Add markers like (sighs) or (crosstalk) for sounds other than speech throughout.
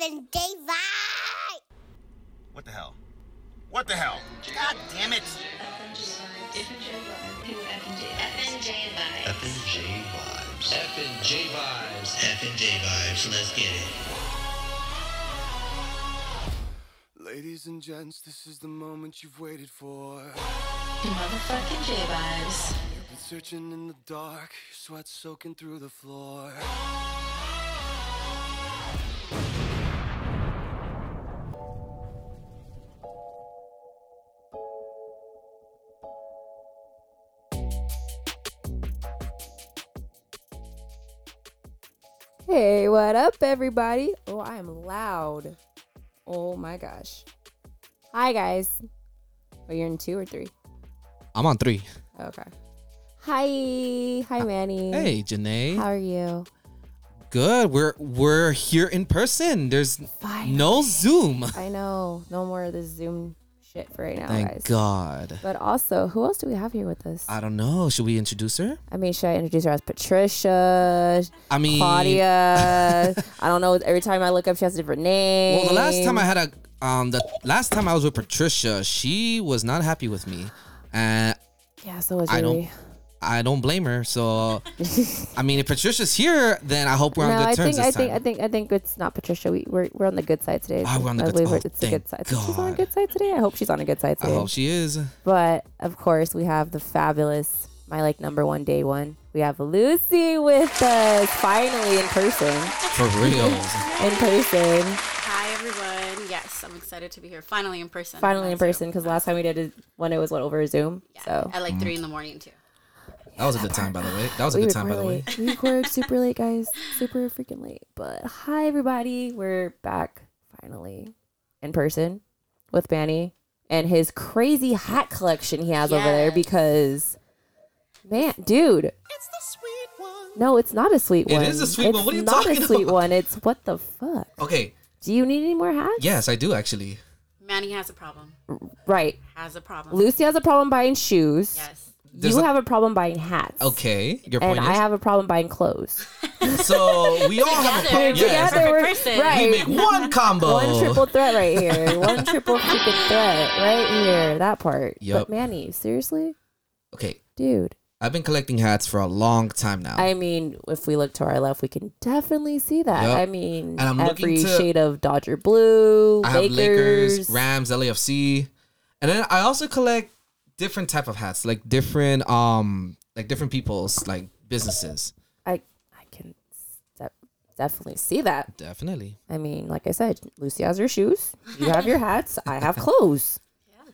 and David. What the hell? What the hell? God damn it! FNJ vibes. F and J vibes. F and J vibes. F and J vibes. Let's get it. Ladies and gents, this is the moment you've waited for. Motherfucking J vibes. Been searching in the dark, your sweat soaking through the floor. Hey, what up, everybody? Oh, I am loud. Oh my gosh. Hi, guys. Oh, you're in two or three? I'm on three. Okay. Hi. Hi, Manny. Hey, Janae. How are you? Good. We're we're here in person. There's no Zoom. I know. No more of this Zoom shit for right now, Thank guys. God. But also, who else do we have here with us? I don't know. Should we introduce her? I mean, should I introduce her as Patricia, I mean, (laughs) Claudia? I don't know. Every time I look up, she has a different name. Well, the last time I had a um, the last time I was with Patricia, she was not happy with me, and yeah, so was I don't- Yuri. I don't blame (laughs) her. So, I mean, if Patricia's here, then I hope we're on good I terms think I this think time. I think I think it's not Patricia. We we're, we're on the good side today. Oh, we're on the I good- believe oh, we're- it's the thank good side. She's on a God. good side today. I hope she's on a good side I today. hope she is. But of course, we have the fabulous my like number one day one. We have Lucy with us finally in person. For real. In person, Hi everyone. Yes, I'm excited to be here. Finally in person. finally in That's person. Because last time we did it when it was what over Zoom. it. Yeah. So At like three in the morning too. That was a good time, by the way. That was a we good were time, by the way. late. We (laughs) recorded super late, guys. Super freaking late. But hi, everybody. We're back finally in person with Manny and his crazy hat collection he has over there Yes. because, man, dude. No, it's not a sweet It one. is a sweet It's one. What are you not talking a sweet about? one. It's what the fuck. Okay. Do you need any more hats? Yes, I do actually. Manny has a problem. Right. Has a problem. Lucy has a problem buying shoes. Yes. There's you a- have a problem buying hats. Okay, your And point I is. have a problem buying (laughs) clothes. so we all have a Together, point. we're Yes. perfect Together, we're- person. right. We make one combo. One triple threat right (laughs) here. One triple freaking threat right here. That part. But Yup. Manny, seriously? Okay, Dude. I've been collecting hats for a long time now. I mean, if we look to our left, we can definitely see that. Yup. I mean, And I'm every looking to- shade of Dodger blue, I have Lakers. Lakers, Rams, LAFC, and then I also collect different type of hats, like different um, like different people's like businesses. I I can de- definitely see that. Definitely. I mean, like I said, Lucy has her shoes. You have your hats. I (laughs) have clothes.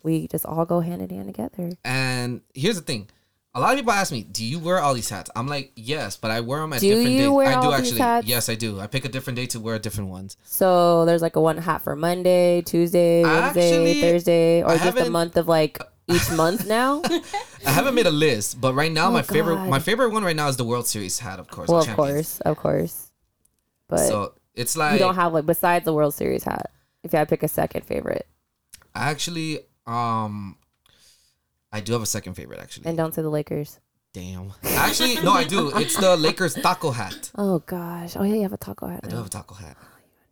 We just all go hand in hand together. And here's the thing. A lot of people ask me, "Do you wear all these hats?" I'm like, "Yes," but I wear them at Do different you days. wear I do all these actually. hats? Yes, I do. I pick a different day to wear different ones. So there's like a one hat for Monday, Tuesday, Wednesday, Actually, Thursday, or I just a haven't- month of like each (laughs) month now. I haven't made a list, but right now my favorite Oh, God. my favorite one right now is the World Series hat, of course. well, the of Champions. course, of course. But So it's like you don't have like besides the World Series hat. If you had to pick a second favorite, I actually um I do have a second favorite actually. and don't say the Lakers. Damn. Actually, no, I do. It's the Lakers taco hat. Oh gosh. Oh yeah, you have a taco hat. I do have a taco hat.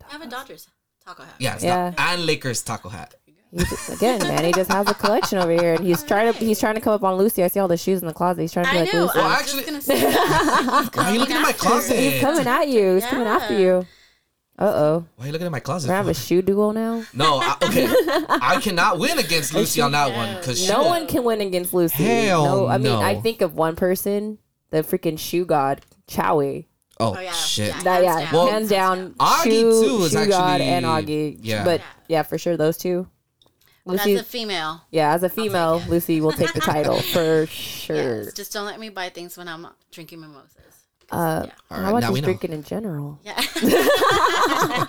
I have a Dodgers taco hat. Yeah, it's Yeah. not- and Lakers taco hat. He just, again, man, he just has a collection over here, and he's trying to he's trying to come up on Lucy. I see all the shoes in the closet. He's trying to be I like know. Lucy. I was actually- just gonna say that. Why are you looking at my He's closet? coming at you. He's coming after you. Uh oh. Why are you looking at my closet? We're gonna have a for? shoe duel now. no, I, (laughs) okay. I cannot win against Lucy on that one because No one can win against Lucy. Hell no. I mean, no. I think of one person, the freaking shoe god, Chowie. Oh, Oh, yeah. shit. Yeah. That, yeah, Hands down. hands down. Augie, shoe, too, is shoe god actually- and Augie. yeah. But yeah, for sure those two. Well, that's Lucy- a female. yeah, as a female, Lucy will (laughs) take the title for sure. Yes. Just don't let me buy things when I'm drinking mimosas. (laughs) Uh, All how right, about now we just know. drinking in general? Yeah. well,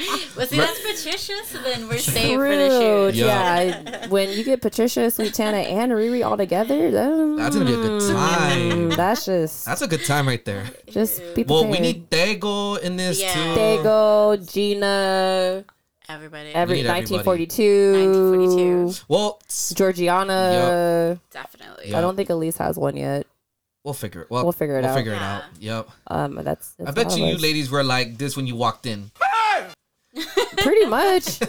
see, that's Patricia, so then we're safe for the Rude, shoot. yeah. Yeah. (laughs) when you get Patricia, Sweet Tana, and Riri all together, um, That's gonna be a good time. That's just That's a good time right there. just be prepared. Well, we need Dago in this Yeah. too. Dago, Gina, Everybody. every need everybody. 1942, 1942. Well, s- Georgiana. Definitely. Yup. I don't think Elise has one yet. we'll figure it. Well, We'll figure it out. Figure it out. Yep. Um, that's, I that's bet all you, of you us. ladies were like this when you walked in. Pretty much. (laughs)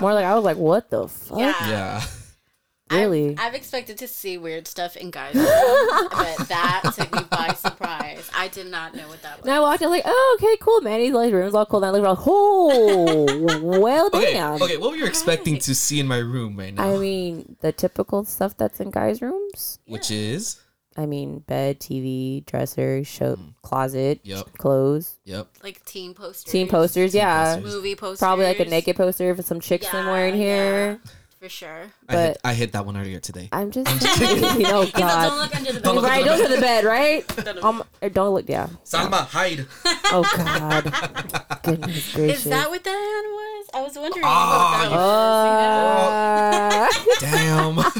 More like I was like, what the fuck? Yeah. Yeah. (laughs) Really? I've expected to see weird stuff in (laughs) guys, room, but that took me by surprise. I did not know what that was. and I walked in like, oh, okay, cool. Manny's like, room's all cool. And I looked around, oh, (laughs) well, Okay. damn. Okay. What were you expecting to see in my room right now? I mean, the typical stuff that's in guys' rooms. Which is I mean, bed, TV, dresser, show, Mm. closet, Yep. clothes, yep. Like teen posters, team posters. yeah, posters. movie posters, probably like a naked poster with some chicks Yeah, somewhere in here. for sure. I hit, But- I hit that one earlier today. I'm just, you know, He's like, don't God. look under the Don't bed. look Right, under don't to the bed, right? Um, or don't look, yeah. Salma, hide. (laughs) Oh, God. Goodness gracious. Is that what that hand was? I was wondering Ah, what that you- Oh, was. Uh,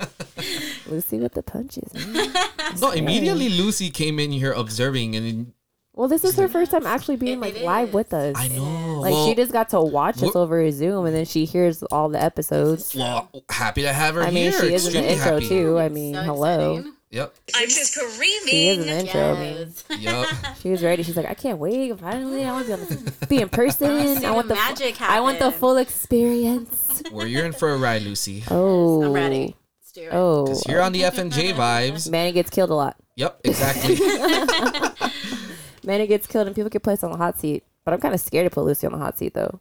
(laughs) (laughs) Damn. (laughs) Lucy with the punches. man. no, immediately Lucy came in here observing, and then, Well, this is her first time actually being It- like it live is. with us. I know. Like well, she just got to watch us we're- over Zoom, and then she hears all the episodes. Well, happy to have her I mean, here. she is in the Extremely intro happy. too. I So mean, exciting. hello. Yep. I'm just careening. She is in the intro. I mean, Yes. Yep. (laughs) she was ready. She's like, I can't wait. Finally, I want to be, on the, (laughs) be in person. See (laughs) I want the the magic I want the happen. full experience. well, you're in for a ride, Lucy. Oh, (laughs) I'm ready. Let's do it. Oh, Because you're on the (laughs) FNJ vibes. Manny gets killed a lot. Yep, (laughs) exactly. Manny gets killed, and people get placed on the hot seat. But I'm kind of scared to put Lucy on the hot seat, though.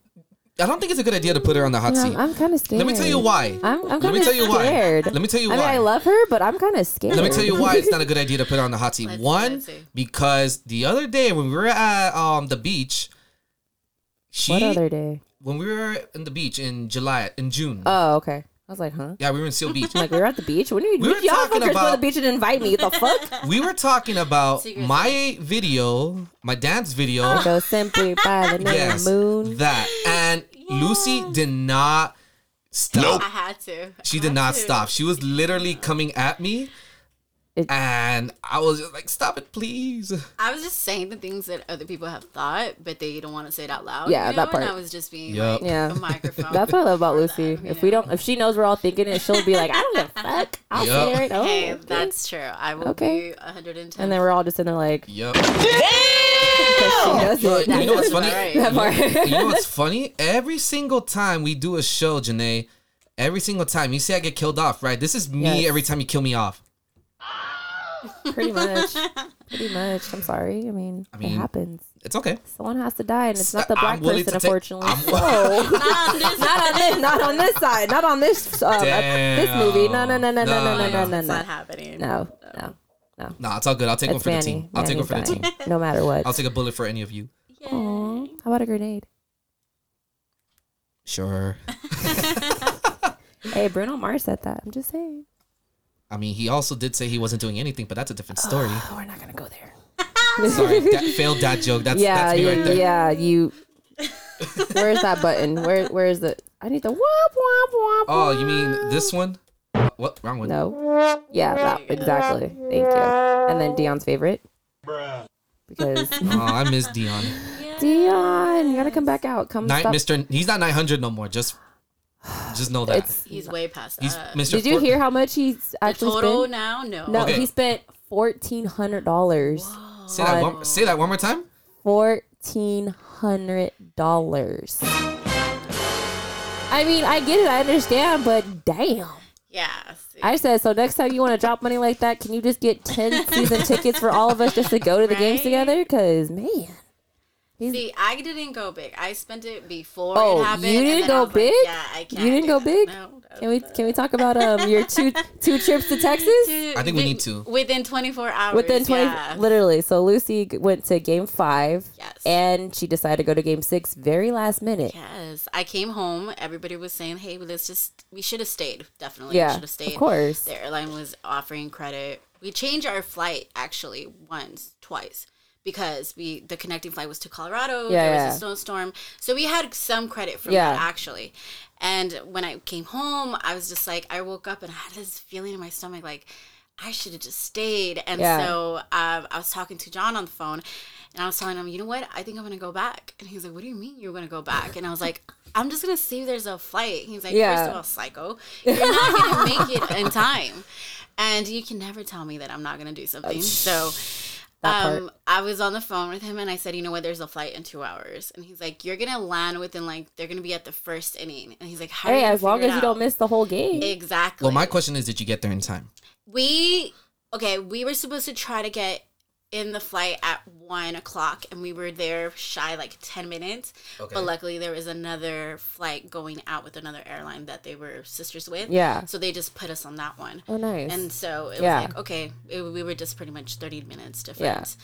I don't think it's a good idea to put her on the hot Yeah, seat. I'm, kind of scared. Let me tell you why. I'm, I'm Let kind me of tell you why. scared. Let me tell you I mean, why. I love her, but I'm kind of scared. Let me tell you (laughs) why it's not a good idea to put her on the (laughs) hot seat. Let's- One, let's see. because the other day when we were at um the beach, she What other day? when we were in the beach in July in June. Oh, okay. I was like, huh? yeah, we were in Seal Beach. (laughs) Like we were at the beach. What do you We were did y'all fuckers talking go to the about- beach and invite me? The (laughs) fuck? we were talking (laughs) about Secret my video, my dance video. go simply by the name yes, Oh, moon. that and Lucy did not stop. I had to. She did not stop. She was literally coming at me. It- and I was just like, stop it, please. I was just saying the things that other people have thought, but they don't want to say it out loud. Yeah, you know? that part. And I was just being Yup. like, Yeah. a microphone. That's what I love about for Lucy. them, you If we know? don't, if she knows we're all thinking it, she'll be like, I don't give a fuck. I'll Yup. say it right now. Hey, that's true. I will Okay. be 110. and then we're all just in there like, (laughs) Yep. "Yes, she does But it." you know what's funny? Right. That part. You know (laughs) what's funny? Every single time we do a show, Janae, every single time you see I get killed off, right? This is me Yes. every time you kill me off. Pretty (laughs) much. Pretty much. I'm sorry. I mean, mean- it happens. It's okay. Someone has to die, and it's not the I'm black willing person, to take- unfortunately. (laughs) I'm- (laughs) so. Ah, this- not on this, not on this side, not on this um, Damn. this movie. No, no, no, no, no, no, no, no, No, no, it's no, not happening. no, no. Nah, it's all good. I'll take one It's for the Manny. team. I'll take one Manny's for the team. dying, no matter what. I'll take a bullet for any of you. Aw, How about a grenade? Sure. Hey, Bruno Mars said that. I'm just saying. I mean, he also did say he wasn't doing anything, but that's a different story. (sighs) Oh, we're not gonna go there. (laughs) Sorry, that failed dad joke. That's yeah, that's me you, right there. yeah, (laughs) you. Where's that button? Where, where is it? I need the womp womp womp. Oh, you mean this one? What? Wrong one. No. Yeah, that exactly. Thank you. And then Dion's favorite. (laughs) Because Oh, I miss (laughs) Dion. Dion, you gotta come back out. Come Nine, stop. Mr. He's not 900 no more. Just just know that. It's uh, He's way past he's that. Mr. Did you Four- hear how much he's The actually total spent? now? No. No, Okay. he spent fourteen hundred dollars. Say that, one, say that one more time. Fourteen hundred dollars. I mean, I get it, I understand, but damn. Yeah. see. I said, so next time you want to drop money like that, can you just get (laughs) 10 season tickets for all of us just to go to the games Right? together? Because, man. See, I didn't go big. I spent it before Oh, it happened. you and didn't then I go was like, big? yeah, I can't. You do didn't go that. big? No. Can we can we talk about um your (laughs) two two trips to Texas I think we need to. Within 24 hours. within twenty Yeah. literally? So Lucy g- went to game five, Yes. and she decided to go to game six very last minute. Yes, I came home. Everybody was saying, "Hey, well, let's just we should have stayed. Definitely, we Yeah, should have stayed." of course. the airline was offering credit. We changed our flight actually once, twice because we the connecting flight was to Colorado. Yeah, there yeah. was a snowstorm, so we had some credit from Yeah. that actually. And when I came home, I was just like, I woke up and I had this feeling in my stomach like. I should have just stayed. And Yeah. so um, I was talking to John on the phone and I was telling him, you know what? I think I'm going to go back. And he was like, what do you mean you're going to go back? And I was (laughs) like, I'm just going to see if there's a flight. He's like, Yeah. first of all, psycho, you're not (laughs) going to make it in time. And you can never tell me that I'm not going to do something. So That um, part. I was on the phone with him and I said, you know what, there's a flight in two hours. And he's like, you're going to land within like, they're going to be at the first inning. And he's like, how are Hey, you gonna as long figure as it you don't out? miss the whole game. Exactly. Well, my question is, did you get there in time? we, okay, we were supposed to try to get in the flight at one o'clock and we were there shy like 10 minutes. Okay. But luckily, there was another flight going out with another airline that they were sisters with. Yeah. So they just put us on that one. Oh, nice. And so it Yeah. was like, okay, it, we were just pretty much 30 minutes difference.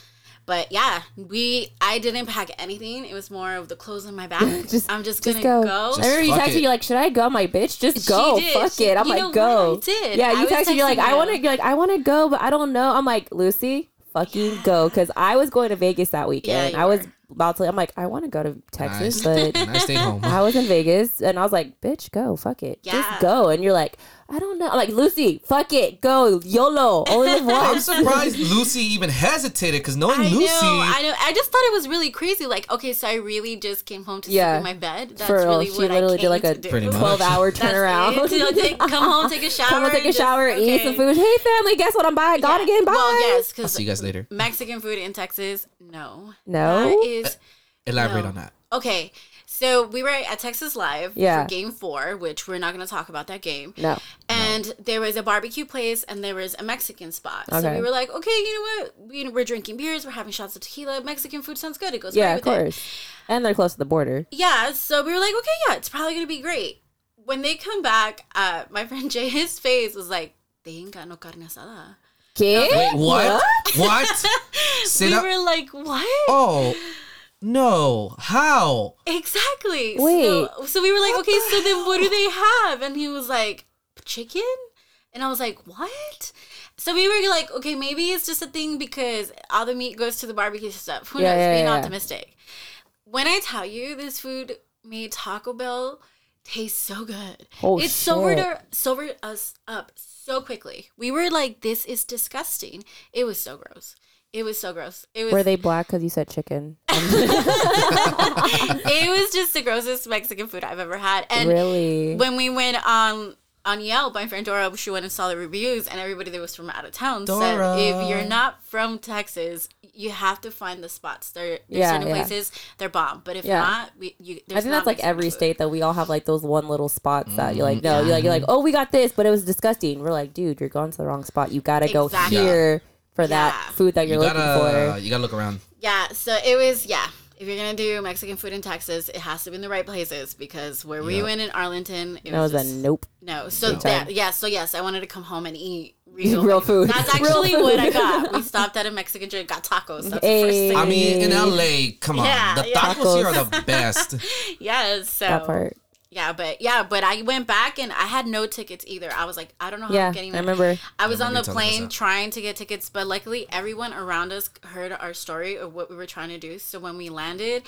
But yeah, we I didn't pack anything. It was more of the clothes in my bag. (laughs) Just- I'm just just gonna go. go. I remember you fuck texted it. you like, should I go? I'm like, bitch, just She go. did. Fuck She- it. I'm you like, know what? go. I did. Yeah, I you was texted you like, texting I you. want to. You're like, I want to go, but I don't know. I'm like, Lucy, fucking go, because I was going to Vegas that weekend. you I was were. about to. I'm like, I want to go to Texas, but (laughs) And I stayed home. I was in Vegas, and I was like, bitch, go, fuck it, Yeah. just go. And you're like, I don't know. I'm like, Lucy, fuck it, go, YOLO, (laughs) only live (laughs) I'm (laughs) once. surprised Lucy even hesitated because knowing I Lucy, know, I know. I just thought it was really crazy. Like, okay, so I really just came home to sleep Yeah. in my bed. That's For real, really she what literally I did came like a to do. Pretty much. 12 hour That's (laughs) turnaround. it. You know, take- come home, take a shower. (laughs) Come on, take a and just- shower, eat okay. some food. Hey, family, guess what? I'm buying. Gone Yeah. again. Bye. Well, yes, I'll see you because guys later. Mexican food in Texas, no, No? That is Elaborate No. on that. Okay. So we were at Texas Live Yeah. for game four, which we're not going to talk about that game. No. And there was a barbecue place and there was a Mexican spot. So Okay. we were like, okay, you know what? We, we're drinking beers, we're having shots of tequila. Mexican food sounds good. It goes Yeah, great of with it. course. And they're close to the border. Yeah, so we were like, okay, yeah, it's probably gonna be great. When they come back, uh, my (laughs) friend Jay, his face was like, they ain't got no carne asada. Kid? Wait, what? (laughs) What? Say we that- were like, what? Oh no! How? Exactly. Wait. So, so we were like, okay, so then what do they have? And he was like, chicken? And I was like, what? So we were like, okay, maybe it's just a thing because all the meat goes to the barbecue stuff. Who Yeah, knows? yeah, Being yeah. optimistic. When I tell you this food made Taco Bell taste so good. Oh, it sobered, shit. our, sobered us up so quickly. We were like, this is disgusting. It was so gross. It was so gross. It was Were they black because you said chicken? (laughs) it was just the grossest Mexican food I've ever had. And really? when we went on on Yelp, my friend Dora, she went and saw the reviews, and everybody that was from out of town Dora. said, if you're not from Texas, you have to find the spots. There, there's Yeah, certain yeah. places they're bomb, but if Yeah. not, we you. I There's think not that's like Mexican every food. state that we all have like those one little spots that you're Mm. like, no, you're like, you're like, oh, we got this, but it was disgusting. We're like, dude, you're going to the wrong spot. You gotta Exactly. go here for Yeah. that food that you're You gotta, looking for. you gotta look around. Yeah, so it was yeah. If you're gonna do Mexican food in Texas, it has to be in the right places because where we Yep. went in Arlington, it And I was was a just- nope. No, so Yeah. that yeah, so yes, I wanted to come home and eat real, (laughs) Real food. That's Real actually food. what I got. We stopped at a Mexican joint, got tacos. That's Hey. the I first mean, in Hey. LA, come on, Yeah, the yeah. tacos here are (laughs) the best. thing. Yes, so That part. yeah, but yeah, but I went back and I had no tickets either. I was like, I don't know how Yeah, I'm getting. I it. (laughs) remember. I was I on the remember you telling us plane that. trying to get tickets, but luckily everyone around us heard our story of what we were trying to do. So when we landed,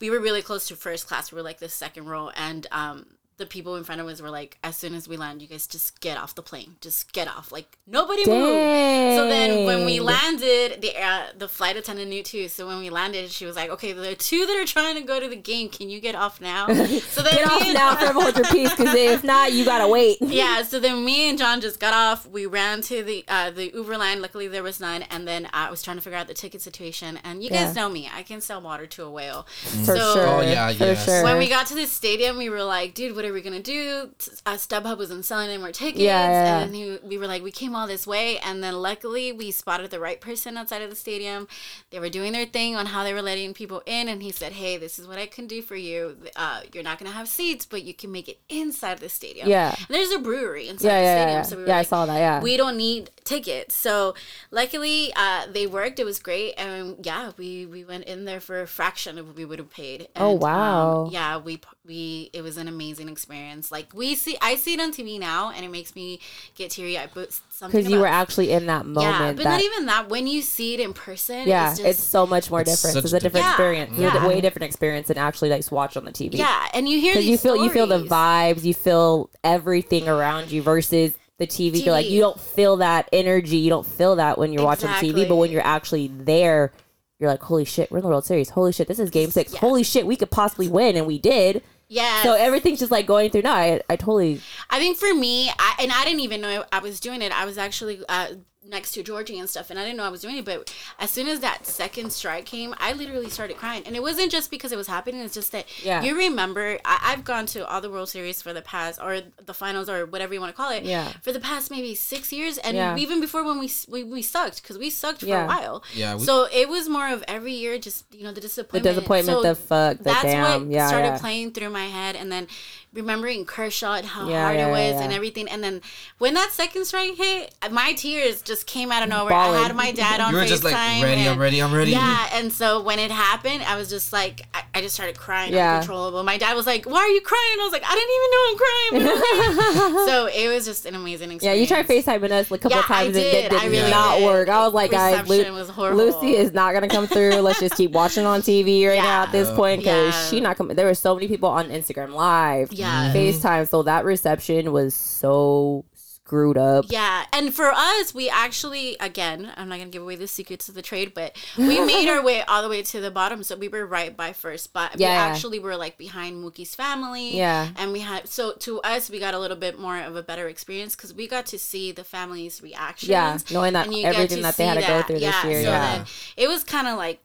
we were really close to first class. We were like the second row, and um, the people in front of us were like, "As soon as we land, you guys just get off the plane. Just get off. Like nobody move." So then when we Dang. landed, the uh, the flight attendant knew too. So when we landed, she was like, "Okay, there are two that are trying to go to the game. Can you get off (laughs) now?" So then Get me off and- now, forever hold your peace, because if not, you gotta wait. (laughs) yeah, so then me and John just got off. We ran to the uh, the Uber line. Luckily, there was none. And then uh, I was trying to figure out the ticket situation. And you Yeah. guys know me; I can sell water to a whale. For So- sure. Oh, yeah, for yes. sure. When we got to the stadium, we were like, "Dude, what are we gonna do?" T- Uh, StubHub wasn't selling any more tickets, Yeah, yeah, and he, we were like, "We came all this way." And then luckily, we spotted the right person outside of the stadium. They were doing their thing on how they were letting people in, and he said, "Hey, this is what I can do for you. Uh, you're not gonna have seats, but you can make it inside the stadium. Yeah. And there's a brewery inside yeah, the yeah, stadium, yeah. so we were yeah, I like, saw that. Yeah, we don't need tickets. So luckily, uh, they worked. It was great, and yeah, we we went in there for a fraction of what we would have paid. And, Oh, um, wow. yeah, we we it was an amazing experience. Like we see, I see it on TV now, and it makes me get teary eyed. But something because you were about- actually in that moment. yeah, but that, not even that. When you see it in person, yeah, it's, it's, just, so much more It's different. such It's a a different different- experience. Yeah, It's yeah. a way different experience than actually like watch on the TV. yeah, and you hear because these you feel you feel the stories. vibes, you feel everything around you versus the TV. You're like TV. you don't feel that energy. You don't feel that when you're watching TV, but Exactly. when you're actually there. You're like, holy shit, we're in the World Series. Holy shit, this is game six. Yeah. Holy shit, we could possibly win, and we did. Yeah, So everything's just like going through. No, I, I totally I think for me, I, and I didn't even know I was doing it. I was actually uh, next to Georgie and stuff, and I didn't know I was doing it. But as soon as that second strike came, I literally started crying, and it wasn't just because it was happening. It's just that Yeah. you remember I, I've gone to all the World Series for the past, or the finals, or whatever you want to call it, Yeah. for the past maybe six years, and Yeah. even before when we s- we, we sucked because we sucked for Yeah. a while. Yeah, we- so it was more of every year, just you know, the disappointment. The disappointment, So the fuck, the that's damn. what yeah, started yeah. playing through my head and then remembering Kershaw and how Yeah, hard yeah, it was yeah, and yeah. everything. And then when that second strike hit, my tears just came out of nowhere. Bawling. I had my dad on You were just like, FaceTime ready, I'm and- ready, I'm ready. Yeah, and so when it happened, I was just like, I, I just started crying Yeah. uncontrollable. My dad was like, why are you crying? I was like, I didn't even know I'm crying. (laughs) so it was just an amazing experience. Yeah, you tried FaceTiming us a couple Yeah, I times and it did. did I really not did. work. I was like, guys, Lu- Reception was horrible. Lucy is not gonna come through. Let's just keep watching on TV right now at this point because Yeah. she not coming. There were so many people on Instagram Live, Yeah. Mm-hmm. FaceTime, so that reception was so screwed up. Yeah, and for us, we actually again, I'm not gonna give away the secrets of the trade, but we made our way all the way to the bottom, so we were right by first spot. Yeah. We actually were like behind Mookie's family. Yeah. and we had so to us, we got a little bit more of a better experience because we got to see the family's reactions. Yeah, knowing that and you get everything that they see had to go through this year, So yeah. then it was kind of like.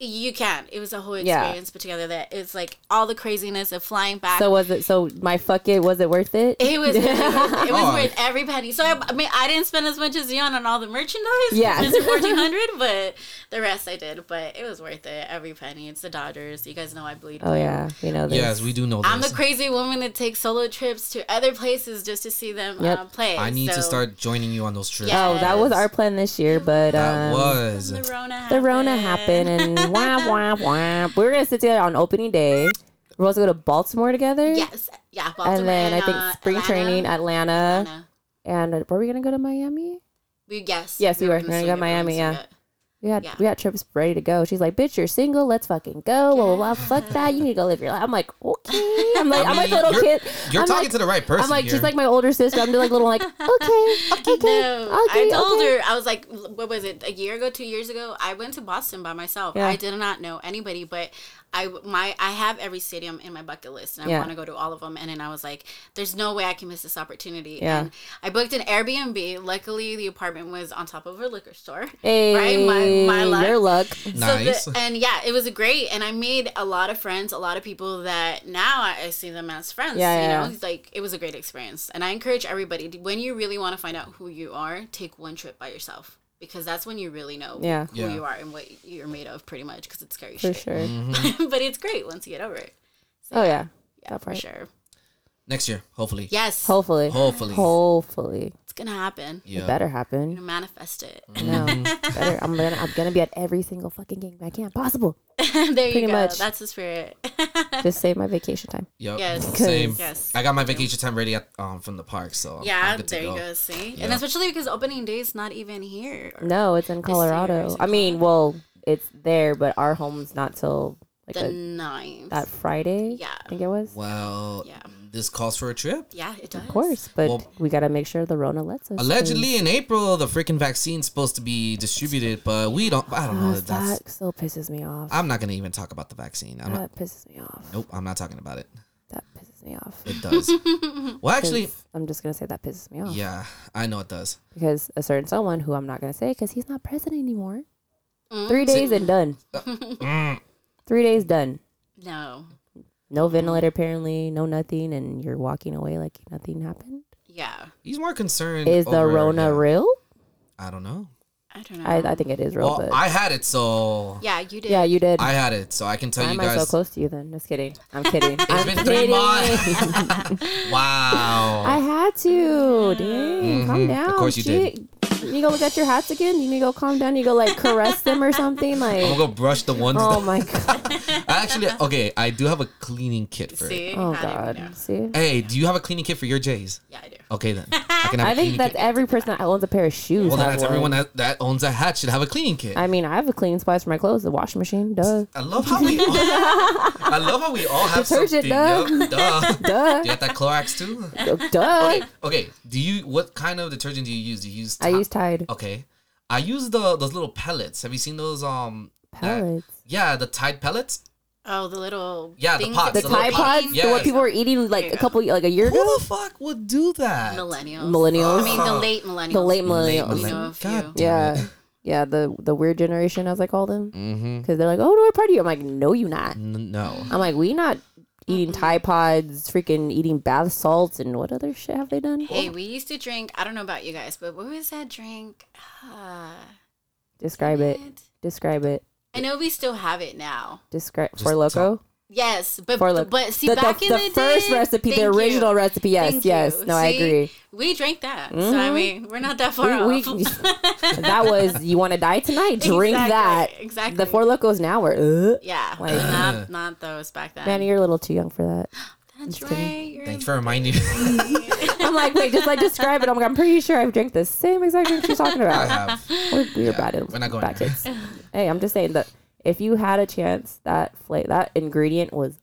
You can. It was a whole Yeah. experience put together that it's like all the craziness of flying back. So was it? So my fuck it was it worth it? It was (laughs) really worth it. It was Oh. worth every penny. So I, I mean, I didn't spend as much as you on on all the merchandise. Yeah. just (laughs) fourteen hundred, but the rest I did. But it was worth it. Every penny. It's the Dodgers. You guys know I bleed. oh blue. yeah, you know this. Yes, we do know this. I'm the crazy woman that takes solo trips to other places just to see them Yep. uh, play. I need to So, start joining you on those trips. Yeah. Oh, that was our plan this year, but um, That was. The Rona. the Rona happened, and (laughs) wah wah wah. We were gonna sit together on opening day. We're supposed to go to Baltimore together. Yes. Yeah. Baltimore and then I think uh, spring Atlanta. training, Atlanta, Atlanta. and uh, were we gonna go to Miami? We yes. Yes, we were. We're gonna swing go it, Miami, swing yeah. it. We had Yeah. we had trips ready to go. She's like, "Bitch, you're single. Let's fucking go." Blah blah blah. Fuck that. You need to go live your life. I'm like, (laughs) okay. I'm like, I'm like mean, little you're- kid. You're I'm talking like, to the right person. I'm like, here. she's like my older sister. I'm just like little, (laughs) like, okay, okay, okay. no, I told okay. her I was like, what was it? A year ago, two years ago, I went to Boston by myself. Yeah. I did not know anybody, but I my I have every stadium in my bucket list, and I Yeah. want to go to all of them. And then I was like, there's no way I can miss this opportunity. Yeah. And I booked an Airbnb. Luckily, the apartment was on top of a liquor store. Hey, right, my- my luck. your luck. (laughs) nice. So the, and yeah, it was great, and I made a lot of friends, a lot of people that now I, I see them as friends. Yeah, you yeah, know, yeah. It's like it was a great experience, and I encourage everybody to- when you really want to find out who you are, take one trip by yourself because that's when you really know Yeah. who Yeah. you are and what you're made of, pretty much. Because it's scary For shit, sure. Mm-hmm. (laughs) but it's great once you get over it. Oh yeah, Yeah, That for part. sure. Next year, hopefully. Yes, hopefully, Hopefully. hopefully, it's gonna happen. Yeah. it better You happen. manifest it. No, better. I'm gonna, I'm gonna be at every single fucking game I can possible. (laughs) there Mm. Pretty you go. much. That's the spirit. Oh, Just save my vacation time. Yep. Yes. Same. Yes. I got my vacation time ready at, um, from the park, so (laughs) I'm- yeah, I'm good to there you go. go. See, and Yeah. especially because opening day is not even here. or No, it's in year or Colorado. something. I mean, well, it's there, but our home's not till like the a, ninth. that Friday. Yeah. I think it was. Well, Yeah. this calls for a trip. yeah, it does. Of course, but Well- we gotta make sure the Rona lets us. 'cause Allegedly in April, the freaking vaccine's supposed to be distributed, but we don't. I don't know. God, If that's. Ah, that still pisses me off. I'm not gonna even talk about the vaccine. I'm not, that pisses me off. nope. I'm not talking about it. That pisses me off. (laughs) It does. well, actually, I'm just gonna say that pisses me off yeah, I know it does. because a certain someone who I'm not gonna say because he's not president anymore. Three days and (laughs) done. Three days done. No. No ventilator apparently. No nothing, and you're walking away like nothing happened. Yeah. He's more concerned. Is the over- Rona real? I don't know. I don't know. I, I think it is real, well, but I had it, so yeah, you did. yeah, you did. I had it, so I can tell Why you am I so guys. close to you then? Just kidding. (laughs) I'm kidding. it's I'm been three kidding. months. (laughs) wow. (laughs) I had to. Dang, calm down. Mm-hmm. Of course you Gee, You go look at your hats again. You need to go calm down. You go like caress them or something. I'm (laughs) Like, gonna go brush the ones. oh that my (laughs) god. (laughs) I actually, okay, I do have a cleaning kit for. It. See? Oh How do we know? god. See, Hey, do you have a cleaning kit for your J's? Yeah, I do. Okay then. I can have (laughs) a I cleaning think that's kit. every person that owns a pair of shoes. Well, then has that's one. everyone that, that owns a hat should have a cleaning kit. I mean, I have a cleaning supplies for my clothes, the washing machine. Duh. I love how (laughs) we all, I love how we all have Detergent, something. Yup, duh. (laughs) Duh. Do you have that Clorox too? Duh. Okay. Do you what kind of detergent do you use? Do you use I Tide? use Tide Okay. I use the those little pellets. Have you seen those um that- pellets. yeah, the Tide pellets? Oh, the little Yeah, the things pots, that The It's a people little Tide eat. Pods, pot. the what Yes. people were eating like a couple like a year ago. Who the fuck would do that? millennials, Millennials. I mean, the late millennials. The late millennials. We know a few. God damn Yeah. it. Yeah, the the weird generation as I call them. Mhm. Because they're like, Oh no, I party. I'm like, No, you not. N- no. I'm like, We not eating Tide Pods, freaking eating bath salts and what other shit have they done? Hey, we used to drink. I don't know about you guys, but what was that drink? Ah, Describe it. it. Describe it. I know we still have it now. Describe Just for loco. Yes, but For loco. (laughs) but see the, back the, in the, first day- recipe, the Thank you. original recipe. Yes, Thank yes. you. No, I See? agree. We drank that, so I Mhm. mean, we're not that far We, off. we, (laughs) that was you want to die tonight? Exactly, Drink that. exactly. The four locos now were. Uh, yeah, Like- (laughs) not not those back then. man, you're a little too young for (laughs) that. That's right. You're Thanks (laughs) for (laughs) reminding me. I'm like, wait, just like describe it. I'm like, I'm pretty sure I've drank the same exact drink she's talking I (laughs) about. have. We're, we're bad at we're not going bad there. kids. Hey, I'm just saying that if you had a chance, that fla- that ingredient was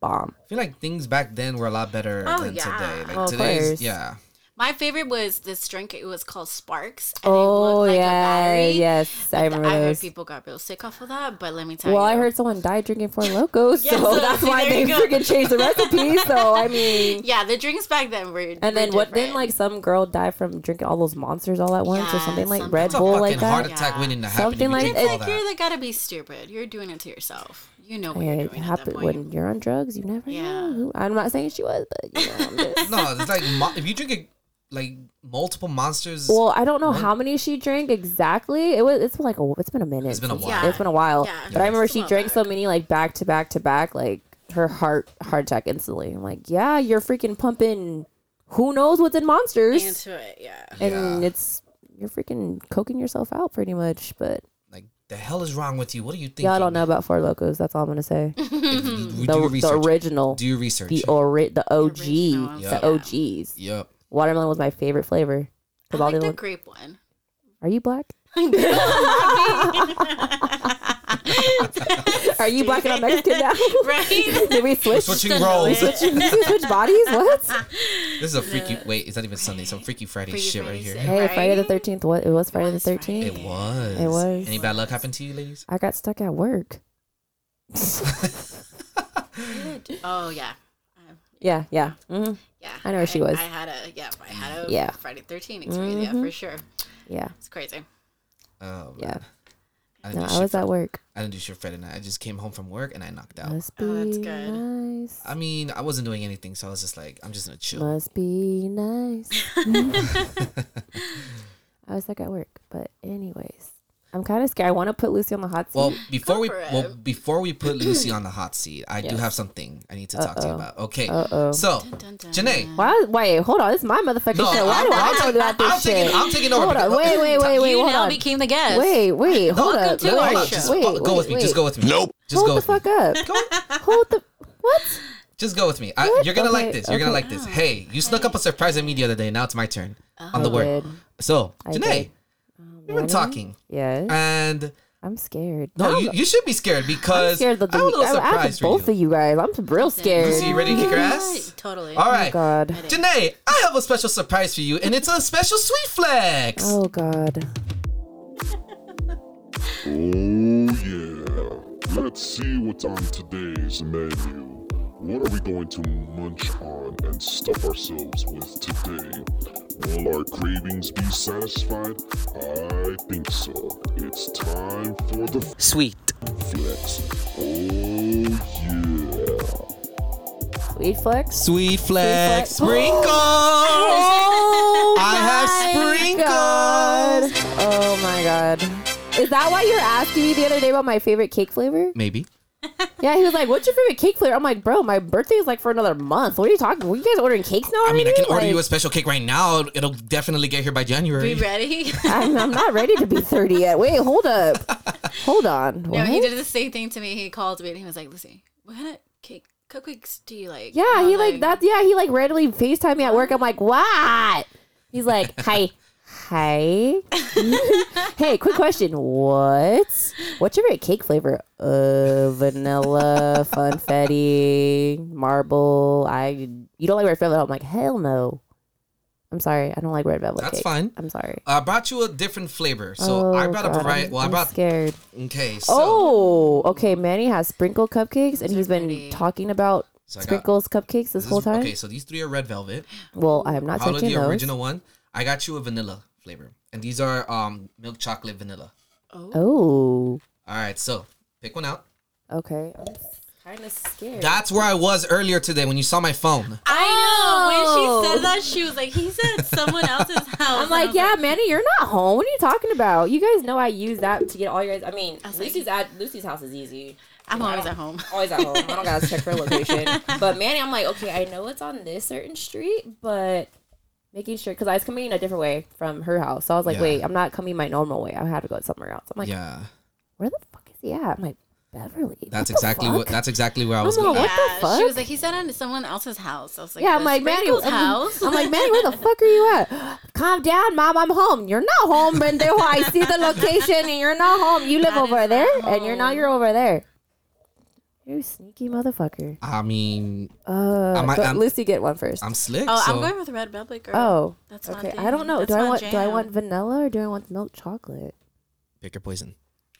bomb. I feel like things back then were a lot better Oh, than yeah. today. Like Of course. today's, yeah. My favorite was this drink. It was called Sparks. And Oh it looked like a yeah, battery. yes, I remember I heard those. people got real sick off of that, but let me tell Well, you. I (laughs) heard someone died drinking four locos, Yeah, so so that's see, why there they you go. freaking changed the recipe. (laughs) So I mean, Yeah, the drinks back then were. and then what? Then like some girl died from drinking all those monsters all at once, or Yeah, something like something Red like It's a Bull like fucking heart that. Yeah. attack wouldn't happen. Something if like- you It's did all like you're that. like gotta be stupid. You're doing it to yourself. You know what Yeah, you're it doing at that happen point. when you're on drugs. You never Yeah. know. who- I'm not saying she was, but you know, (laughs) I'm (laughs) just- No, it's like mo- if you drink it, like multiple monsters. well, I don't know how many she drank exactly. It was. It's been like a, it's been a minute. It's been a since- while. It's been a while. Yeah. But I remember It's a she while drank so back. many like back to back to back. Like her heart heart attack instantly. I'm like, yeah, you're freaking pumping. Who knows what's in monsters? into it. Yeah. and Yeah. it's you're freaking coking yourself out pretty much. But like the hell is wrong with you? What do you think? y'all don't know about Four Locos. That's all I'm gonna say. (laughs) do The, your the research. original, do your research. the ori- the OG, original, Yeah. the OGs. (laughs) yep. Watermelon was my favorite flavor. I Of all like the the ones- grape (laughs) one. (laughs) Are you black? (laughs) Are you black and I'm Mexican now? right? (laughs) Did we switch? Switching (laughs) (laughs) roles. Switch, switch bodies? What? This is a freaky. Wait, it's not even (laughs) Sunday. Some freaky Friday Freaky shit right Friday here. shit. Hey, Right? Friday the 13th. What? It was Friday the was Friday. 13th. It was. It was. Any bad luck happened to you, ladies? I got stuck at work. Oh yeah. Yeah, yeah. hmm Yeah. Mm-hmm. I know where she was. I had a yeah, I had a Yeah. Mm-hmm. Friday thirteen experience, yeah, for sure. Yeah, It's crazy. Oh, yeah. I didn't No, do I shit. was at work. I didn't do shit Friday night. I just came home from work and I knocked out. Must be Oh, that's good. nice. I mean, I wasn't doing anything, so I was just like, I'm just gonna chill. Must be (laughs) nice. I was stuck at work, but anyways, I'm kind of scared. I want to put Lucy on the hot seat. Well, before we for it. well before we put (clears throat) Lucy on the hot seat, I do have something I need to talk to you about. Okay, Uh-oh. so dun, dun. Janae, Why? Wait, hold on. This is my motherfucking No, show. Why I'm- do I I'm know taking- about this I'm taking- shit? I'm taking over Hold on. because- Wait, wait, wait, wait. you Hold now on. became the guest. Wait, wait. Hold welcome up. to wait, our wait, show. just Wait, go go with me. Just go with me. Nope. hold Just go the with me. fuck up. Hold the what? Just go with me. I, you're gonna like Okay, this. You're gonna okay. like this. Hey, you snuck up a surprise at me the other day. Now it's my turn on the I word. did. So Oh, I Janae, did. Uh, we've been Really? talking, Yes. and I'm scared. no, I'm, you, you should be scared I'm because scared of the I'm a little I'm after surprised for both you. of you guys. I'm real scared. Lucy, you ready to kick her ass? Totally. All Oh right, God. Janae, I have a special surprise for you, and it's a special sweet flex. Oh God. Oh yeah. Let's see what's on today's menu. What are we going to munch on and stuff ourselves with today? Will our cravings be satisfied? I think so. It's time for the Sweet. flex. Oh yeah. Weed flex. Sweet Sweet flex flex. sprinkles. Oh (laughs) I have sprinkles. God. Oh my god. Is that why you were asking me the other day about my favorite cake flavor? Maybe. Yeah, he was like, "What's your favorite cake flavor?" I'm like, "Bro, my birthday is like for another month. What are you talking? Were you guys ordering cakes now?" I mean, I already?" can order you a Like, special cake right now. It'll definitely get here by Are January. you ready? (laughs) I'm, I'm not ready to be 30 yet. Wait, hold up, hold on. No, he What? did the same thing to me. He called me and he was like, "Listen, what kind of cake cupcakes do you like?" Yeah, And I he was like that. Yeah, he like randomly Facetime me at work. I'm like, what? He's (laughs) like, hi, hi. hey, quick question. What? What's your favorite cake flavor? Uh, vanilla, funfetti, marble. I you don't like red velvet? I'm like, hell no. I'm sorry. I don't like red velvet That's cake. fine. I'm sorry. I brought you a different flavor. So I Oh, brought God, a variety. I'm- Well, I I'm brought. scared. Okay. So, Oh, okay. Manny has sprinkle cupcakes, and he's been Dirty. talking about So I got- sprinkles cupcakes this, this is- whole time. Okay. So these three are red velvet. Well, I am not Paolo, touching the those. original one. I got you a vanilla flavor, and these are um milk chocolate vanilla. Oh, All right. So pick one out. okay. I'm kind of scared. That's where I was earlier today when you saw my phone. I know. When she Oh. said that, she was like, "He's at someone (laughs) else's house." I'm And I like, was yeah, Manny, you're not home. What are you talking about? You guys know I use that to get all your guys. I mean, was like- Lucy's at Lucy's house is easy. I'm always at home. Always at home. I don't gotta check her location. But Manny, I'm like, okay, I know it's on this certain street, but making sure because I was coming in a different way from her house. So I was like, Yeah. wait, I'm not coming my normal way. I had to go somewhere else. I'm like, Yeah, where the fuck is he at? I'm like, Beverly. that's the exactly what. fuck? That's exactly where I I'm was. all, going. what the She fuck? was like, "He's at someone else's house." I was like, yeah, "Yeah, I'm like, Manny, Sprinkles I'm- house." I'm like, (laughs) Manny, where the fuck are you at? Calm down, mom. I'm home. You're not home, Bendejo. I see the location, and you're not home. You live That is over there, not and you're not. home. You're over there. You sneaky motherfucker. I mean, Uh, I'm- go- I'm- Lucy, get one first. I'm slick. oh, so I'm going with Red Velvet girl. oh, that's my okay. thing. I don't know. That's do I my want do I jam. want vanilla or do I want milk chocolate? pick your poison.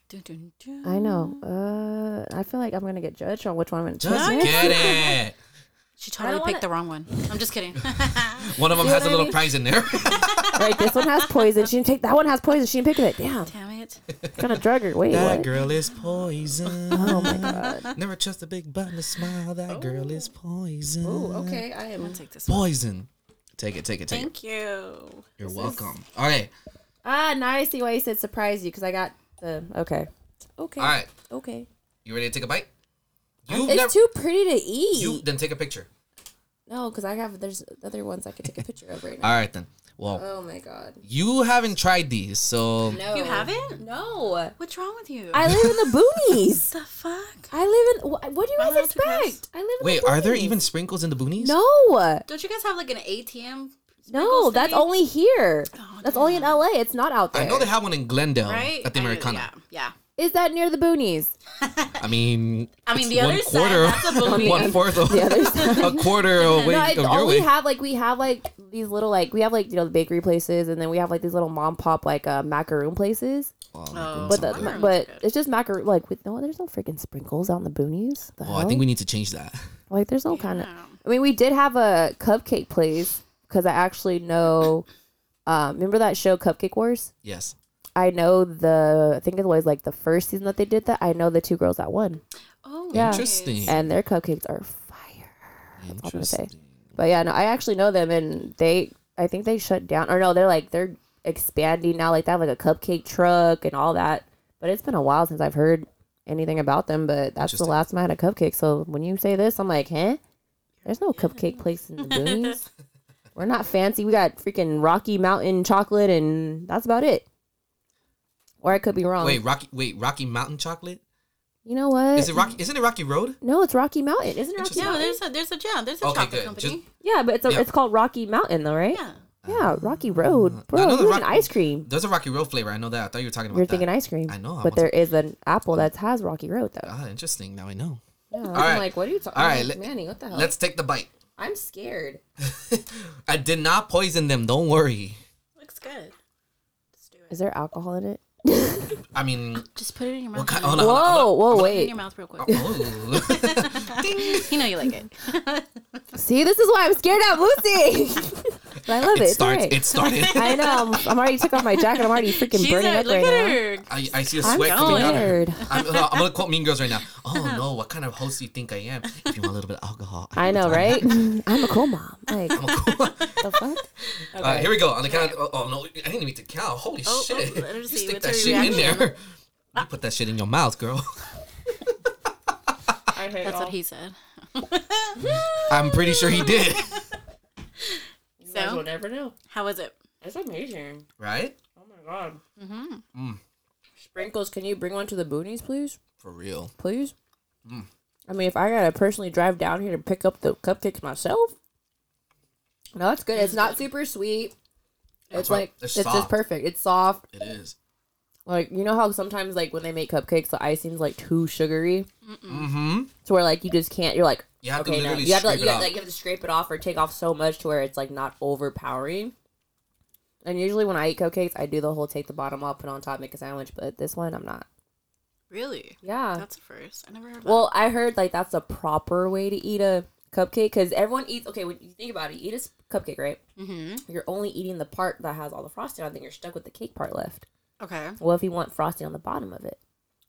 Dun, dun, dun. I know. Mm-hmm. Uh, I feel like I'm gonna get judged on which one I'm gonna Just choose. get it. She I totally picked don't wanna- the wrong one. I'm just kidding. (laughs) One of them See what has a I little mean? prize (laughs) in there. (laughs) Right, this one has poison. She didn't take that one. Has poison. She didn't pick it. Damn, Damn it. gonna drug her. Wait, that what? girl is poison. Oh my (laughs) god. Never trust a big button to smile. That girl is poison. okay. I am. Take this one. Poison. Take it. Take it. Take it. Thank you. You're welcome. Okay. Ah, now I see why you said surprise you because I got the okay. Okay. All right. Okay. You ready to take a bite? You've It's never- too pretty to eat. You then take a picture. No, because I have there's other ones I could take a picture of (laughs) right now. All right then. Well, Oh my god. you haven't tried these, so No. You haven't? No. What's wrong with you? I live in the boonies. the fuck? I live in. wh- What do you Am I guys allowed to pass? expect? I live. In wait, the are there boonies. even sprinkles in the boonies? No. Don't you guys have like an ATM? No, sprinkles that's thing? only here. Oh, that's only in LA. It's not out there. I Is know they have one in Glendale right. at the I know, Americana. Yeah, yeah. that near the boonies? I mean, I mean, it's the other side, that's a boonies. (laughs) one fourth of The other side. (laughs) a quarter away no, of it's your all way. we have like we have like these little like we have like you know the bakery places and then we have like these little mom pop like uh macaroon places. Oh, Oh, But the, macaroons but are good. it's just macaroon like with no there's no freaking sprinkles out in the boonies. The well, Oh, I think we need to change that. (laughs) like there's no kind of I mean we did have a cupcake place because I actually know um remember that show Cupcake Wars? Yes. I know the I think it was like the first season that they did that. I know the two girls that won. Oh, Yeah. Interesting. And their cupcakes are fire. That's all I'm gonna say. Interesting. But yeah, no, I actually know them, and they, I think they shut down, or no, they're like they're expanding now. Like they have like a cupcake truck and all that. But it's been a while since I've heard anything about them. But that's the Interesting. last time I had a cupcake. So when you say this, I'm like, huh? There's no cupcake (laughs) place in the boonies. We're not fancy. We got freaking Rocky Mountain chocolate, and that's about it. Or I could be wrong. Wait, Rocky. Wait, Rocky Mountain chocolate. you know what? Is it Rocky? Isn't it Rocky Road? No, it's Rocky Mountain. Isn't it Rocky Interesting. No, Mountain? there's a there's a yeah, there's a Okay, chocolate good. company. yeah, but it's a, Yeah. it's called Rocky Mountain though, right? yeah. Yeah, Rocky Road, Mm. I bro. know You the want an Rocky- ice cream? There's a Rocky Road flavor. I know that. I thought you were talking about. You're that. thinking ice cream. I know, I but wasn't- there is an apple that has Rocky Road though. Ah, interesting. Now I know. Yeah, I'm right. like, what are you talking? All about, right, let- Manny, what the hell? Let's take the bite. (laughs) I'm scared. I did not poison them. Don't worry. Looks good. Let's do it. Is there alcohol in it? I mean, Just put it in your mouth. what kind? real Hold on. Whoa, Hold on, hold on. whoa, quick. Put it in wait. your mouth real quick. (laughs) Oh. (laughs) you know you like it. See, this is why I'm scared of Lucy. (laughs) but I love it. it It's all starts. right. It started. (laughs) I know. I'm, I'm already took off my jacket. I'm already freaking She's burning a, up look right at now. her. Oh, I, I see a I'm sweat coming out. of her. scared. I'm, I'm gonna quote Mean Girls (laughs) right now. Oh no, what kind of host do you think I am? If you want a little bit of alcohol, I know, right? (laughs) I'm a cool mom. Like I'm (laughs) a cool. the fuck? Uh, here we go. On the count. Of, oh, oh, no, I didn't even need to count. Holy oh, shit! let her you see. stick What's that her shit in reaction? there. (laughs) You put that shit in your (laughs) mouth, girl. That's what he said. I'm pretty sure he did. (laughs) So, never know. how was it? It's amazing. Right? Oh my god. Mm-hmm. Sprinkles, can you bring one to the boonies, please? For real. please. Mm. I mean, if I gotta personally drive down here to pick up the cupcakes myself, no, it's good. It's not super sweet. It's That's right. like They're it's just soft. perfect. It's soft. It is. Like you know how sometimes like when they make cupcakes, the icing's like too sugary, Mm-hmm. to where like you just can't. You're like You have to okay, no, literally you have to like scrape you it have, off. like you have to scrape it off or take off so much to where it's like not overpowering. And usually when I eat cupcakes, I do the whole take the bottom off, put it on top, make a sandwich. But this one, I'm not. Really? Yeah. That's a first. I never heard Well, I heard like that's a proper way to eat a cupcake because everyone eats. Okay, when you think about it, you eat a s- cupcake, right? that. hmm You're only eating the part that has all the frosting on. Then you're stuck with the cake part left. Okay. Well, if you want frosting on the bottom of it,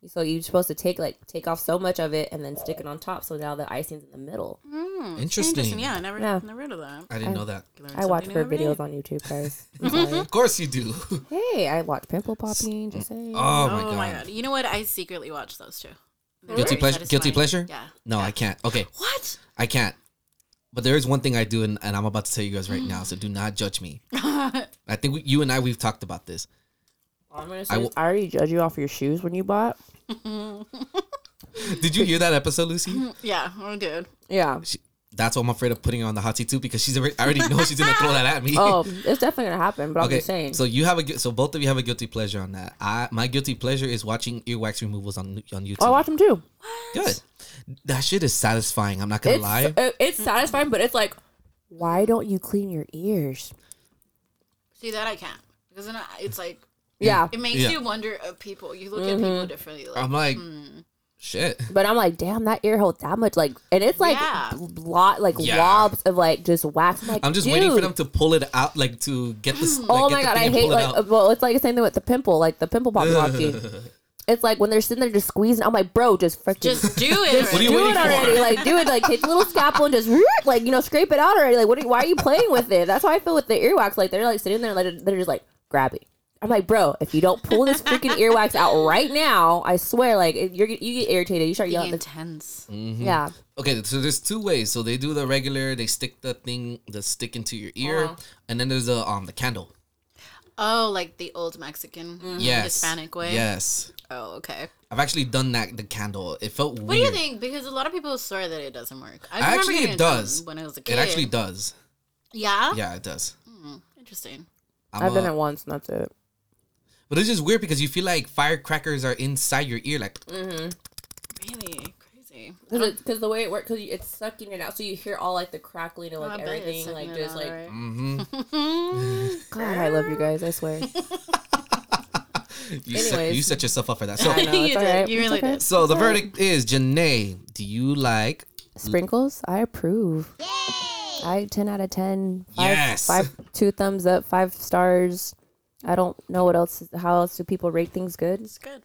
so you're supposed to take like take off so much of it and then stick it on top. So now the icing's in the middle. Mm, Interesting. Yeah, I never, Yeah. never heard of that. I didn't know that. You learn I watch something her new every day. videos on YouTube, guys. I'm sorry. (laughs) Of course you do. (laughs) oh, hey, I watch pimple popping. Just saying. my god. Oh You know what? I secretly watch those too. They're Guilty very pleasure. Guilty satisfying. pleasure. Yeah. No, I can't. Okay, What? (laughs) I can't. But there is one thing I do, and, and I'm about to tell you guys right now. So do not judge me. I think we, you and I we've talked about this. I'm gonna I say, will- I already judge you off your shoes when you bought. Did you hear that episode, Lucy? Yeah, oh, I did. Yeah. That's why I'm afraid of putting her on the hot seat too, because she's already, I already know she's gonna throw that at me. (laughs) (laughs) Oh, it's definitely gonna happen. But I'm just saying. So you have a gu- so both of you have a guilty pleasure on that. I my guilty pleasure is watching earwax removals on on YouTube. oh, I watch them too. Good. That shit is satisfying. I'm not gonna It's lie. uh, it's satisfying, but it's like, why don't you clean your ears? See that I can't because then I, it's like Mm. Yeah. it makes Yeah. you wonder of people. You look at Mm-hmm. people differently. Like, I'm like, Mm. shit. But I'm like, damn, that ear hole that much. Like, and it's like Yeah. lot, like Yeah. blobs of like just wax. I'm, like, I'm just waiting for dude. them to pull it out, like to get (gasps) this. Like, oh get my the god, thing I and hate pull it like. out. uh, Well, it's like the same thing with the pimple, like the pimple (laughs) pop watching. It's like when they're sitting there just squeezing. I'm like, bro, just freaking (laughs) just do it. What do already. you do waiting it for? already. Like, do it. Like, take the little scalpel and just, (laughs) root, like, you know, scrape it out already. Like, what? Are you, why are you playing with it? That's how I feel with the earwax. Like, they're like sitting there, like, they're just like, grab it. I'm like, bro, if you don't pull this freaking earwax out right now, I swear, like, it- you're you get irritated. You start Being yelling. At the, intense. Mm. yeah, Okay, so there's two ways. So they do the regular, they stick the thing, the stick into your ear, Uh-huh. and then there's the um the candle. Oh, like Mm, the old Mexican, Mm. Yes, Hispanic way. Yes, Oh, okay. I've actually done that. The candle. It felt What do you weird. think? Because a lot of people swear that it doesn't work. I remember Actually, getting it does. done when I was a kid. It actually does. Yeah. Yeah, it does. Interesting. I'm I've done a- it once, and that's it. But it's just weird because you feel like firecrackers are inside your ear. Like, Really crazy. Because the way it works, because it's sucking it out, so you hear all like the crackling and I bet it's sucking it out, right? (laughs) mm-hmm. God, I love you guys. I swear. you, set, Anyways. you set yourself up for that. (laughs) (laughs) (laughs) So, I know, You it's did. alright, You it's really okay. did. so the verdict is Janae. Do you like? Sprinkles, I approve. I ten out of ten. Five, Yes. five, two thumbs up, five stars. I don't know what else. How else do people rate things good? It's good.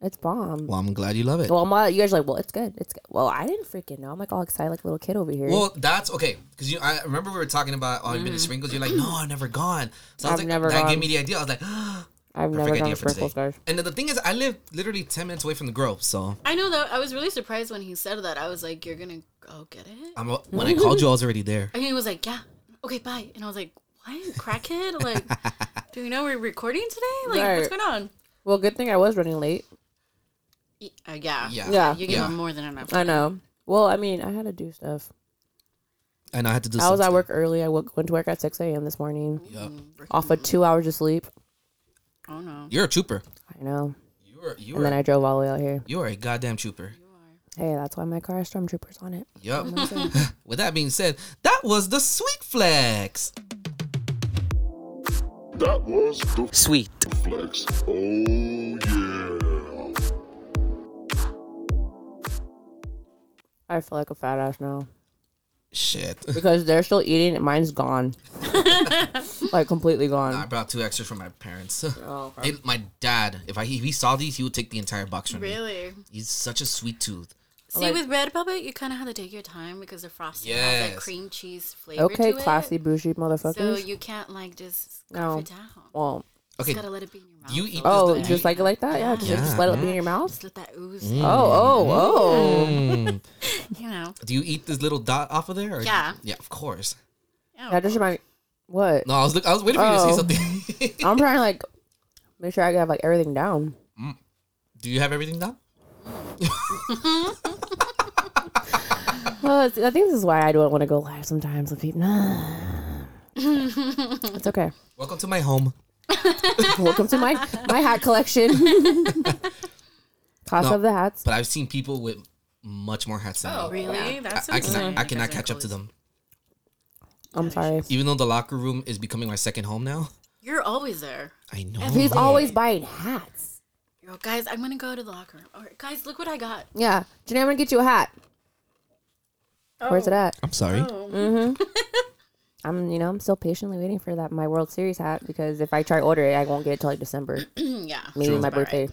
It's bomb. Well, Well, I'm glad you love it. I'm all- you guys are like, well, it's good. It's good. well, I didn't freaking know. I'm like all excited, like a little kid over here. Well, that's okay because you. I remember we were talking about oh, on the sprinkles. You're like, no, I've never gone. So I Mm. I've was like, never that gave gone. me the idea. I was like, (gasps) I've never perfect gone idea to for today. sprinkles, guys. And then the thing is, I live literally ten minutes away from the Grove, so I know though. I was really surprised when he said that. I was like, "You're gonna go get it." I'm when I called you, I was already there. And he was like, "Yeah, okay, bye." And I was like, "What, crackhead? Like, (laughs) do you know we're recording today? Like, what's Right. going on?" Well, good thing I was running late. Y- Uh, yeah, Yeah, Yeah. You give Yeah. him more than enough. I know. Well, I mean, I had to do stuff. And I had to do. (laughs) I was at something. work early. I woke, went to work at 6 a.m. this morning Mm, Yup. off of two hours of sleep. Oh no, You're a trooper. I know. You are. You And then are. I drove all the way out here. You are a goddamn trooper. Hey, that's why my car has stormtroopers on it. (laughs) Yup. (laughs) With that being said, that was the sweet flex. That was the Sweet. flex. Oh yeah. I feel like a fat ass now (laughs) Shit. because they're still eating and mine's (laughs) gone, like completely I gone. brought two extras from my parents. (laughs) Oh, They- my dad, if I if he saw these, he would take the entire box from me. really? He's such a sweet tooth. See, Like- with Red Velvet, you kind of have to take your time because the frosting has that Yes. cream cheese flavor. okay, to it. classy bougie So motherfuckers. you can't like just scarf No. it down. well, Okay. Just gotta let it be in your mouth. You eat oh, this. just like it like that, yeah. Just, just let it be in your Just mouth. let that ooze. Oh, oh, Mm. You know. Do you eat this little dot off of there? or- Yeah. Yeah, of course. oh. That just remind What? No, I was look, I was waiting for you Oh. to say something. (laughs) I'm trying to like make sure I have like everything down. Do you have everything done? Well, it's- I think this is why I don't want to go live sometimes with people. it's okay. Welcome to my home. Welcome to my my hat (laughs) collection. Toss No. of the hats. But I've seen people with much more hats than me. Oh, Really? I, That's I cannot, I Guys cannot are catch up to cool. them. I'm sorry. Even though the locker room is becoming my second home now, You're always there. I know. He's always buying hats. Yo, guys, I'm gonna go to the locker room. All right, guys, look what I got. (clears throat) Yeah. Janae, I'm going to get you a hat. Where's it at? I'm sorry. Oh. I'm, you know, I'm still patiently waiting for that my World Series hat because if I try to order it, I won't get it till like (coughs) December, yeah, maybe my birthday.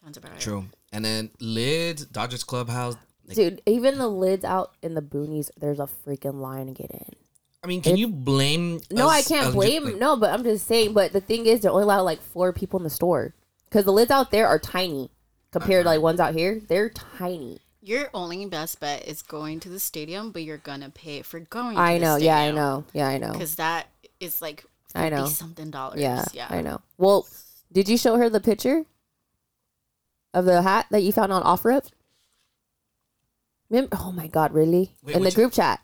sounds about right. True. And then Lid, Dodgers Clubhouse. Like, Dude, even the lids out in the boonies, there's a freaking line to get in. I mean, can you blame? No, us I can't as- blame. Oh, like, no, but I'm just saying. But the thing is, they're only allowed like four people in the store because the lids out there are tiny compared Uh-huh. to like ones out here. They're tiny. Your only best bet is going to the stadium, but you're gonna pay for going. I know. Yeah, I know. Yeah, I know. Because that is like I know. 50 something dollars. Yeah, yeah, I know. Well, did you show her the picture of the hat that you found on OfferUp? Mem- oh my God, really? Wait, in the which- group chat.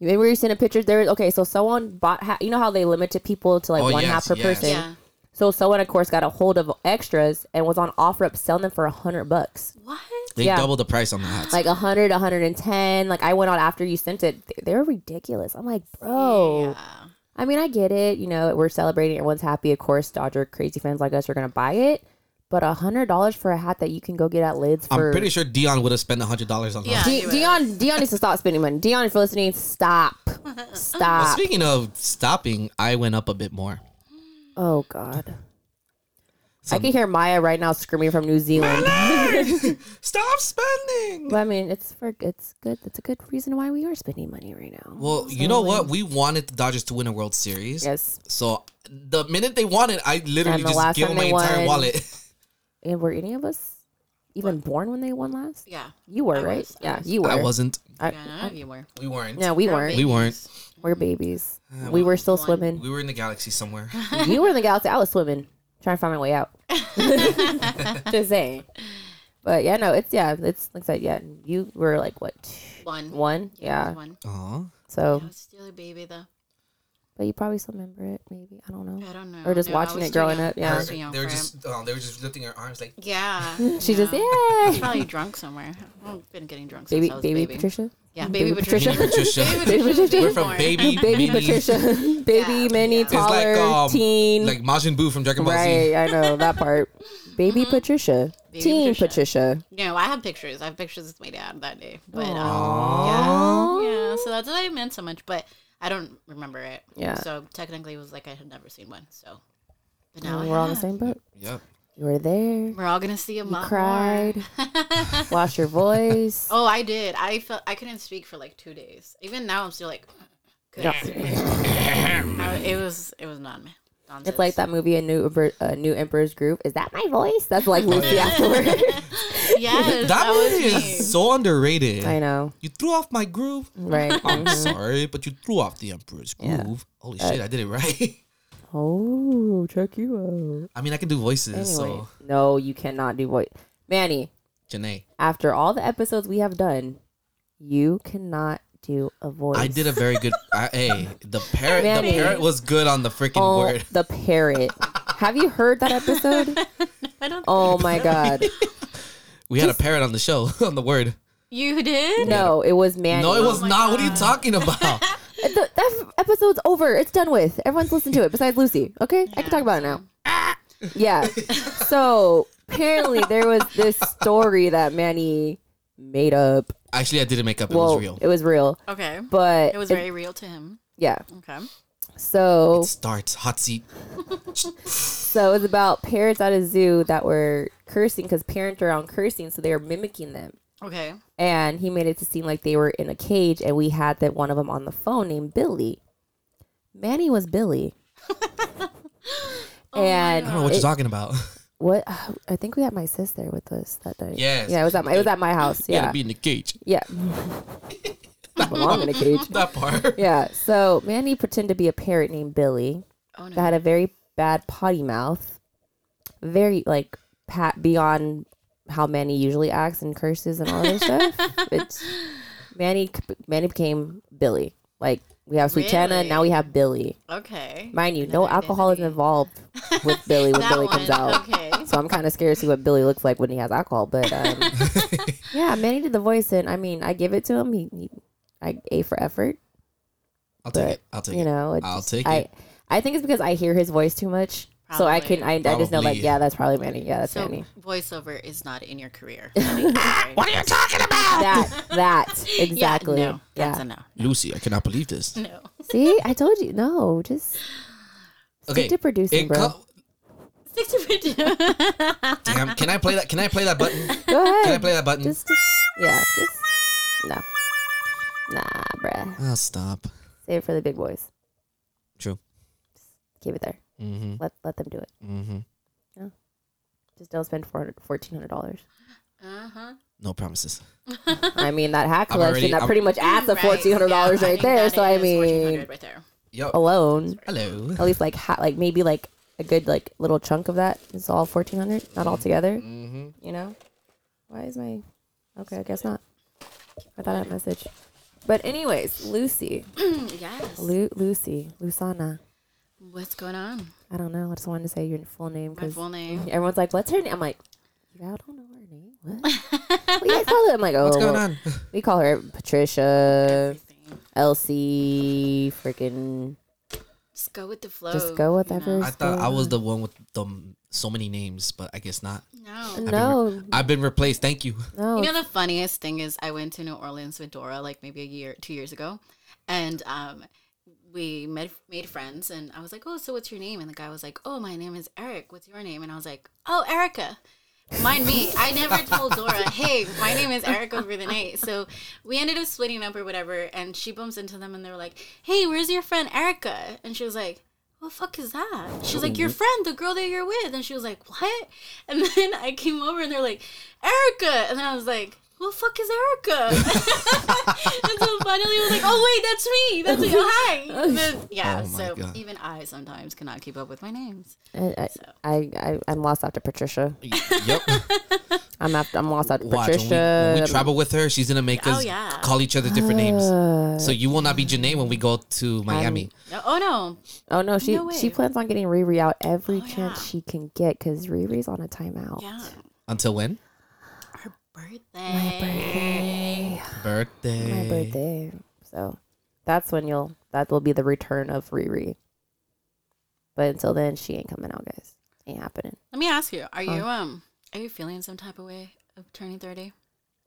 You remember you sent a picture there? Okay, so someone bought hat. You know how they limited people to like Oh, one yes, hat per yes. person? Yeah. So someone, of course, got a hold of extras and was on OfferUp selling them for a hundred bucks. What? They yeah. double the price on the hats. Like a hundred, a hundred and ten. Like I went on after you sent it. They- They were ridiculous. I'm like, bro. Yeah. I mean, I get it. You know, we're celebrating. Everyone's happy. Of course, Dodger crazy fans like us are gonna buy it. But a hundred dollars for a hat that you can go get at Lids I'm for. pretty sure Dion would have spent hundred dollars on Yeah. that. De- Dion, Dion needs to stop spending money. Dion, if you're listening, stop, Well, stop. speaking of stopping, I went up a (laughs) bit more. (laughs) Oh God. I can hear Maya right now screaming from New Zealand. Stop spending. (laughs) But I mean, it's for it's good. That's a good reason why we are spending money right now. Well, you know what? We wanted the Dodgers to win a World Series. yes, So the minute they won it, I literally And the just last gave time my they entire won- wallet. and were any of us even born when they won last? Yeah. You were I right. was, I yeah, was. you were. (laughs) I wasn't. I- Yeah, none of you were. We weren't. no, we You're a weren't. We baby. weren't. We're babies. we were still (laughs) swimming. We were in the galaxy somewhere. you were in the galaxy. I was swimming, trying to find my way (laughs) out. Just saying. But yeah, no, it's yeah, it's like I said, yeah. You were like what two- One. one, yeah. One. Aw. So, I was still a baby though. but you probably still remember it, maybe. I don't know. I don't know. Or just No, I watching was it too growing young. up, yeah. I was too young They were for just oh, they were just lifting their arms like (laughs) (laughs) Yeah. She just yeah. yeah, Probably drunk somewhere. I've been getting drunk since baby, I was a baby baby. Patricia. Yeah, baby, Baby Patricia. Mini Patricia. (laughs) Baby Patricia. We're from Born. baby baby Mini. Patricia, (laughs) baby Yeah. mini, Yeah. It's It's taller, like um, teen, like Majin Buu from Dragon Ball Z. right? I know that (laughs) part. Baby Patricia, Baby teen Patricia. Patricia. No, I have pictures. I have pictures with my dad that day. But um, Aww. yeah, yeah. So that's what I meant so much, but I don't remember it. Yeah. So technically, it was like I had never seen one. So, but now I We're all in the have. same boat. Yep. You were there. We're all gonna see a lot more. (laughs) cried. Lost your (laughs) voice. Oh, I did. I felt I couldn't speak for like two days. Even now, I'm still like, could Yeah. it was it was non nonsense. It's like that movie, A New Emper- A New Emperor's Groove. Is that my voice? That's like Oh, Lucy afterward. (laughs) (laughs) Yes, that, That movie was me. is so underrated. I know, Mm-hmm. You threw off my groove. right? I'm sorry, but you threw off the Emperor's groove. Holy shit, I did it (laughs) right. oh, check you out. I mean, I can do voices, Anyway, so no, you cannot do voice. Manny, Janae. after all the episodes we have done, you cannot do a voice. I did a very good. I, hey, the parrot, Manny. the parrot was good on the freaking oh, word. the parrot. have you heard that episode? I don't. (laughs) Oh my god. We had a parrot on the show (laughs) on the word. You did? No, it was Manny. No, it was not. What are you talking about? The, that f- episode's over. It's done with. Everyone's listened to it besides Lucy. Okay, I can talk about it now. yeah. (laughs) So apparently there was this story that Manny made up. Actually, I didn't make up. It well, was real. it was real, Okay. but It was it- very real to him. yeah. Okay. So Starts hot seat. so it was about parrots at a zoo that were cursing because parents are on cursing, so they were mimicking them. Okay. and he made it to seem like they were in a cage and we had that one of them on the phone named billy manny was billy and I don't know what it- you're talking about. (laughs) what i think we had my sis there with us that day Yes. yeah it was at my, it was at my house You yeah gotta be in the cage. yeah (laughs) belong in a (laughs) cage (laughs) That part. yeah so manny pretended to be a parrot named billy Oh that no. had a very bad potty mouth very like pat beyond how manny usually acts and curses and (laughs) all this stuff it's manny manny became billy like we have sweet Chana, now we have billy Okay. mind you no Another alcohol is identity. involved with (laughs) billy when That billy one. comes out Okay. so i'm kind of scared to see what billy looks like when he has alcohol (laughs) but um, yeah manny did the voice and i mean i give it to him he, he i a for effort I'll take But, it. I'll take you it. know, it I'll just- take I, it. I think it's because I hear his voice too much. So I Probably. can I, I just know like Probably. yeah that's probably Manny yeah (laughs) that's So (laughs) Manny voiceover is not in your (laughs) career. What are you talking about? that that (laughs) exactly Yeah, no, that's yeah. a no. Lucy, I cannot believe this. No. (laughs) See, I told you. No, just Okay. to producing, it bro. co- Stick to (laughs) Uh-huh. video. Damn, can I play that? Can I play that button? (laughs) Can go ahead. I play that button? Just, just, yeah, just no, nah, bruh. I'll Ah, stop. Save it for the big boys. True. Keep it there. Mm-hmm. Let let them do it. Mm-hmm. Just don't spend four hundred fourteen (laughs) hundred dollars. uh-huh. No promises. I mean, that hat I'm collection already- that I'm- pretty much adds the Right, fourteen hundred dollars yeah, right, think there. that So I is mean, $1,400 right there. (clears throat) Yo. Oh. alone, Hello. at least like ha- like maybe like a good like little chunk of that is all fourteen hundred, not all together. Mm-hmm. you know why is my okay i guess not i thought i had a message but anyways lucy Yes. Lu- lucy lusana What's going on? i don't know i just wanted to say your full name My because full name. everyone's like what's her name i'm like you all don't know her name (laughs) what we guys call her i'm like oh What's going on? we call her patricia elsie freaking Just go with the flow. Just go with whatever. I thought I was the one with the so many names, but I guess not. No. no I've been replaced. Thank you. no You know the funniest thing is I went to New Orleans with Dora like maybe a year, two years ago, and um, we met made friends, and I was like, "Oh, so what's your name?" And the guy was like, "Oh, my name is Eric. What's your name?" And I was like, "Oh, Erica." Mind me, I never told Dora, "Hey, my name is Eric over the night." So we ended up splitting up or whatever, and she bumps into them, and they're like, "Hey, where's your friend Erica?" And she was like. What the fuck is that? She was Mm-hmm. like, Your friend, the girl that you're with. And she was like, What? And then I came over and they're like, Erica. And then I was like, Who the fuck is Erica? (laughs) and so finally I was like, Oh, wait, that's me. That's like, Oh, hi. And (laughs) then- yeah, Oh my so God. even I sometimes cannot keep up with my names. I, I, I, I, I'm lost after Patricia. (laughs) (laughs) yep. I'm after, I'm lost after Watch when we, Patricia. Uh, when we I'm- travel with her, she's gonna make Oh, us yeah. call each other different names. So you will not be Janae when we go to Miami. No, oh, no. (sighs) Oh no, she No she way. Oh, plans on getting Riri out every chance yeah. she can get because Riri's on a timeout. Yeah. Until when? Her birthday. Birthday. My birthday, so that's when you'll that will be the return of Riri. But until then, she ain't coming out, guys. Ain't happening. Let me ask you, are you um are you feeling some type of way of turning 30?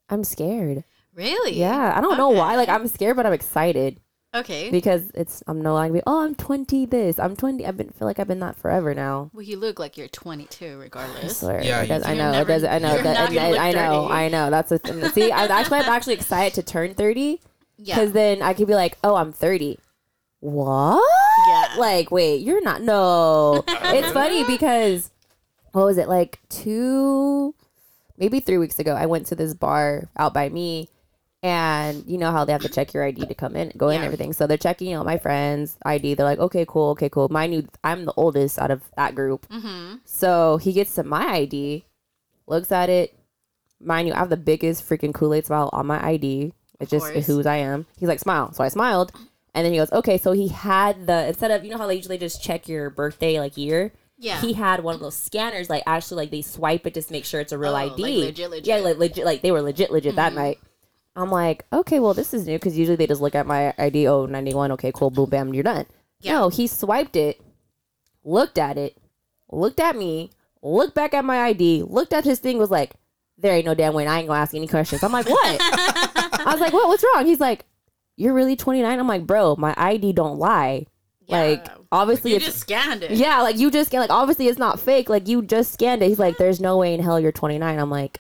I'm scared. Really? Yeah, I don't know why. Like Okay. I'm scared, but I'm excited Okay. because it's I'm no longer be. Oh, I'm 20. This I'm 20. I've been feel like I've been that forever now. Well, you look like you're 22, I regardless. swear. Yeah, it you- does, I You're know. it never- does. I know. you're It does, not and gonna I, look I know. 30. I know. That's what. See, I'm actually I'm actually excited to turn 30. Yeah. Because then I could be like, oh, I'm 30. What? Yeah. Like, wait, you're (laughs) not. No. it's funny because, what was it, like two, maybe three weeks ago, I went to this bar out by me. And you know how they have to check your ID to come in, go in, and Yeah. everything. So they're checking out my friends' ID. They're like, okay, cool, okay, cool. My new, I'm the oldest out of that group. Mm-hmm. (laughs) So he gets to my ID, looks at it. Mind you, I have the biggest freaking Kool Aid smile on my ID. It's Of just course. whose I am. He's like, smile. So I smiled. And then he goes, okay. So he had the, instead of, you know how they usually just check your birthday, like year? Yeah. He had one of those scanners, like actually, like they swipe it just to make sure it's a real Oh, like ID. legit, legit. Mm-hmm. Yeah, like legit. Like they were legit, legit that night. I'm like, okay, well, this is new because usually they just look at my ID, oh, 91, okay, cool, boom, bam, you're done. Yeah. No, he swiped it, looked at it, looked at me, looked back at my ID, looked at his thing, was like, there ain't no damn way, and I ain't gonna ask any questions. I'm (laughs) like, what? I was like, what? What's wrong? He's like, you're really 29? I'm like, bro, my ID don't lie. Like, Yeah. obviously, you it's just scanned it. yeah, like you just scan- like obviously it's not fake. Like you just scanned it. He's like, "There's no way in hell you're 29." I'm like,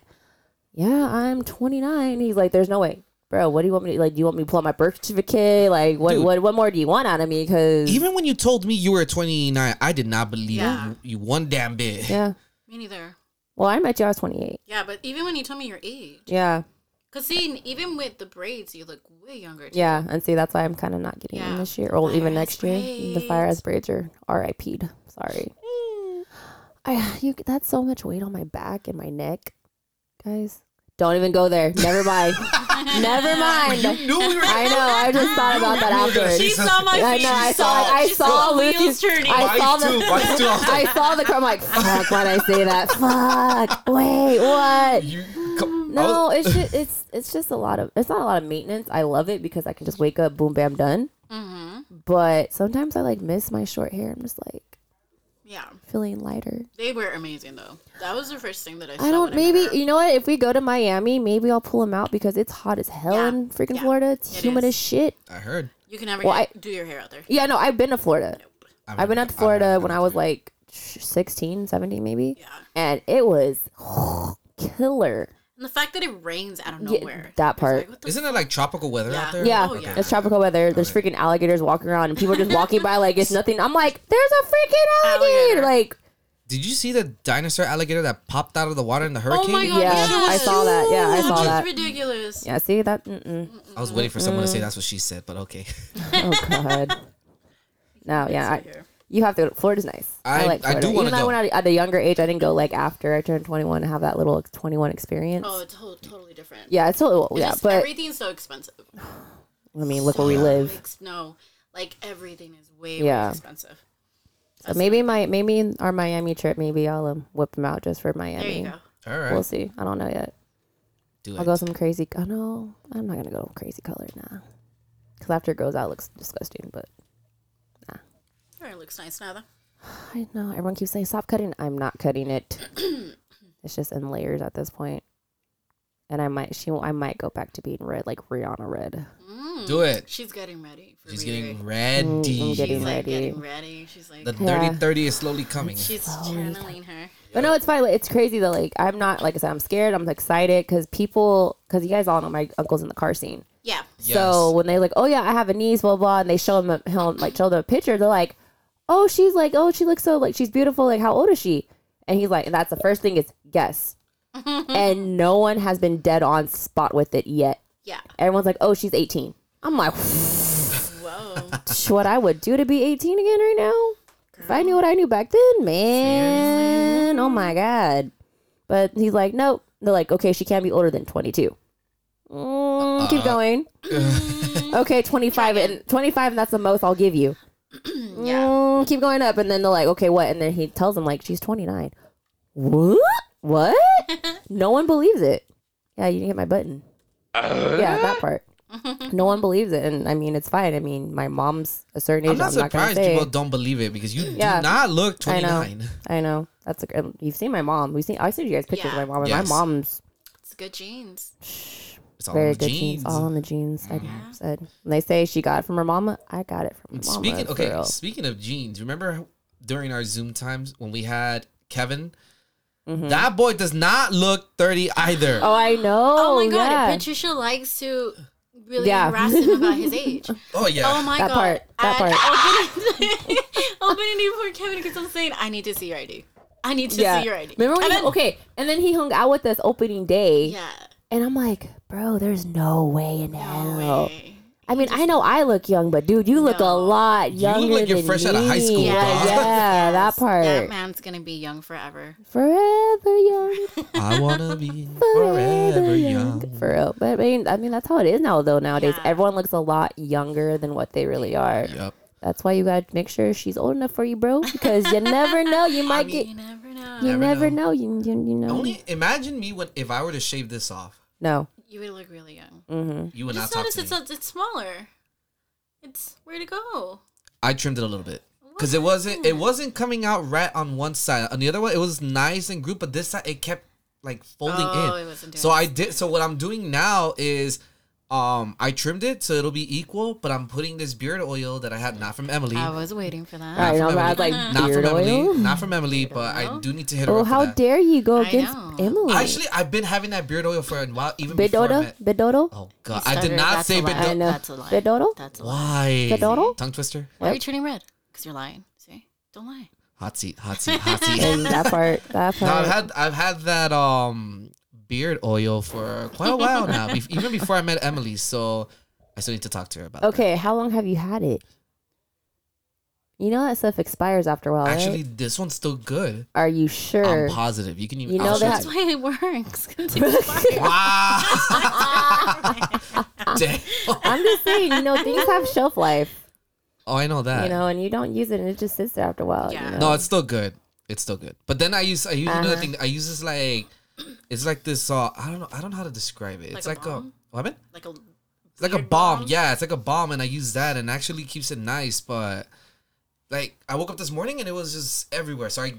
"Yeah, I'm 29." He's like, "There's no way, bro. What do you want me to like? Do you want me to pull out my birth certificate? Like, what Dude. what what more do you want out of me? Because Even when you told me you were 29, I did not believe Yeah. you, you one damn bit. (laughs) yeah, Me neither. well, I met you. I was 28. Yeah, but even when you told me your age, Yeah, because see, even with the braids, you look way younger. too. yeah, and see, that's why I'm kind of not getting in Yeah. this year, or Fire-ass even next year. The fire as braids are R.I.P.'d. Sorry. Mm. I you that's so much weight on my back and my neck, guys. Don't even go there. (laughs) Never mind. Never mind. You knew we were. (laughs) I know. I just thought about that we were gonna afterwards. see She saw my I face. know. I She saw. I she saw the wheels Lucy's. turning. I saw Why the. two? Why (laughs) two? I saw the car. I'm like, fuck. Why'd I say that? Fuck. Wait. What? You, come, No. It's just. It's. It's just a lot of. It's not a lot of maintenance. I love it because I can just wake up, boom, bam, done. Mm-hmm. But sometimes I like miss my short hair. I'm just like Yeah, feeling lighter. they were amazing though. That was the first thing that I. Saw I when don't. met Maybe her. you know what? If we go to Miami, maybe I'll pull them out because it's hot as hell Yeah, in freaking yeah, Florida. It's it humid is. as shit. I heard. you can never Well, get- do your hair out there. Yeah, no, I've been to Florida. I've been out to Florida when I was like 16, 17 maybe. Yeah, And it was killer. and the fact that it rains out of Yeah, nowhere. It's that part. Like, what the Isn't it like tropical weather out Yeah. there? Yeah, Oh, yeah. it's tropical weather. There's freaking alligators walking around, and people are just walking by (laughs) like it's nothing. I'm like, there's a freaking alligator. Alligator. Like, Did you see the dinosaur alligator that popped out of the water in the hurricane? my God. Oh, yeah, that shit I was saw that. Yeah, I f- saw is that. ridiculous. Yeah, see that? Mm-mm. I was waiting for someone to say that's what she said, but okay. (laughs) Oh (laughs) god. No, yeah, I, you have to. Florida's nice. I, I- like I do Florida. wanna Even though I go. went out at a younger age, I didn't go like after I turned 21 to have that little 21 experience. Oh, it's to- totally different. Yeah, it's a little, It's yeah, just but everything's so expensive. I mean, look where we live. Like, no, like everything is way Yeah. way expensive. So maybe my maybe in our Miami trip, maybe I'll um, whip them out just for There Miami. you go. All right. We'll see. I don't know yet. do I'll it. go some crazy. Oh no, I'm not gonna go crazy color nah. Cause after it goes out, it looks disgusting. But Your hair looks nice now though. I know everyone keeps saying stop cutting. I'm not cutting it. it's just in layers at this point. And I might she I might go back to being red like Rihanna red. Do it. Mm. She's getting ready. For She's Rio. getting Mm, I'm getting ready. She's like ready. getting ready. She's like The Yeah. dirty thirty is slowly coming. she's channeling her. But no, it's fine. Like, It's crazy though. Like I'm not like I said. I'm scared. I'm excited because people because you guys all know my uncle's in the car scene. Yeah. So when they like, oh yeah, I have a niece, blah blah, and they show him, a- him like show them a picture, they're like, oh she's like, oh she looks so like she's beautiful. Like how old is she? And he's like, and that's the first thing is guess, and no one has been dead on spot with it yet. Yeah. Everyone's like, oh she's 18. I'm like, (laughs) Whoa. what I would do to be 18 again right now? If I knew what I knew back then, man, oh my god. But he's like, nope. They're like, okay, she can't be older than 22. Mm, keep going. okay, 25 and 25, and that's the most I'll give you. yeah. Mm, keep going up, and then they're like, okay, what? And then he tells them like she's 29. What? (laughs) What? no one believes it. Yeah, you didn't hit my button. Uh? yeah, (laughs) that part. no one believes it, and I mean it's fine. I mean, my mom's a certain age. I'm not gonna surprised say. people don't believe it because you Yeah. do not look I 29. know. I know. That's a, gr- um, you've seen my mom. We've seen. I sent you guys pictures Yeah. of my mom. and Yes. My mom's It's good jeans. It's all very in the good jeans. All in the jeans. I said. And they say she got it from her mama. I got it from my mama. Speaking for okay, real. speaking of jeans, remember during our Zoom times when we had Kevin? That boy does not look 30 either. Mm-hmm. Oh, I know. Oh, my god, yeah. Patricia likes to really Yeah. harass him about his (laughs) age. Oh, yeah. Oh my That god. part, that And part. Open it, (laughs) open it for Kevin because I'm saying I need to see your ID. I need to see your ID. Remember when And he- then- okay, and then he hung out with us opening day, Yeah. and I'm like, bro, there's no way in hell. No way. I mean, I know I look young, but dude, you look a No. lot look younger like you're than fresh out of high me. school, Yeah, dog. yeah, that Yes, part. That man's gonna be young forever. Forever (laughs) young, I wanna be (laughs) forever forever young. young. For real, but I mean, I mean, that's how it is now. Though nowadays, Yeah. everyone looks a lot younger than what they really are. Yep. That's why you gotta make sure she's old enough for you, bro, (laughs) because you never know. You might get, Um, You never know. you never, never know. You, you, you know, Only imagine me when if I were to shave this off. no. You would look really young. Mm-hmm. You would Just not talk notice to me. it's, it's smaller. It's where to go. I trimmed it a little bit because it wasn't it wasn't coming out right on one side. On the other one, it was nice and grouped, but this side it kept like folding Oh, in. it wasn't doing so I did. So what I'm doing now is, um, I trimmed it so it'll be equal, but I'm putting this beard oil that I had not from Emily. I was waiting for that. Right, from I'm not Emily, like not beard from Emily, oil. not from Emily, but I do need to hit her. Oh, up for how that. dare you go I against know. Emily? Actually, I've been having that beard oil for a while, even before I Bedodo? met. (laughs) Bedodo? Oh God, You I did stuttered, not that's say a lie. I bedodo. know. That's a lie. Bedodo? That's a lie. Why? Bedodo? Tongue twister. Why are you Yep. turning red? Because you're lying. See? Don't lie. Hot seat. Hot seat. Hot seat. (laughs) And that part, that No, I've part. had I've had that um beard oil for quite a while now, bef- (laughs) even before I met Emily. So I still need to talk to her about. Okay, how long have you had it? You know that stuff expires after a while, that. right? Actually, this one's still good. Are you sure? I'm positive. You can even. You know I'll show that- That's why it works. (laughs) 'Cause it's fire. it. Wow. (laughs) Damn. (laughs) I'm just saying, you know, things have shelf life, Oh, I know that. you know, and you don't use it and it just sits there after a while. Yeah. You know? No, it's still good. It's still good. But then I use I use another Uh-huh. thing. I use this like it's like this. Uh, I don't know. I don't know how to describe it. It's Like like a a, bomb? what? like a like a bomb. Yeah, it's like a bomb, and I use that and actually keeps it nice. But like, I woke up this morning and it was just everywhere. So I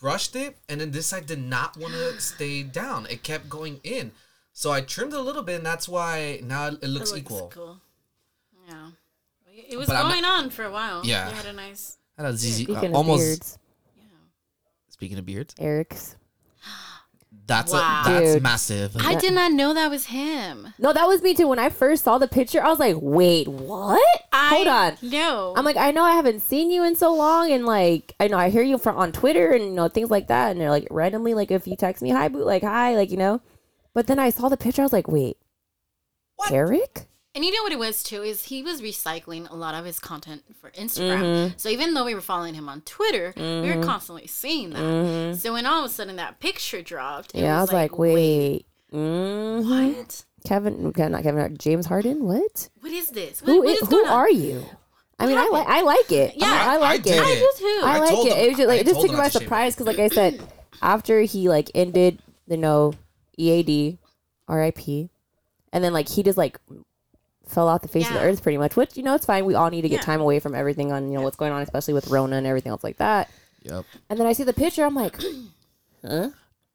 brushed it, and then this side did not (gasps) want to stay down. It kept going in. So I trimmed it a little bit, and that's why now it looks, It looks equal. cool. Yeah. It was But I'm not- going on for a while. Yeah. You had a nice. I know, ZZ, uh, Speaking of almost beards, speaking of beards, Eric's. that's Wow. a, that's Dude. massive. I did not know that was him. No, that was me too. When I first saw the picture, I was like, "Wait, what? Hold on." No. I'm like, I know I haven't seen you in so long, and like, I know I hear you from on Twitter and you know things like that, and they're like randomly, like if you text me, hi, boot, like hi, like you know. But then I saw the picture, I was like, wait, Eric? And you know what it was too is he was recycling a lot of his content for Instagram. Mm-hmm. So even though we were following him on Twitter, we were constantly seeing that. So when all of a sudden that picture dropped, it Mm-hmm. yeah, I was like, wait, mm what? Kevin, okay, not Kevin, uh, James Harden, what? What is this? What, Who what is, is who going on? are you? I mean, I like I like it. Yeah, I, I like I it. did I it. do too. I, I like told it. them- It was just I like it just told took me them by not to shave it. surprise because, like I said, after he like ended, E you know, EAD, RIP, and then like he just like fell off the face of the Yeah. earth pretty much. Which you know, it's fine. We all need to get Yeah. time away from everything on you know what's going on, especially with Rona and everything else like that. Yep. And then I see the picture. (clears throat) I'm like,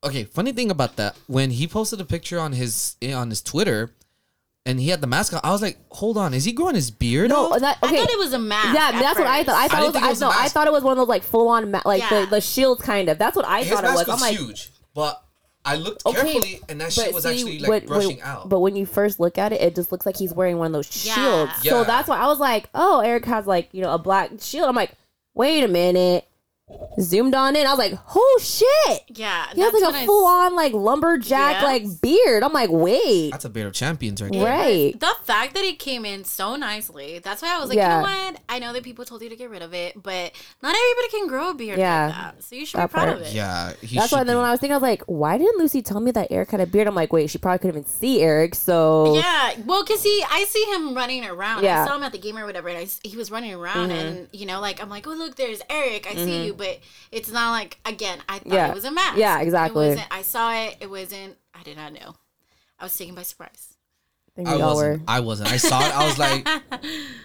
Okay, funny thing about that, when he posted a picture on his eh, on his Twitter, and he had the mask on, I was like, "Hold on, is he growing his beard?" no, out? oh, that, okay. I thought it was a mask. yeah, at that's what I first. thought. I thought it didn't was, think it was a I, no, I mask. thought it was one of those like full on ma- like Yeah. the, the shield kind of. That's what I his thought it mask was. was, I'm like, huge, but I looked Okay, carefully, and that shit was see, actually like when- when- brushing out. But when you first look at it, it just looks like he's wearing one of those Yeah. shields. So Yeah. that's why I was like, oh, Eric has like, you know, a black shield. I'm like, wait a minute. Zoomed on in. I was like, oh shit. Yeah, He has that's like when a I- full on like lumberjack Yes. like beard. I'm like, wait. That's a beard of champions, right? It there. was- Right. The fact that it came in so nicely, that's why I was like, Yeah. you know what? I know that people told you to get rid of it, but not everybody can grow a beard Yeah. like that. So you should That be proud part. of it. Yeah, he That's why should then be. when I was thinking, I was like, why didn't Lucy tell me that Eric had a beard? I'm like, wait, she probably couldn't even see Eric. So Yeah, well, cause he, I see him running around. Yeah. Mm-hmm. I saw him at the game or whatever, and I s he was running around, and you know, like I'm like, oh look, there's Eric, I see you, but it's not like again, I thought Yeah. it was a mask. Yeah, It exactly. wasn't- I saw it. It wasn't. I did not know. I was taken by surprise. (laughs) I think I we all wasn't. were. I wasn't. I saw it. I (laughs) was like,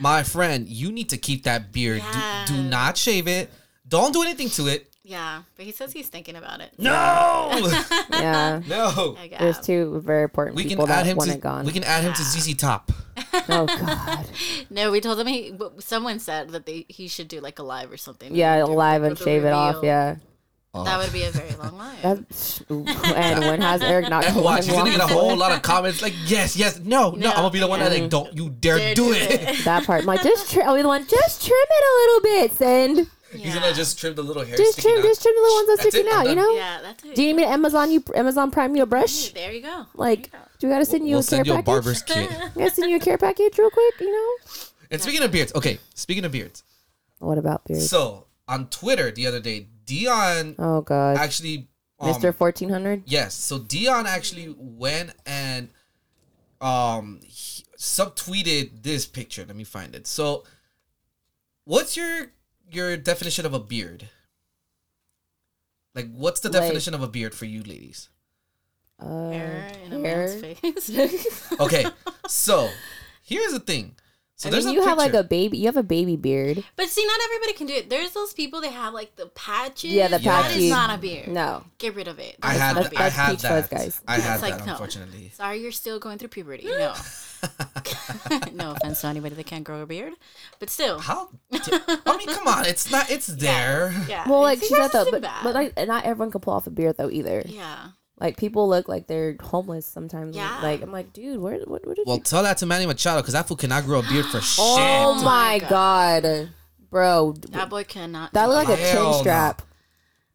my friend, you need to keep that beard. Do, do Yeah. not shave it. Don't do anything (laughs) to it. (laughs) Yeah, but he says he's thinking about it. No, (laughs) Yeah. no. Like, There's uh, two very important We can people add that him one to. and gone. We can add him to ZZ Top. oh (laughs) god. No, we told him he. w- Someone said that they, he should do like a live or something. Yeah, Do, like, live and with a shave it off. reveal. Yeah. Oh. that would be a very (laughs) long live. (laughs) That's, and when has Eric not And (laughs) watch, he's gonna get a whole lot of comments like, "Yes, yes, no, no." No. I'm gonna be the one that like, "Don't you dare, Dare do do it." (laughs) it. that part? I'm like, just trim. I'll be the one. Just trim it a little bit, Send. He's Yeah. gonna just trim the little hair. Just sticking trim. out. Just trim the little ones that's That's it, sticking I'm out. You done. know. Yeah, that's it. Do you need me to Amazon you Amazon Prime you a brush? There you go. Like, do we gotta send you We'll a care send you a package? barber's kit. Yeah, send you a care package real quick. You know. And speaking of beards, okay. Speaking of beards, What about beard? so on Twitter the other day, Dion oh god, actually, um, Mister fourteen hundred. Yes. So Dion actually went and um he subtweeted this picture. Let me find it. So what's your your definition of a beard? Like what's the Like- definition of a beard for you ladies? Uh, Hair in a hair. man's face. (laughs) Okay. so here's the thing. So I there's mean, a you have like picture. a baby. You have a baby beard. but see, not everybody can do it. There's those people that have like the patches. Yeah, the That patches. is not a beard. No. Get rid of it. That I is had not a that. I beard. that's had peach fuzz, that. guys. I had It's like, that. no. (laughs) Unfortunately, Sorry, you're still going through (laughs) puberty. No. no offense to anybody that can't grow a beard, but still. how? I mean, come on. It's not. It's there. Yeah. Well, like See, she's at that's the, too but, bad. but like, not everyone can pull off a beard though either. yeah. Like people look like they're homeless sometimes. Yeah. Like I'm like, dude, where what, what did Well, you? tell that to Manny Machado because that fool cannot grow a beard for shit. Oh my my god, bro, That boy cannot. that do looked it. like a Hell chin no. strap.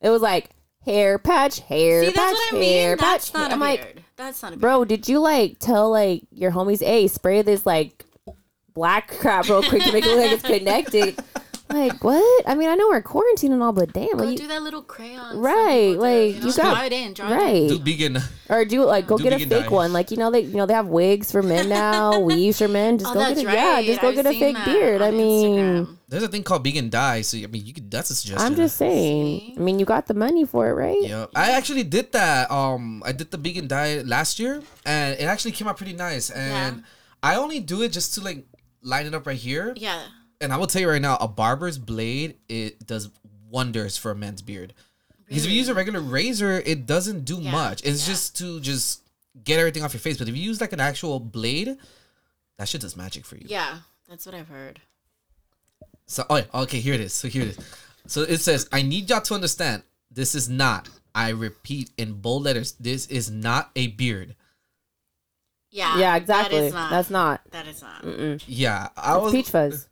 It was like hair patch, hair See, patch, that's what I hair mean. patch. That's not hair. a I'm like, beard. That's not a beard. bro, did you like tell like your homies, hey, spray this like black crap real quick to make it look (laughs) like it's connected? like what? I mean, I know we're quarantined and all, but damn, Go like, do you, that little crayon. right? Like you, you, know, got draw it in. Draw it in. right. Oh, Do vegan. Or do like go Do get a vegan fake dye. one. Like you know they you know they have wigs for men (laughs) now, weaves for men. Just Oh, go that's get a, right. yeah, just go I've get a seen fake that beard. I on mean, Instagram. There's a thing called vegan dye. So I mean, you could. That's a suggestion. I'm just saying. I mean, you got the money for it, right? Yeah, I actually did that. Um, I did the vegan diet last year, and it actually came out pretty nice. And I only do it just to like line it up right here. Yeah. And I will tell you right now, a barber's blade it does wonders for a man's beard. Because if you use a regular razor, it doesn't do Yeah, much. It's yeah. just to just get everything off your face. But if you use like an actual blade, that shit does magic for you. Yeah. That's what I've heard. So oh, yeah, okay, here it is. So here it is. So it says, I need y'all to understand this is not, I repeat in bold letters, this is not a beard. Yeah. yeah, exactly. That is not. That's not. that is not. Yeah. I It's was peach fuzz.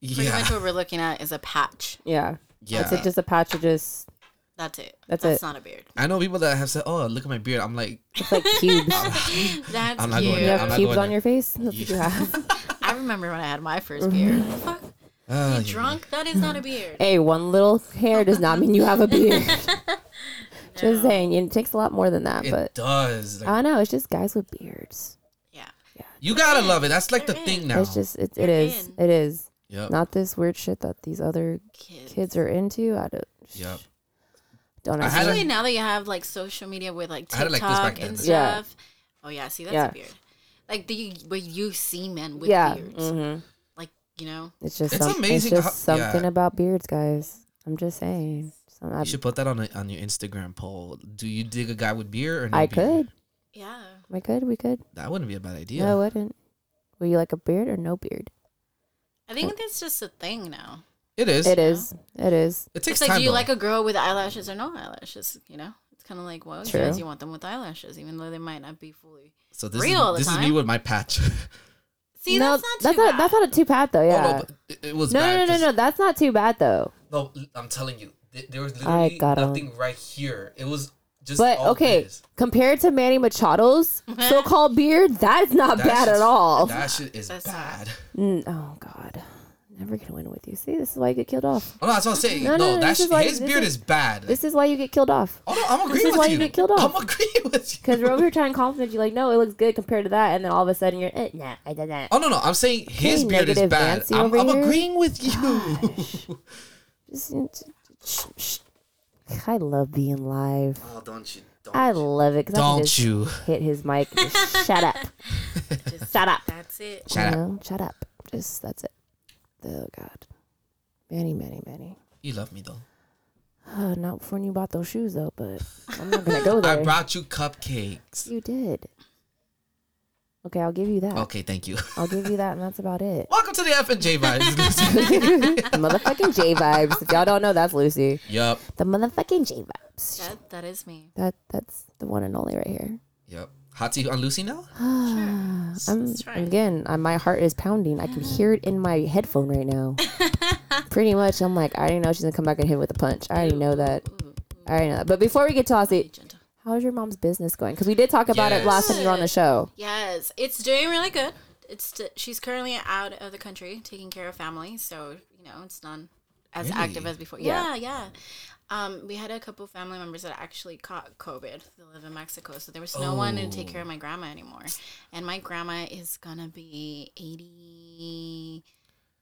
Pretty yeah, much what we're looking at is a patch. Yeah. yeah. It's a- just a patch of just That's it. That's That's it. not a (laughs) beard. I know people that have said, Oh, look at my beard. I'm like, (laughs) it's like cubes. That's I'm not going cute. you Yeah, I'm have not cubes going on there. your face? That's what you have. I remember when I had my first Mm-hmm. beard. (laughs) Fuck. "Ah, You drunk? That is not a (laughs) beard. hey, one little hair does not mean you have (laughs) a beard. (laughs) Just saying, it takes a lot more than that, it but does. Like, I don't know. It's just guys with beards. Yeah. you gotta love it. That's like the thing now. It's just it, it is in. it is yep. not this weird shit that these other Kids. kids are into. I don't don't Yep. I had understand. Especially now that you have like social media with like TikTok I had it like this back then. and stuff. Yeah. Oh yeah, see that's Yeah. a beard. Like do you but you see men with yeah, beards. mhm. Like, you know? it's just It's some, amazing It's how- just something yeah. about beards, guys. I'm just saying. Some, I, You should put that on a, on your Instagram poll. Do you dig a guy with beard or no I beard? could, Yeah. we could, we could. That wouldn't be a bad idea. No, I wouldn't. Were you like a beard or no beard? I think that's just a thing now. it is. It is. It is. It It's takes like time. do you though. like a girl with eyelashes or no eyelashes, you know? It's kinda like, well, True. yes, you want them with eyelashes, even though they might not be fully so this real all the is, this is me time? with my patch. (laughs) See, no, that's not too that's bad. not that's not a two pat though. Yeah. Oh, no, but it, it was no, no, bad no, no, 'cause- no. That's not too bad though. No, l- I'm telling you, th- there was I literally got on. nothing right here. It was just. But all okay, this. compared to (laughs) Manny Machado's so-called beard, that's not That bad shit's- at all. That shit is That's bad. Mm, oh God, never gonna win with you. See, this is why you get killed off. Oh, no, that's what I'm saying. No, No, no, no, that this shit, is like- his this beard is- is, bad. This is why you get killed off. oh no, I'm agreeing is with why you. you get killed off. I'm agreeing with you. (laughs) Because we're over here trying confident, you're like, no, it looks good compared to that, and then all of a sudden you're, eh, nah, I did that. Oh no, no, I'm saying his Okay, beard is negative bad. Nancy I'm, over I'm here. agreeing with you. Just- shh, shh. I love being live. oh, don't you? Don't I love it because I can Don't just you. hit his mic. Just (laughs) shut up. Just- Shut up. That's it. Shut you up. know? Shut up. Just that's it. Oh God, Manny, Manny, Manny. (laughs) You love me though. Uh, (sighs) not when you bought those shoes though, but I'm not gonna go (laughs) I there. brought you cupcakes. you did. Okay, I'll give you that. Okay, thank you. (laughs) I'll give you that, and that's about it. Welcome to the F and J (laughs) vibes. The motherfucking J vibes. If y'all don't know, that's Lucy. yep, The motherfucking J vibes. That that is me. That that's the one and only right here. Uh, yep. Hot tea on Lucy now. I'm, try it. again, I, my heart is pounding. I can hear it in my headphone (laughs) right now. Pretty much, I'm like, I already know she's gonna come back and hit with a punch. I already know that. I already know that. But before we get to Aussie, Gentle. how's your mom's business going? Because we did talk about it last time you were on the show. Yes, it's doing really good. It's t- she's currently out of the country taking care of family, so you know it's not as active Really? as before. Yeah, yeah. Um, we had a couple family members that actually caught COVID. They live in Mexico, so there was no one to take care of my grandma anymore. And my grandma is gonna be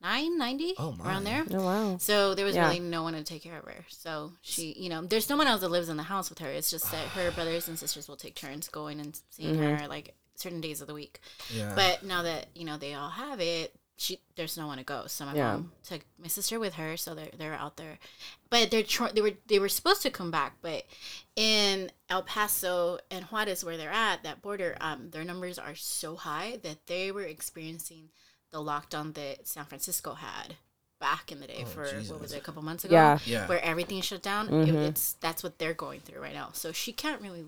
89, 90, Oh, my. around there. Oh wow. So there was Yeah. really no one to take care of her. So she, you know, there's no one else that lives in the house with her. It's just that her brothers and sisters will take turns going and seeing her like certain days of the week. Yeah. But now that you know they all have it, she there's no one to go. So my Yeah. mom took my sister with her, so they're they're out there. But they're tr- they were they were supposed to come back, but in El Paso and Juarez where they're at that border, um, their numbers are so high that they were experiencing the lockdown that San Francisco had back in the day Oh, for what was Jesus. it a couple months ago Yeah. Yeah. Mm-hmm. where everything shut down it, it's that's what they're going through right now so she can't really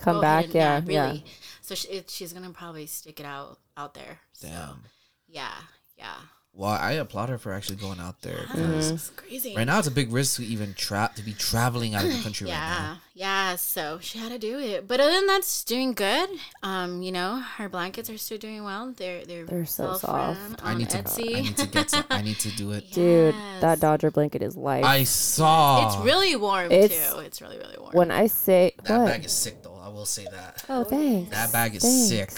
Come go back. ahead and- yeah. Yeah. Oh, really so she, it, she's gonna probably stick it out out there so Damn. yeah yeah Well, I applaud her for actually going out there. Uh-huh. It's Mm. crazy Right now, it's a big risk to even tra- to be traveling out of the country right now. yeah yeah so she had to do it but other than that she's doing good um you know her blankets are still doing well they're they're, They're so well-run soft. on I need to. Oh, Etsy. I need to get. (laughs) Some, I need to do it. Dude, that Yes. Dodger blanket is life. I saw. it's really warm It's- too it's really really warm when I say That what? bag is sick, though. I will say that. oh, thanks. That bag is Thanks. sick.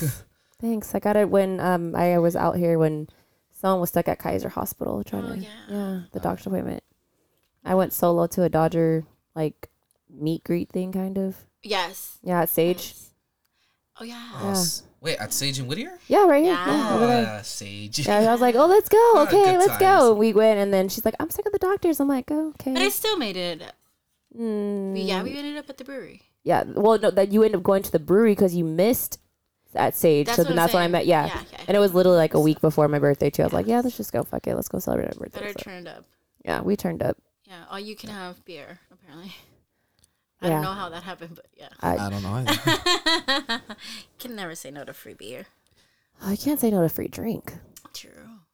Thanks. I got it when um I was out here when someone was stuck at Kaiser Hospital trying Oh, to yeah, the doctor appointment. I went solo to a Dodger like meet greet thing kind of. yes Yeah, at Sage. oh yeah Yes. Wait, at Sage and Whittier? Yeah, right here. Yeah. Yeah, over (laughs) there. Ah, Sage. Yeah, (laughs) I was like, oh, let's go. Ah, Okay, good let's go. times. We went, and then she's like, I'm sick of the doctors. I'm like, oh, okay. But I still made it. up. Mm, But yeah, we ended up at the brewery. yeah. Well, no, that you end up going to the brewery because you missed that stage. That's so what then I'm that's when I saying. met. Yeah. Yeah, yeah. And it was literally like a week before my birthday too. I was like, yeah, let's just go. Fuck it, let's go celebrate our birthday. Better So, turned up. yeah, we turned up. Yeah, all you can have beer apparently. I don't Yeah. know how that happened, but yeah. I don't know. either. Can never say no to free beer. Oh, I can't say no to free drink. True.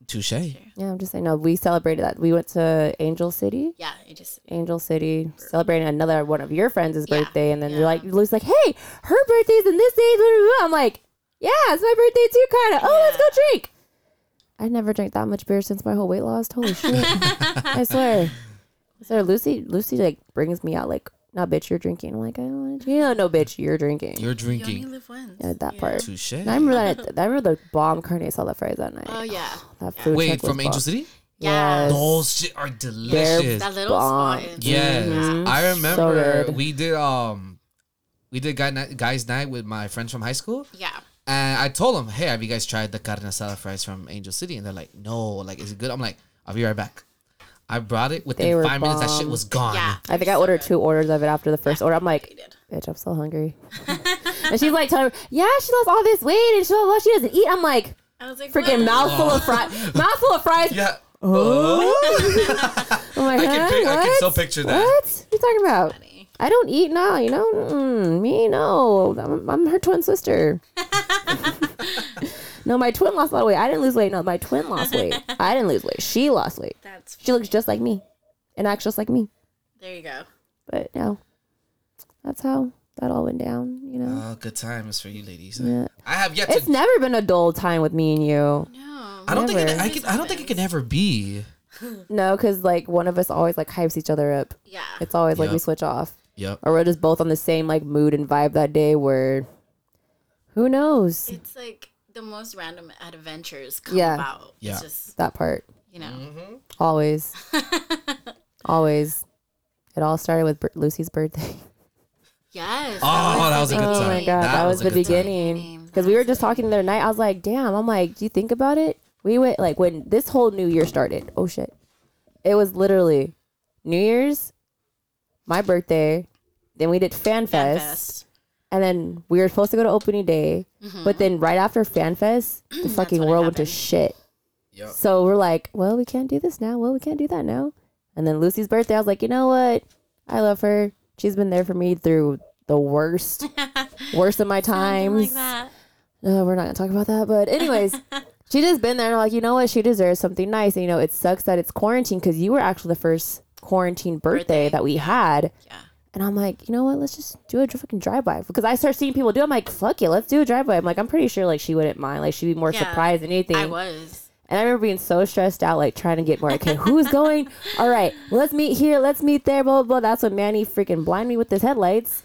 Touche. Yeah, I'm just saying no. We celebrated that. We went to Angel City. Yeah, it just Angel City celebrating another one of your friends' Yeah, birthday, and then you're yeah. like, Lou's like, hey, her birthday's in this day. blah, blah, blah." I'm like, yeah, it's my birthday too, kind of. Oh, let's go drink. I never drank that much beer since my whole weight loss. Holy shit! (laughs) I swear. I swear, Lucy, Lucy like brings me out like, nah, bitch, you're drinking. I'm like, I don't want to. You know, no, bitch, you're drinking. You're you only drinking. live once. Yeah, that part. Touche. And I remember that. I remember the bomb carne asada fries that night. Oh yeah. that food Uh, Wait, truck was from Angel bomb. City? Yeah. Yes. Those shit are delicious. That little spot. bomb. is- Yes, I remember good. we did um, we did guy night, guys night with my friends from high school, Yeah. and I told them, "Hey, have you guys tried the carne asada fries from Angel City?" And they're like, "No, like is it good?" I'm like, "I'll be right back." I brought it They within were five minutes. That shit bomb. was gone. Yeah. I think I ordered two orders of it after the first order. I'm like, did. bitch, I'm so hungry. and she's like telling her, yeah, she lost all this weight and she, blah, blah, she doesn't eat. I'm like, I was like, freaking what? mouthful of fries. mouthful of fries. Yeah. I'm like, I can huh, pic- I what? can still picture that. What? What you talking about? I don't eat now, you know? Mm, me, no. I'm, I'm her twin sister. no, my twin lost a lot of weight. I didn't lose weight. No, my twin lost weight. I didn't lose weight. She lost weight. That's She looks just like me and acts just like me. there you go. But no, that's how that all went down, you know? Oh, good times for you ladies. Yeah. I have yet It's to. never been a dull time with me and you. No. I don't think it, never. I can. I don't think it can ever be. No, because like one of us always like hypes each other up. Yeah. It's always like we Yep. switch off, Yep. or we're just both on the same like mood and vibe that day. Where who knows It's like the most random adventures come Yeah. about. Yeah. It's just that part? you know. (laughs) Always, always. It all started with Br- Lucy's birthday. Yes. Oh, that was a good Oh time. my god, that, was, a the good time. beginning. Because we were just talking the other night. I was like, damn. I'm like, do you think about it? We went like when this whole new year started. Oh shit, it was literally New Year's, my birthday. Then we did Fan Fan Fest. and then we were supposed to go to opening day, Mm-hmm. but then right (clears throat) after FanFest, the fucking world went to shit. Yep. So we're like, well, we can't do this now. Well, we can't do that now. And then Lucy's birthday, I was like, you know what? I love her. She's been there for me through (laughs) the worst, worst of my Something like times. that. No, we're not gonna talk about that. (laughs) But anyways, she just been there. And I'm like, you know what? She deserves something nice. And you know, it sucks that it's quarantine because you were actually the first quarantine birthday, Birthday, that we had. Yeah. And I'm like, you know what? Let's just do a dr- fucking drive by because I start seeing people do. it. I'm like, fuck it, let's do a drive by. I'm like, I'm pretty sure like she wouldn't mind. Like she'd be more Yeah. surprised than anything. I was. And I remember being so stressed out, like trying to get more. Okay, who's (laughs) going? All right, let's meet here. Let's meet there. Blah blah. blah. That's when Manny freaking blind me with his headlights.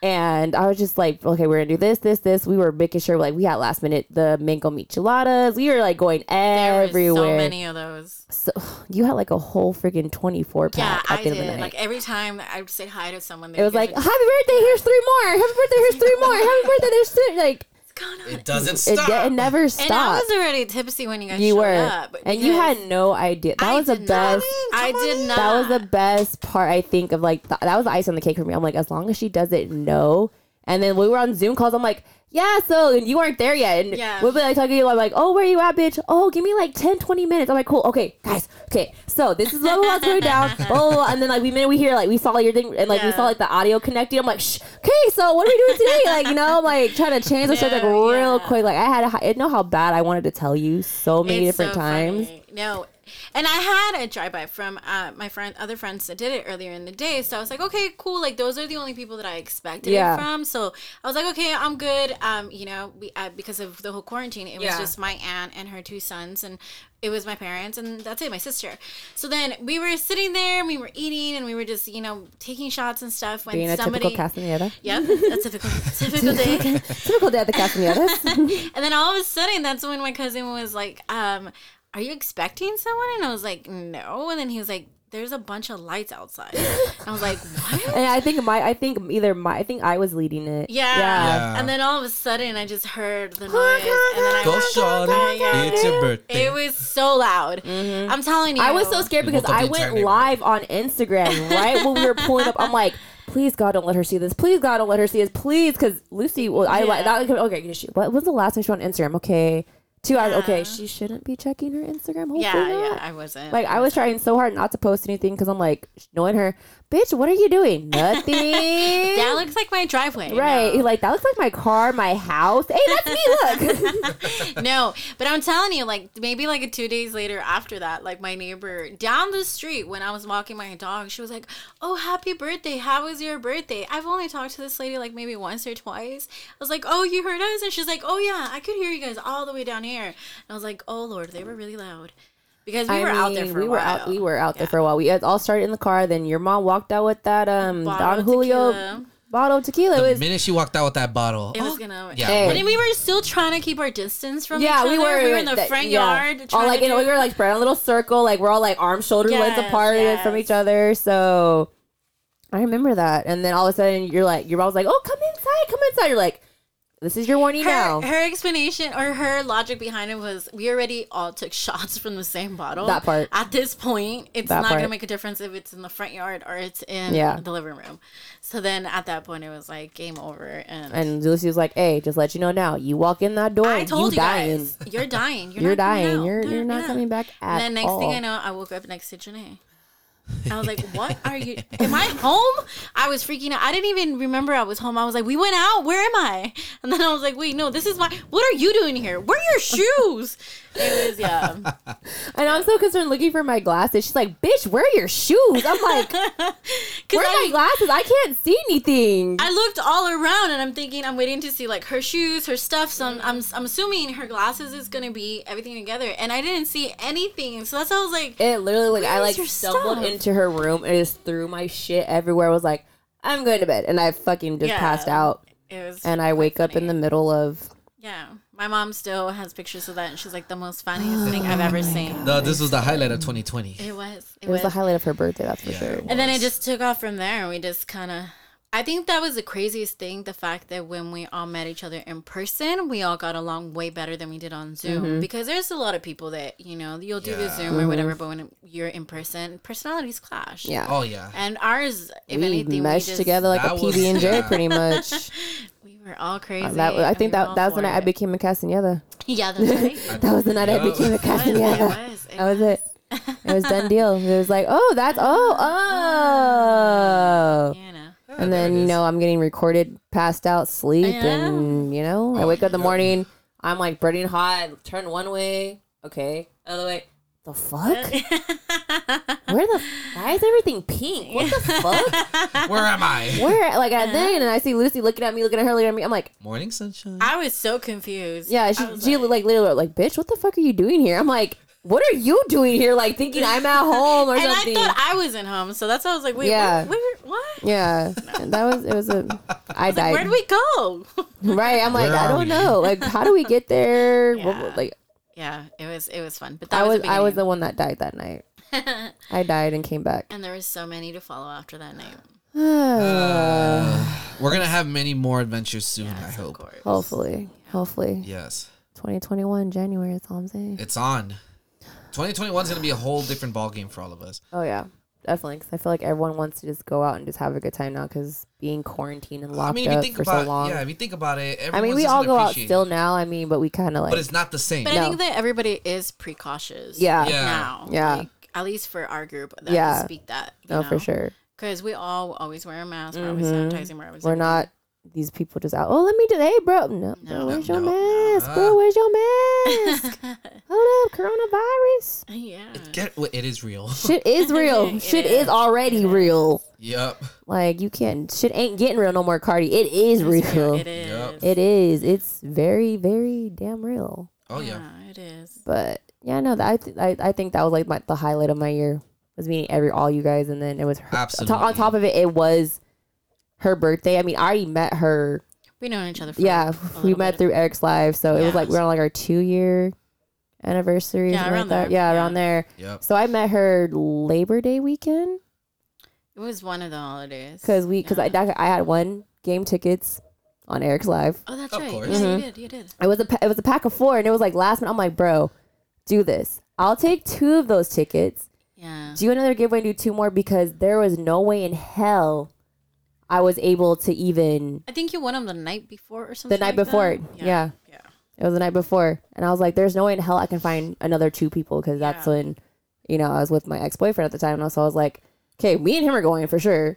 And I was just like, okay, we're gonna do this, this, this. We were making sure, like, we had last minute the mango micheladas. We were like going There was everywhere. so many of those. So- (sighs) you had like a whole freaking twenty four Yeah, pack at I the end of the did. night. Like every time I would say hi to someone, they It would was give like, a- happy birthday, here's three more. Happy birthday, here's three more. Happy birthday, there's three. Like, what's (gasps) going on? It doesn't it, stop. de- it never And I stopped. was already tipsy when you guys You showed were. up. and you because had no idea. That I was the did not- best. I did not. That was the best part, I think, of like, th- that was the ice on the cake for me. I'm like, as long as she doesn't know. And then we were on Zoom calls. I'm like, yeah, so, and you weren't there yet. And Yeah. we'll be like talking to you. I'm like, oh, where you at, bitch? Oh, give me like 10, 20 minutes. I'm like, cool. Okay, guys. Okay. So this is blah, blah, blah's (laughs) going down. Blah, blah, blah. And then like, we minute we hear, like, we saw your thing and like, we Yeah. saw like the audio connecting. I'm like, shh. Okay. So what are we doing today? Like, you know, I'm like trying to change the shit like No, real yeah. quick. Like I had, a, I know how bad I wanted to tell you so many It's different so times. funny. No, and I had a drive by from uh, my friend, other friends that did it earlier in the day. So I was like, okay, cool. Like those are the only people that I expected Yeah. it from. So I was like, okay, I'm good. Um, you know, we uh, because of the whole quarantine, it was Yeah. just my aunt and her two sons, and it was my parents, and that's it, my sister. So then we were sitting there, and we were eating, and we were just you know taking shots and stuff when Being a somebody. typical Castaneda. Yep, that's typical, typical day. (laughs) typical dad, (laughs) the Castanedas. And then all of a sudden, that's when my cousin was like, um, "Are you expecting someone?" And I was like, "No." And then he was like, there's a bunch of lights outside. I was (laughs) like, what? And I think my, I think either my, I think I was leading it. Yeah. Yeah. Yeah. And then all of a sudden, I just heard the noise. and then I Go, Shawty. Yeah, yeah. It's your birthday. It was so loud. I'm telling you. Mm-hmm. I was so scared You because woke up I the entire went live on Instagram right when we were pulling up. I'm like, please God, don't let her see this. Please God, don't let her see this. Please, because Lucy, well, I like that. Okay, she, what was the last time she went on Instagram? Okay, two hours. Okay, she shouldn't be checking her Instagram. Hopefully Yeah, not. yeah. I wasn't. Like I was trying so hard not to post anything because I'm like knowing her, bitch. What are you doing? Nothing. (laughs) that looks like my driveway. right. No. Like that looks like my car, my house. Hey, that's (laughs) me. Look. (laughs) no, but I'm telling you, like maybe like two days later after that, like my neighbor down the street when I was walking my dog, she was like, "Oh, happy birthday! How was your birthday?" I've only talked to this lady like maybe once or twice. I was like, "Oh, you heard us?" And she's like, "Oh yeah, I could hear you guys all the way down here." And I was like, "Oh Lord, they were really loud." Because we I were out there mean, for we a were while. out we were out there for a while. We had all started in the car. Then your mom walked out with that um Bottle Don of Julio tequila. bottle of tequila. It The was minute she walked out with that bottle, It was oh, gonna. yeah, Hey. But then we were still trying to keep our distance from yeah, each we other. were we were in the that- front yeah. yard. All trying like to you know, we do- were like spread out a little circle. Like we're all like arms, shoulder Yes, width apart yes. from each other. So I remember that. And then all of a sudden you're like your mom's like, oh come inside, come inside. You're like, this is your warning her, now. her explanation or her logic behind it was we already all took (laughs) shots from the same bottle. That part. At this point, it's That not going to part. make a difference if it's in the front yard or it's in Yeah. the living room. So then at that point, it was like game over. And, and Lucy was like, hey, just let you know now. You walk in that door, I told you, dying. guys, you're dying. You're, not You're coming dying. out. You're you're not yeah. coming back at And then next all. thing I know, I woke up next to Janae. I was (laughs) like, "What are you? Am I home?" I was freaking out. I didn't even remember I was home. I was like, "We went out. Where am I?" And then I was like, "Wait, no, this is my. What are you doing here? Where (laughs) are your shoes?" It was yeah. And I'm so concerned looking for my glasses. She's like, bitch, where are your shoes? (laughs) I'm like, where (laughs) 'Cause are my I, glasses? I can't see anything. I looked all around and I'm thinking I'm waiting to see like her shoes, her stuff. So I'm, I'm I'm assuming her glasses is gonna be everything together, and I didn't see anything. So that's how I was like, it literally, like, I Where's like your stumbled stuff? into her room and just threw my shit everywhere. I was like, I'm going to bed. And I fucking just Yeah. passed out. it was. And I wake up in funny. the middle of. Yeah, my mom still has pictures of that, and she's like the most Oh funniest thing I've ever seen. No, this was the highlight of 2020. It was. It, It was the highlight of her birthday, that's for sure. and then it just took off from there. and We just kind of. I think that was the craziest thing the fact that when we all met each other in person, we all got along way better than we did on Zoom Mm-hmm. because there's a lot of people that, you know, you'll do the Yeah. Zoom or whatever, but when you're in person, personalities clash. Yeah. Oh yeah, And ours, if we anything, meshed we just, together like a That was- PB and (laughs) J, yeah. pretty much. We were all crazy. Oh, that I and think we were that all that was the for night I it. became a (laughs) Castaneda. Yeah, that's (laughs) right. That was the night I Yeah. (laughs) became a it Castaneda. was. It That was it. It (laughs) was done deal. It was like, oh, that's oh oh. You know. and then you know I'm getting recorded, passed out, sleep, and you know I wake up in the morning. I'm like burning hot. Turn one way, okay, other way. (laughs) The fuck? Where the? Why is everything pink? What the (laughs) fuck? where am I? Where? Like at then, and I see Lucy looking at me, looking at her, looking at me. I'm like, Morning sunshine. I was so confused. yeah, she, she like, literally like, bitch, what the fuck are you doing here? I'm like, what are you doing here? Like thinking I'm at home or and something. I thought I wasn't home, so that's why I was like, wait, Yeah. where, where, what? yeah, that was it. Was a I died. Where'd we go? (laughs) Right. I'm like, Where I are don't we? know. Like, how do we get (laughs) there? What- Yeah. like, yeah, it was it was fun, but that I was, was the I was the beginning. one that died that (laughs) night. I died and came back. (sighs) and there was so many to follow after that night. Uh, We're gonna have many more adventures soon. I Of hope. course. hopefully, hopefully, Yes, 2021 January. That's all I'm saying. it's on. 2021 is gonna be a whole different ballgame for all of us. Oh yeah, definitely. Because I feel like everyone wants to just go out and just have a good time now. Because being quarantined and locked I mean, if you up think for about so long. yeah, if you think about it, I mean, everyone's we just all gonna go out appreciate still it. now. I mean, but we kind of like. but it's not the same. But No. I think that everybody is precautious. yeah, Yeah. Now. Yeah. Like, at least for our group. That Yeah. yeah. Speak that. you no, know? for sure. Mm-hmm. Because we all always wear a mask. We're always sanitizing. We're always. We're not these people just out. Oh, let me do. Hey, bro. No, bro, No, where's no, your Uh-huh. no. mask? Bro, where's your (laughs) mask? Hold up, coronavirus. yeah. Get well, it is real. (laughs) Shit is real. It shit is, is. already real. yep. Like you can't. Shit ain't getting real no more, Cardi. It is real. It is. Yep. It is. It's very, very damn real. Oh yeah. Yeah, it is. But yeah, no, that, I, th- I I think that was like my, the highlight of my year was meeting every all you guys, and then it was her, Absolutely. on top of it, it was her birthday. I mean, I already met her. We know each other. For Yeah, a we little met bit. through Eric's live, so it was Yeah. like we are on like our two year anniversary, Yeah, yeah, around around there. there. Yeah, Yeah. around there. Yep. So I met her Labor Day weekend It was one of the holidays. because we because Yeah. I I had one game tickets on Eric's live. Oh, that's Of right. course. Yeah, Mhm. you did. You did. It was a pa- it was a pack of four, and it was like last minute. I'm like, bro, do this. I'll take two of those tickets. Yeah. Do another giveaway, and do two more because there was no way in hell I was able to even. I think you won them the night before or something. like night before, that. yeah. Yeah. It was the night before, and I was like, "There's no way in hell I can find another two people because that's Yeah. when, you know, I was with my ex boyfriend at the time, and so I was like, "Okay, me and him are going for sure."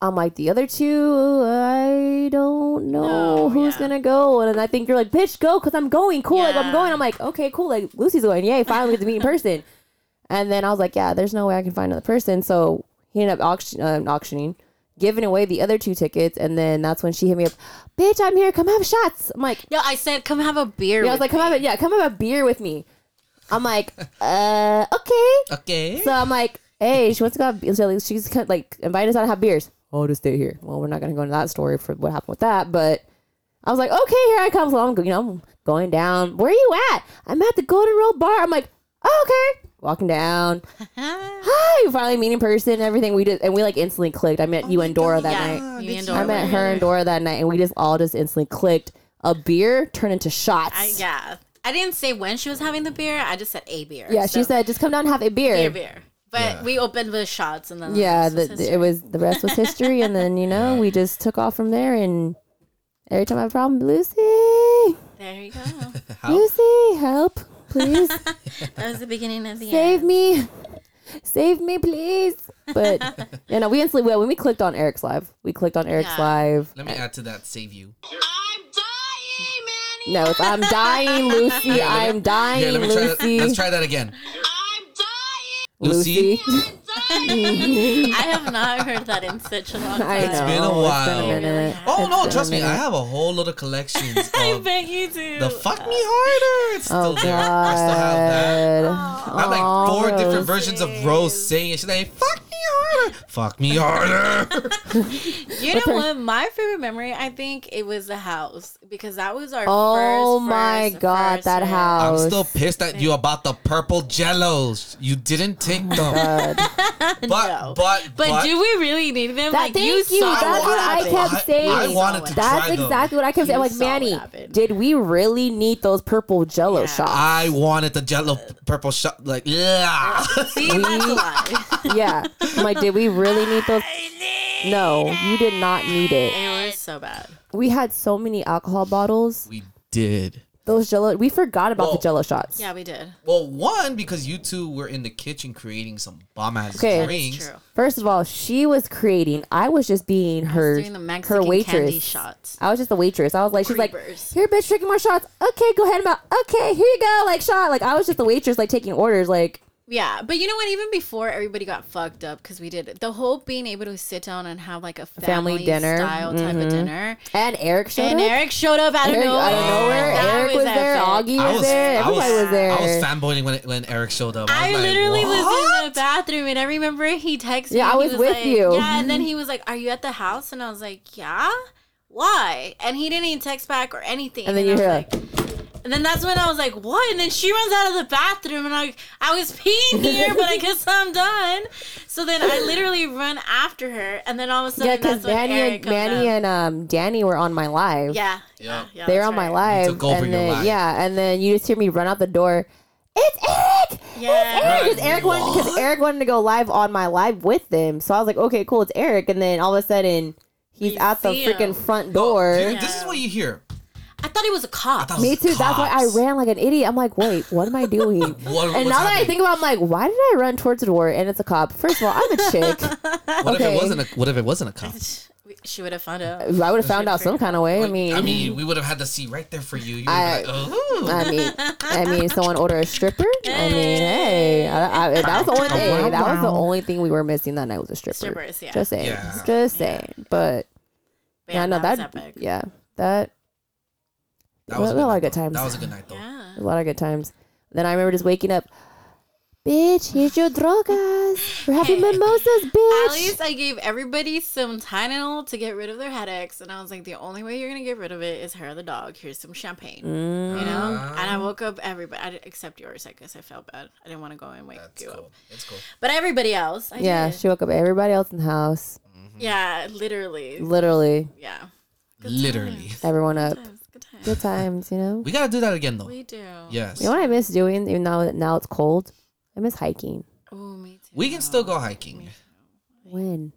I'm like, the other two, I don't know No, who's yeah. gonna go, and then I think you're like, "Bitch, go," because I'm going. Cool, like I'm Yeah. going. I'm like, okay, cool. Like Lucy's going. Yay, finally get to meet (laughs) in person. And then I was like, yeah, there's no way I can find another person. So he ended up auction, uh, auctioning, giving away the other two tickets. And then that's when she hit me up, bitch, I'm here. Come have shots. I'm like, Yeah, I said, come have a beer. yeah, I was with like, me." come have a, yeah, come have a beer with me. (laughs) I'm like, uh, okay. Okay. So I'm like, hey, she wants to go. Have, be- so she's kind of like inviting us out to have beers. Oh, to stay here. Well, we're not gonna go into that story for what happened with that, but I was like, okay, here I come. So I'm, go- you know, I'm going down. Where are you at? I'm at the Golden Road Bar. I'm like, oh, okay. Walking down. (laughs) Hi, finally meeting person. and Everything we did, and we like instantly clicked. I met you and Dora that Oh yeah, night. you and I Dora met were her and Dora that night, and we just all just instantly clicked. A beer turned into shots. I, yeah. I didn't say when she was having the beer. I just said a beer. Yeah, she So, said, just come down and have a beer. beer, beer. But Yeah. we opened with shots and Oh, then yeah, this the, was the- history. it was the rest was history, and then you know we just took off from there. And every time I have a problem, Lucy, There you go. Lucy, help, (laughs) please That was the beginning of the save end. me, save me, please. But you know, we instantly well when we clicked on Eric's live, we clicked on Eric's Yeah. live. Let me add to that. Save you. I'm dying, Manny. No, it's, I'm dying, Lucy. I'm dying, Yeah. Let me try. That. Lucy. Let's try that again. I'm dying. Lucy. (laughs) I have not heard that in such a long time. (laughs) I know. been a while. It's been a minute. Oh no! It's been a Trust me, I minute. have a whole lot of collections (laughs) I of bet you do. the "fuck me harder." It's still Oh there. I still have that. God. I have Aw, like four different Rose. versions of Rose saying it. She's like, "Fuck me harder, fuck (laughs) me harder." You know what? My favorite memory, I think it was the house because that was our Oh first. my first, God, first that one. house. I'm still pissed at you about the purple Jellos. You didn't take (laughs) (laughs) them, God. but No. but But do we really need them? That- like you thank you. saw That's what, what I happened. kept saying. I wanted to That's try them. exactly what I kept saying. I'm You like, saw what Manny, happened. did we really need those purple jello Yeah. (laughs) shots? I wanted the Jello purple shot. Like, yeah. (laughs) See, that's a (laughs) lie. yeah. I'm like, did we really need those? No, you did not need it. It was so bad. We had so many alcohol bottles. we did. Those jello, we forgot about Well- the jello shots. Yeah, we did. Well, one because you two were in the kitchen creating some bomb ass Okay. That is drinks. It's true. First of all, she was creating. I was just being her, doing the Mexican her waitress. candy shots. I was just the waitress. I was like, she's like, Creepers. here, bitch, drinking more shots. Okay, go ahead and about. Okay, here you go, like shot. Like I was just the waitress, like taking orders, like. Yeah, but you know what? Even before everybody got fucked up because we did it, the whole being able to sit down and have like a family, family dinner. style type of dinner. And Eric showed And up. Eric showed up out of Eric, nowhere. I don't know where That Eric was, there. epic. Augie was, there. Everybody was, there. I was fanboying when, when Eric showed up. I was like, literally was in "What?" the bathroom, and I remember he texted me. Yeah, I and he was with like, you. Yeah, (laughs) and then he was like, "Are you at the house?" And I was like, "Yeah." Why? And he didn't even text back or anything. and then you I was hear like, like, and then that's when I was like, "What?" And then she runs out of the bathroom, and I I was (laughs) peeing here, but I guess I'm done. So then I literally run after her, and then all of a sudden, yeah, because because Manny Eric and comes Manny up. and um Danny were on my live. yeah, yeah, yeah, they were that's on my right. live. took over and your then live. yeah, and then you just hear me run out the door. It's Eric. Yeah, Eric, 'Cause Eric wanted because Eric wanted to go live on my live with them. So I was like, okay, cool, it's Eric. And then all of a sudden, he's We at the see him. freaking front No, door. dude, This is what you hear. I thought it was a I cop. (laughs) thought it Me was too. That's why I cops. ran like an idiot. I'm like, wait, what am I doing? (laughs) and What, now that I think about, it, I'm like, why did I run towards the door? And it's a cop. First of all, I'm a (laughs) chick. what if okay. it wasn't a what if it wasn't a cop? she would have found out. (laughs) I would have found out some kind of way. I mean, I mean, we would have had the seat right there for you. You would I- have like, "Oh, ooh. I mean, I mean, someone order a stripper. I mean, hey, I, I, that was the only thing. That was the only thing we were missing that night was a stripper. Strippers, yeah. Just saying, Yeah. just saying. But But yeah, no, that, was epic. yeah, that that was we had a lot of night, good though. times. That was a good night though. Yeah. a lot of good times. Then I remember just waking up. Bitch, here's your drogas. (laughs) We're having mimosas, bitch. At least I gave everybody some Tylenol to get rid of their headaches, and I was like, the only way you're gonna get rid of it is hair the dog. Here's some champagne, you know. And Mm. I woke up everybody I, except yours, I guess. I felt bad. I didn't want to go and wake That's you cool. up, That's cool. but everybody else, I yeah, did. she woke up everybody else in the house. yeah, literally, Literally, yeah, Literally. everyone up. Times, good times. Good times, you know? We gotta do that again though. We do. Yes. You know what I miss doing, even though now it's cold? I miss hiking. Oh, me too. We can still go hiking. When?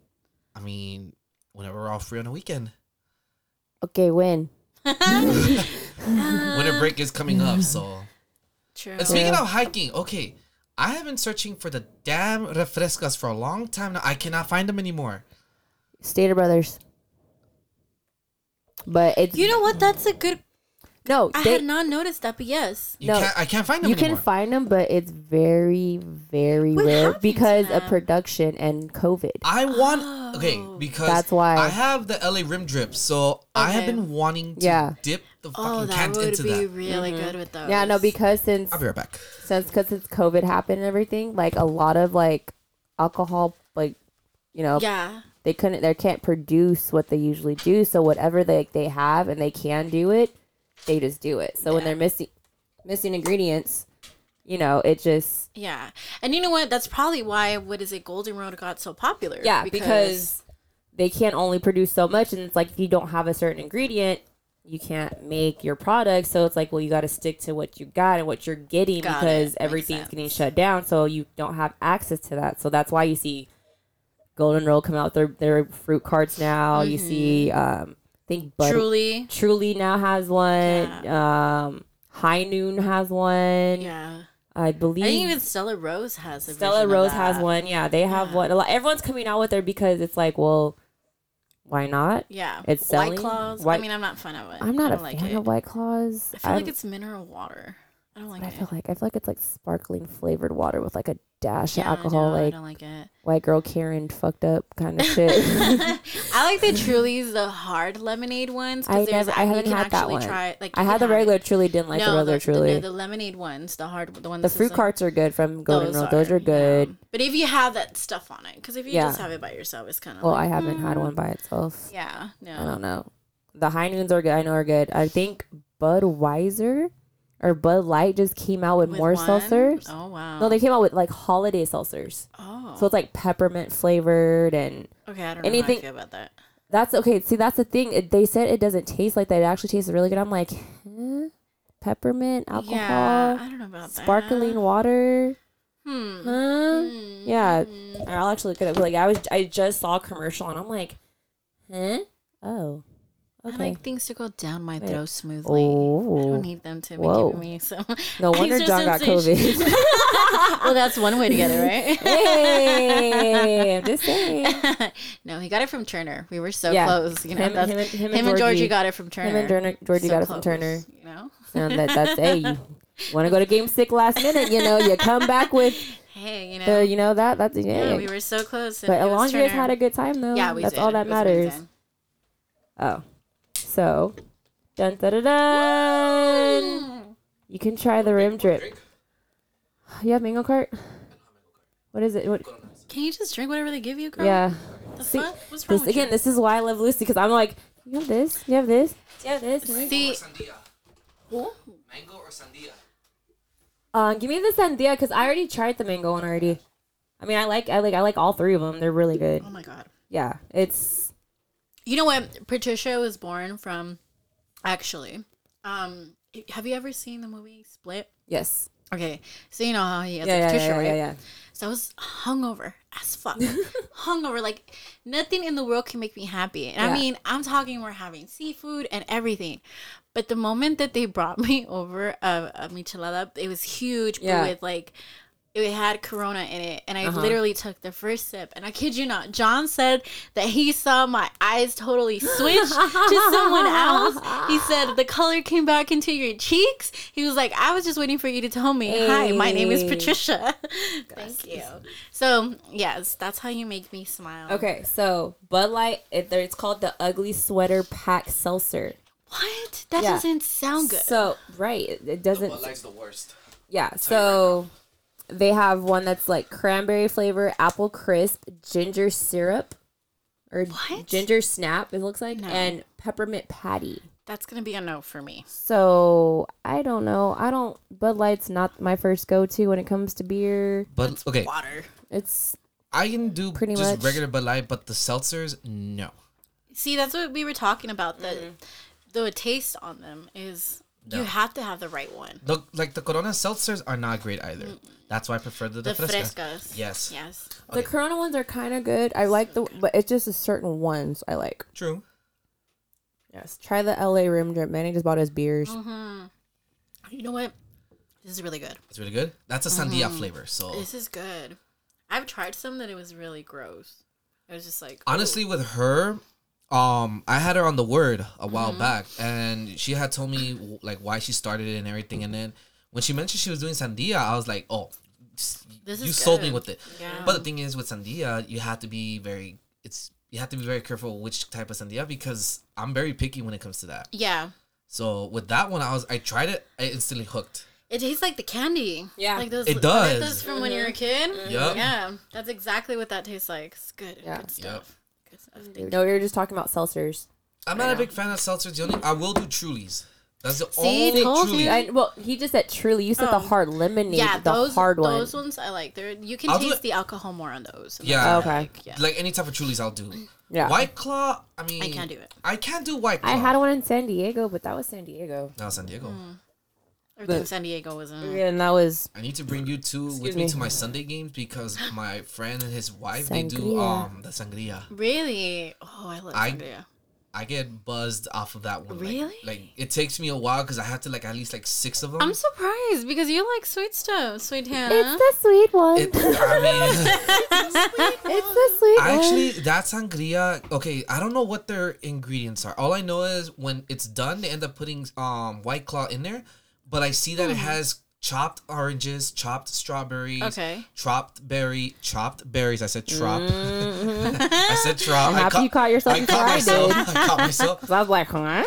I mean, whenever we're all free on a weekend. Okay, when? Uh, Winter break is coming up, (laughs) so. Ah, True. And speaking of hiking, okay, I have been searching for the damn refrescas for a long time now. I cannot find them anymore. Stater Brothers. But it's You know what? That's a good. no, I they- had not noticed that, but yes. You No. can't, I can't find them you anymore. can find them, but it's very, very What rare happened to because of them? production and COVID. I want okay Oh. because That's why. I have the LA rim drip, so I have Okay. been wanting to Yeah. dip the Oh, fucking that cans would into be that. really good with those. Mm-hmm. yeah, no, because since I'll be right back. since because since COVID happened and everything, like a lot of like alcohol, like you know, yeah, they couldn't, they can't produce what they usually do. So whatever they they have and they can do it, they just do it. So when they're missing missing ingredients, you know, it just yeah, and you know what? That's probably why what is it? Golden Road got so popular. yeah because they can't only produce so much, and it's like if you don't have a certain ingredient. You can't make your product, so it's like, well, you got to stick to what you got and what you're getting Got it. because Makes everything's getting sense. shut down, so you don't have access to that. So that's why you see Golden Roll come out with their their fruit carts now. You see, um, I think Bud, Mm-hmm. truly, Truly now has one. Um, High Noon has one. yeah. I I believe think even Stella Rose has a version Stella of Rose has that. one. Yeah, they have one. A lot, everyone's coming out with her because it's like, well, why not? Yeah, It's selling. White Claws. White- I mean, I'm not a fan of it. I'm not I a don't like fan it. of White Claws. I feel I'm- like it's mineral water. I don't like I it. feel like I feel like it's like sparkling flavored water with like a dash Yeah, I of alcohol, know, I like don't like it. white girl Karen fucked up kind of shit. (laughs) I like the Truly's, the hard lemonade ones. 'cause I there's never, act- I you haven't can had that actually one. Try, it, like (laughs) I you had can the have it. regular Truly, didn't like the regular the, Truly. The, The, lemonade ones, the hard, the one. fruit carts are good from Golden Road. are- Those are good. yeah. But if you have that stuff on it, because if you Yeah. just have it by yourself, it's kind of Well, like, I haven't had one by itself. yeah, I no, don't know. The high noons are good. I know are good. I think Budweiser or Bud Light just came out with, With more one? seltzers. Oh wow. No, they came out with like holiday seltzers. oh. So it's like peppermint flavored and okay, I don't know anything- how I feel about that. that's okay. See, that's the thing. It, they said it doesn't taste like that. It actually tastes really good. I'm like, huh? peppermint, alcohol, yeah, I don't know about that. sparkling water. Hmm. Huh? Mm-hmm. Yeah. I'll actually look it up. Like I was, I just saw a commercial and I'm like, huh? Oh, I okay. like things to go down my Wait. throat smoothly. I Oh. don't need them to Whoa. be giving me some. (laughs) (laughs) No wonder extra John got sensation. (laughs) COVID. well, that's one way to get it, right? (laughs) hey, I'm just saying. (laughs) no, he got it from Turner. We were so Yeah. close. You know, Him- that's, him him, and- him and and Georgie. Georgie got it from Turner. Him and Turner, Georgie So got it from close, Turner. You know, And that, that's hey, you want to go to game sick last minute? You know, you come (laughs) back with hey, you know, the, you know that that's yeah. yeah, we were so close. and but it as was long as you guys Turner. had a good time though, yeah, we that's did. all It that was matters. amazing. Oh, so dun da da dun. You can try the rim drip. You have mango cart. What is it? What? Can you just drink whatever they give you, girl? Yeah. The See, fuck? What's wrong This, with again, you? this is why I love Lucy because I'm like, you have this, you have this, you have this. and this." See, oh Mango or sandia? Uh, give me the sandía because I already tried the mango one already. I mean, I like, I like, I like all three of them. They're really good. oh my god. Yeah, it's You know what? Patricia was born from, actually. Um, have you ever seen the movie Split? yes, Okay, so you know how he has yeah, a yeah, yeah, Patricia, yeah, right? yeah, yeah. So I was hungover as (laughs) fuck. hungover. Like nothing in the world can make me happy. And Yeah. I mean, I'm talking we're having seafood and everything. But the moment that they brought (laughs) me over a, a michelada, it was huge, Yeah. Uh-huh. but with like it had corona in it. And I literally took the first sip. And I kid you not, John said that he saw my eyes totally switch to someone else. (laughs) He said the color came back into your cheeks. He was like, I was just waiting for you to tell me, hi, my name is Hey. Patricia. Thank you. So yes, that's how you make me smile. Okay, so Bud Light, it, there- it's called the Ugly Sweater Pack Seltzer. What? That Yeah. doesn't sound good. Oh, So right, it, it doesn't. Light's the worst. Yeah, so They have one that's like cranberry flavor, apple crisp, ginger syrup, or What? ginger snap. It looks like No. and peppermint patty. That's gonna be a no for me. So I don't know. I don't. Bud Light's not my first go to when it comes to beer. But okay, Water. It's I can do Pretty just much. regular Bud Light, but the seltzers, no. See, that's what we were talking about. The the taste on them is No. you have to have the right one. The, like the Corona seltzers are not great either. That's why I prefer the, The the fresca. frescas. Yes. Yes. the Corona ones are kind of good. I like the, but it's just a certain ones I like. True. Yes. Try the LA Rim Drip. Manny just bought his beers. Mm-hmm. You know what? This is really good. It's really good. That's a sandia Mm-hmm. flavor. So This is good. I've tried some that it was really gross. It was just like honestly with her um i had her on the word a while Mm-hmm. back and she had told me like why she started it and everything and then when she mentioned she was doing sandia i was like oh s- This you is sold me good. with it Yeah. but the thing is with sandia you have to be very it's you have to be very careful which type of sandia because i'm very picky when it comes to that yeah. so with that one i was i tried it i instantly hooked It tastes like the candy. Yeah. Mm-hmm. Like those It like does. those from when you're a kid. Yup. Yeah. That's exactly what that tastes like. It's good. Yeah. Good stuff. Good stuff. Thank you. No, we were just talking about seltzers. i'm not a big fan of seltzers the only i will do trulies that's the See, only told you. truly I, well, he just said truly. You said the Mm-hmm. Oh. hard lemonade, Yeah, the those hard one. those ones I like. They're you can I'll do taste it- the alcohol more on those. And yeah that's what I Okay. Like, yeah. like any type of Trulies, I'll do. Yeah. White Claw, I mean, I can't do it. I can't do White Claw. I had one in San Diego, but that was San Diego. Now San Diego. Hmm. Everything San Diego was in. Yeah, and that was I need to bring you two with me, me. to my Sunday games (gasps) because my friend and his wife they do Sangria. um the sangria. Really? Oh, I love I- sangria. I get buzzed off of that one. like- Really? Like, it takes me a while because I have to like at least like six of them. I'm surprised because you like sweet stuff, sweet Hannah. it's the sweet one. It- I (laughs) mean, (laughs) it's the sweet I one. (laughs) actually that sangria. Okay, I don't know what their ingredients are. All I know is when it's done, they end up putting um white claw in there. But I see Hmm. that it has chopped oranges, chopped strawberries, Okay. chopped berry, chopped berries. I said trop. (laughs) I said trop. I'm Mm-hmm. happy you caught yourself I before caught I myself. did. (laughs) I caught myself. So I was like, huh?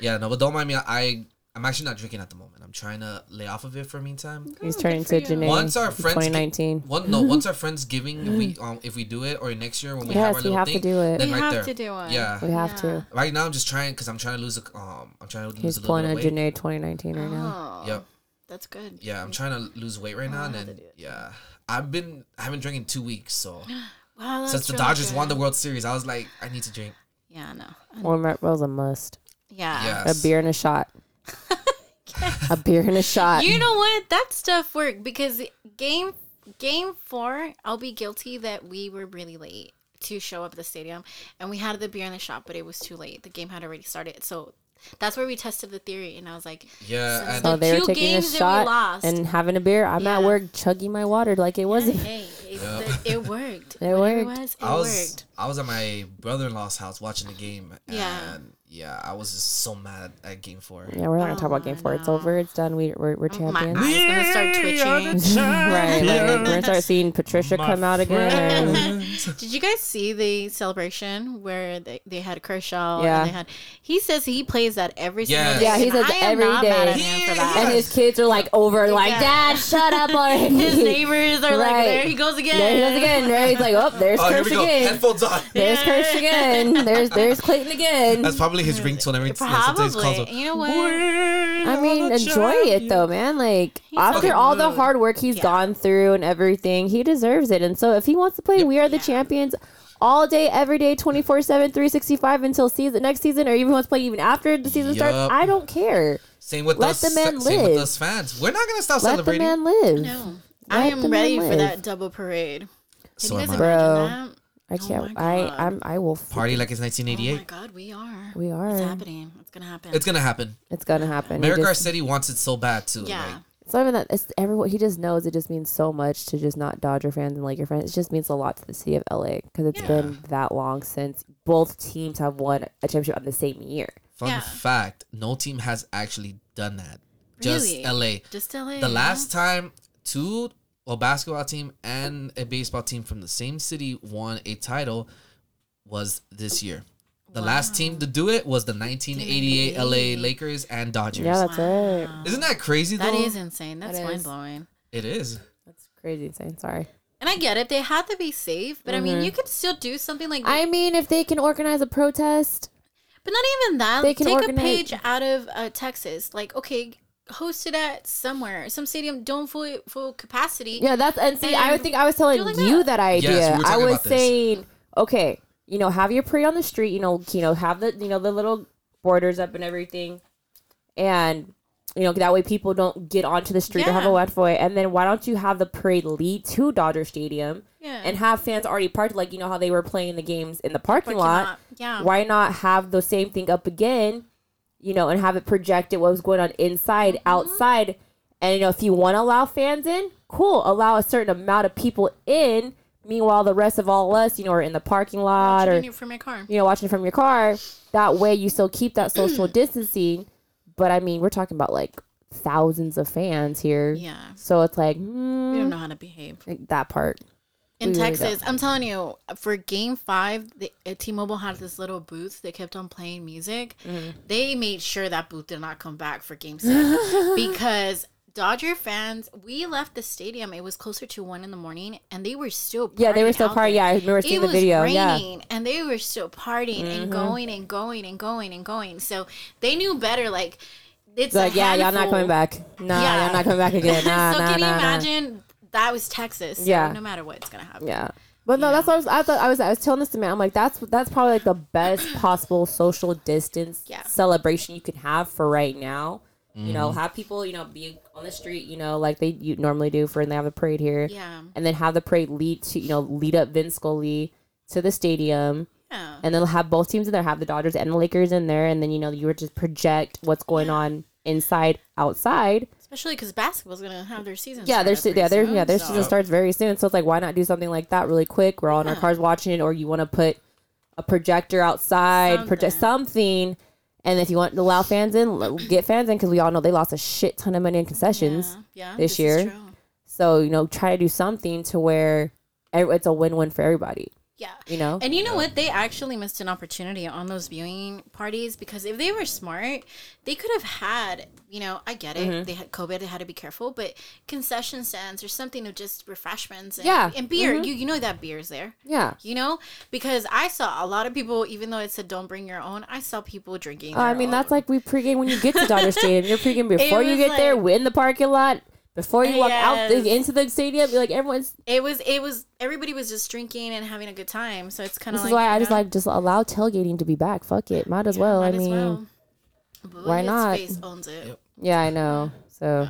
Yeah, no, but don't mind me. I I'm actually not drinking at the moment. I'm trying to lay off of it for meantime. Oh, He's turning to Janae. Once our friends, 2019. One, no, once our friends giving, if we um, if we do it or next year when we Mm-hmm. Yes, have our we little have to thing, do it. then We right have there, to do it. Yeah, we have to. Right now, I'm just trying because I'm trying to lose. A, um, I'm trying to lose He's a little pulling bit a of weight. Janae 2019 right now. Oh, Yep. that's good. Yeah, I'm trying to lose weight right now, and then yeah, I've been I haven't drank in two weeks. So Wow, (gasps) that's since the really Dodgers good. won the World Series, I was like, I need to drink. Yeah, no. Well, that was a must. Yeah. Yes. A beer and (laughs) a shot. a beer and a shot. You know what? That stuff worked because game game four, I'll be guilty that we were really late to show up at the stadium, and we had the beer in the shop, but it was too late. The game had already started, so that's where we tested the theory, and I was like, Yeah, so and the Oh, they were two taking a games that we shot lost. and having a beer. I'm at Yeah. work chugging my water like it wasn't. "Hey, it, it worked. (laughs) It Whatever worked. was, it I was worked." I was at my brother-in-law's house watching the game. And Yeah. yeah. I was just so mad at Game Four. (laughs) (laughs) Yeah, we're not gonna talk about game four. It's over. It's done. We, we're we're Oh, My champions. eyes gonna start twitching. (laughs) (laughs) right. Like, we're gonna start seeing Patricia come out Oh, (laughs) again. and- Did you guys see the celebration where they, they had Kershaw? Yeah. And they had. He says he plays that every single Yes. day. Yeah, he and says I am every not mad at day. him for Yeah, that. And his kids are like over, like Dad, (laughs) shut up already. (laughs) His neighbors are like, Right. there he goes again. There he goes again. There he's like, oh, there's Oh, here Kirsch we go. again. Headphones on. (laughs) There's Kirsch again. There's there's Clayton again. That's probably his ringtone every Probably. sometimes calls him. You know what? I mean, enjoy it though, man. Like after all the hard work he's gone through and everything, he deserves it. And so if he wants to play We Are the Champions all day, every day, 24 7, 365 until season next season, or even wants to play even after the season Yup. starts, I don't care. Same with Let us. the man same with live. us fans. We're not gonna stop Let the celebrating. man live. No. I am the man ready for live. that double parade. Can So you guys am I. Bro. imagine that? Oh I can't. my I God. I'm. I will. Party like it's Oh my 1988. God, we are. We are. It's happening. It's going to happen. it's gonna happen. It's gonna happen. He Mayor just- Garcetti wants it so bad too. yeah. Like, It's not even that. It's everyone. He just knows it just means so much to just not Dodger fans and Laker fans. It just means a lot to the city of LA because it's been that long since both teams have won a championship on the same year. fun Yeah. fact: no team has actually done that. Just Really? LA. Just LA. The last time two a basketball team and a baseball team from the same city won a title was this year. The last team to do it was the 1988 LA Lakers and Dodgers. Yeah, that's right. Isn't that crazy though? That is insane. That's That mind is. blowing. It is. That's crazy insane. Sorry. And I get it; they had to be safe, but I mean, you could still do something like Mm-hmm. I mean, if they can organize a protest, But not even that. They can Take a organize- page out of uh, Texas. Like, okay, host it at somewhere, some stadium, don't full full capacity. yeah, that's and see, I would And think I was telling do like you that, that. idea. Yes, we were I talking was about this. saying, okay, you know, have your prey on the street. You know, you know, have the you know the little borders up and everything, and you know that way people don't get onto the street or have a Yeah. wet foot. And then why don't you have the parade lead to Dodger Stadium? Yeah. and have fans already parked, like you know how they were playing the games in the Parking parking, lot. lot, yeah. Why not have the same thing up again, you know, and have it projected what was going on inside, Mm-hmm. outside, and you know if you want to allow fans in, cool, allow a certain amount of people in. Meanwhile, the rest of all us, you know, are in the parking lot or Shooting it from your car. you know watching from your car. That way, you still keep that (clears throat) social distancing. But I mean, we're talking about like thousands of fans here. Yeah. So it's like mm, We don't know how to behave like that part. in We really Texas. I'm telling you, for Game Five, the, uh, T-Mobile had this little booth. They kept on playing music. Mm-hmm. They made sure that booth did not come back for Game (laughs) Six because. Dodger fans, we left the stadium. It was closer to one in the morning, and they were still Yeah, they were partying still out part. there. Yeah, I remember seeing it the was video. Yeah, Mm-hmm. raining and they were still partying and going and going and going and going. So they knew better. Like it's It's like a yeah, y'all not handful. coming back. Nah, Yeah. y'all not coming back again. (laughs) Nah, so nah, can you nah, nah. imagine? That was Texas. So Yeah. No matter what, it's gonna happen. Yeah. But no, that's what I was. I thought I was. I was telling this to man. I'm like, that's that's probably like the best possible social distance Yeah. celebration you can have for right now. You know, have people, you know, be on the street, you know, like they you normally do for, and they have a parade here. Yeah. And then have the parade lead to, you know, lead up Vin Scully to the stadium. Yeah. and then have both teams in there, have the Dodgers and the Lakers in there, and then you know you were just project what's going on inside, outside. Especially because basketball's gonna have their season. Yeah, start there's pretty yeah, there's soon, yeah, their so- season starts very soon, so it's like why not do something like that really quick? We're all in our cars watching it, or you want to put a projector outside, project something. And if you want to allow fans in, l- get fans in because we all know they lost a shit ton of money in concessions. Yeah, yeah, this is year. true. So you know, try to do something to where ev- it's a win-win for everybody. Yeah. You know? And you know what? They actually missed an opportunity on those viewing parties because if they were smart, they could have had, you know, I get it. Mm-hmm. They had COVID, they had to be careful, but concession stands or something of just refreshments and, Yeah. Mm-hmm. and beer. You you know that beer's there. Yeah. You know? Because I saw a lot of people, even though it said don't bring your own, I saw people drinking. Oh, I their mean, own. that's like we pregame when you (laughs) get to Dodger Stadium. You're pregame before you was get there. like- We're in the parking lot. Before you walk out the, Yes. into the stadium, you're like everyone's. it was it was everybody was just drinking and having a good time. So it's kinda This like is why I you just know, like just allow tailgating to be back. Fuck it, might as well. I might as mean, well. But why his not? face owns it. yeah, I know. So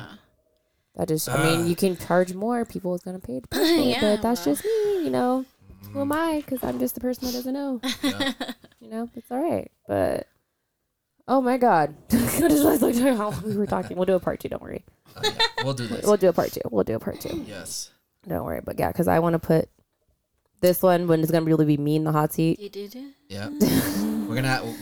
that is. I mean, you can charge more. People is gonna pay to pay for it, Yeah, but that's just me. You know, who am I? Because I'm just the person that doesn't know. (laughs) you know, it's all right. But oh my god, (laughs) I just like how we were talking. We'll do a part two. Don't worry. (laughs) We'll do this. We'll do a part two. We'll do a part two. Yes. Don't worry, but yeah, because I want to put this one when it's gonna really be me in the hot seat. You did it. (laughs) Yeah. We're gonna.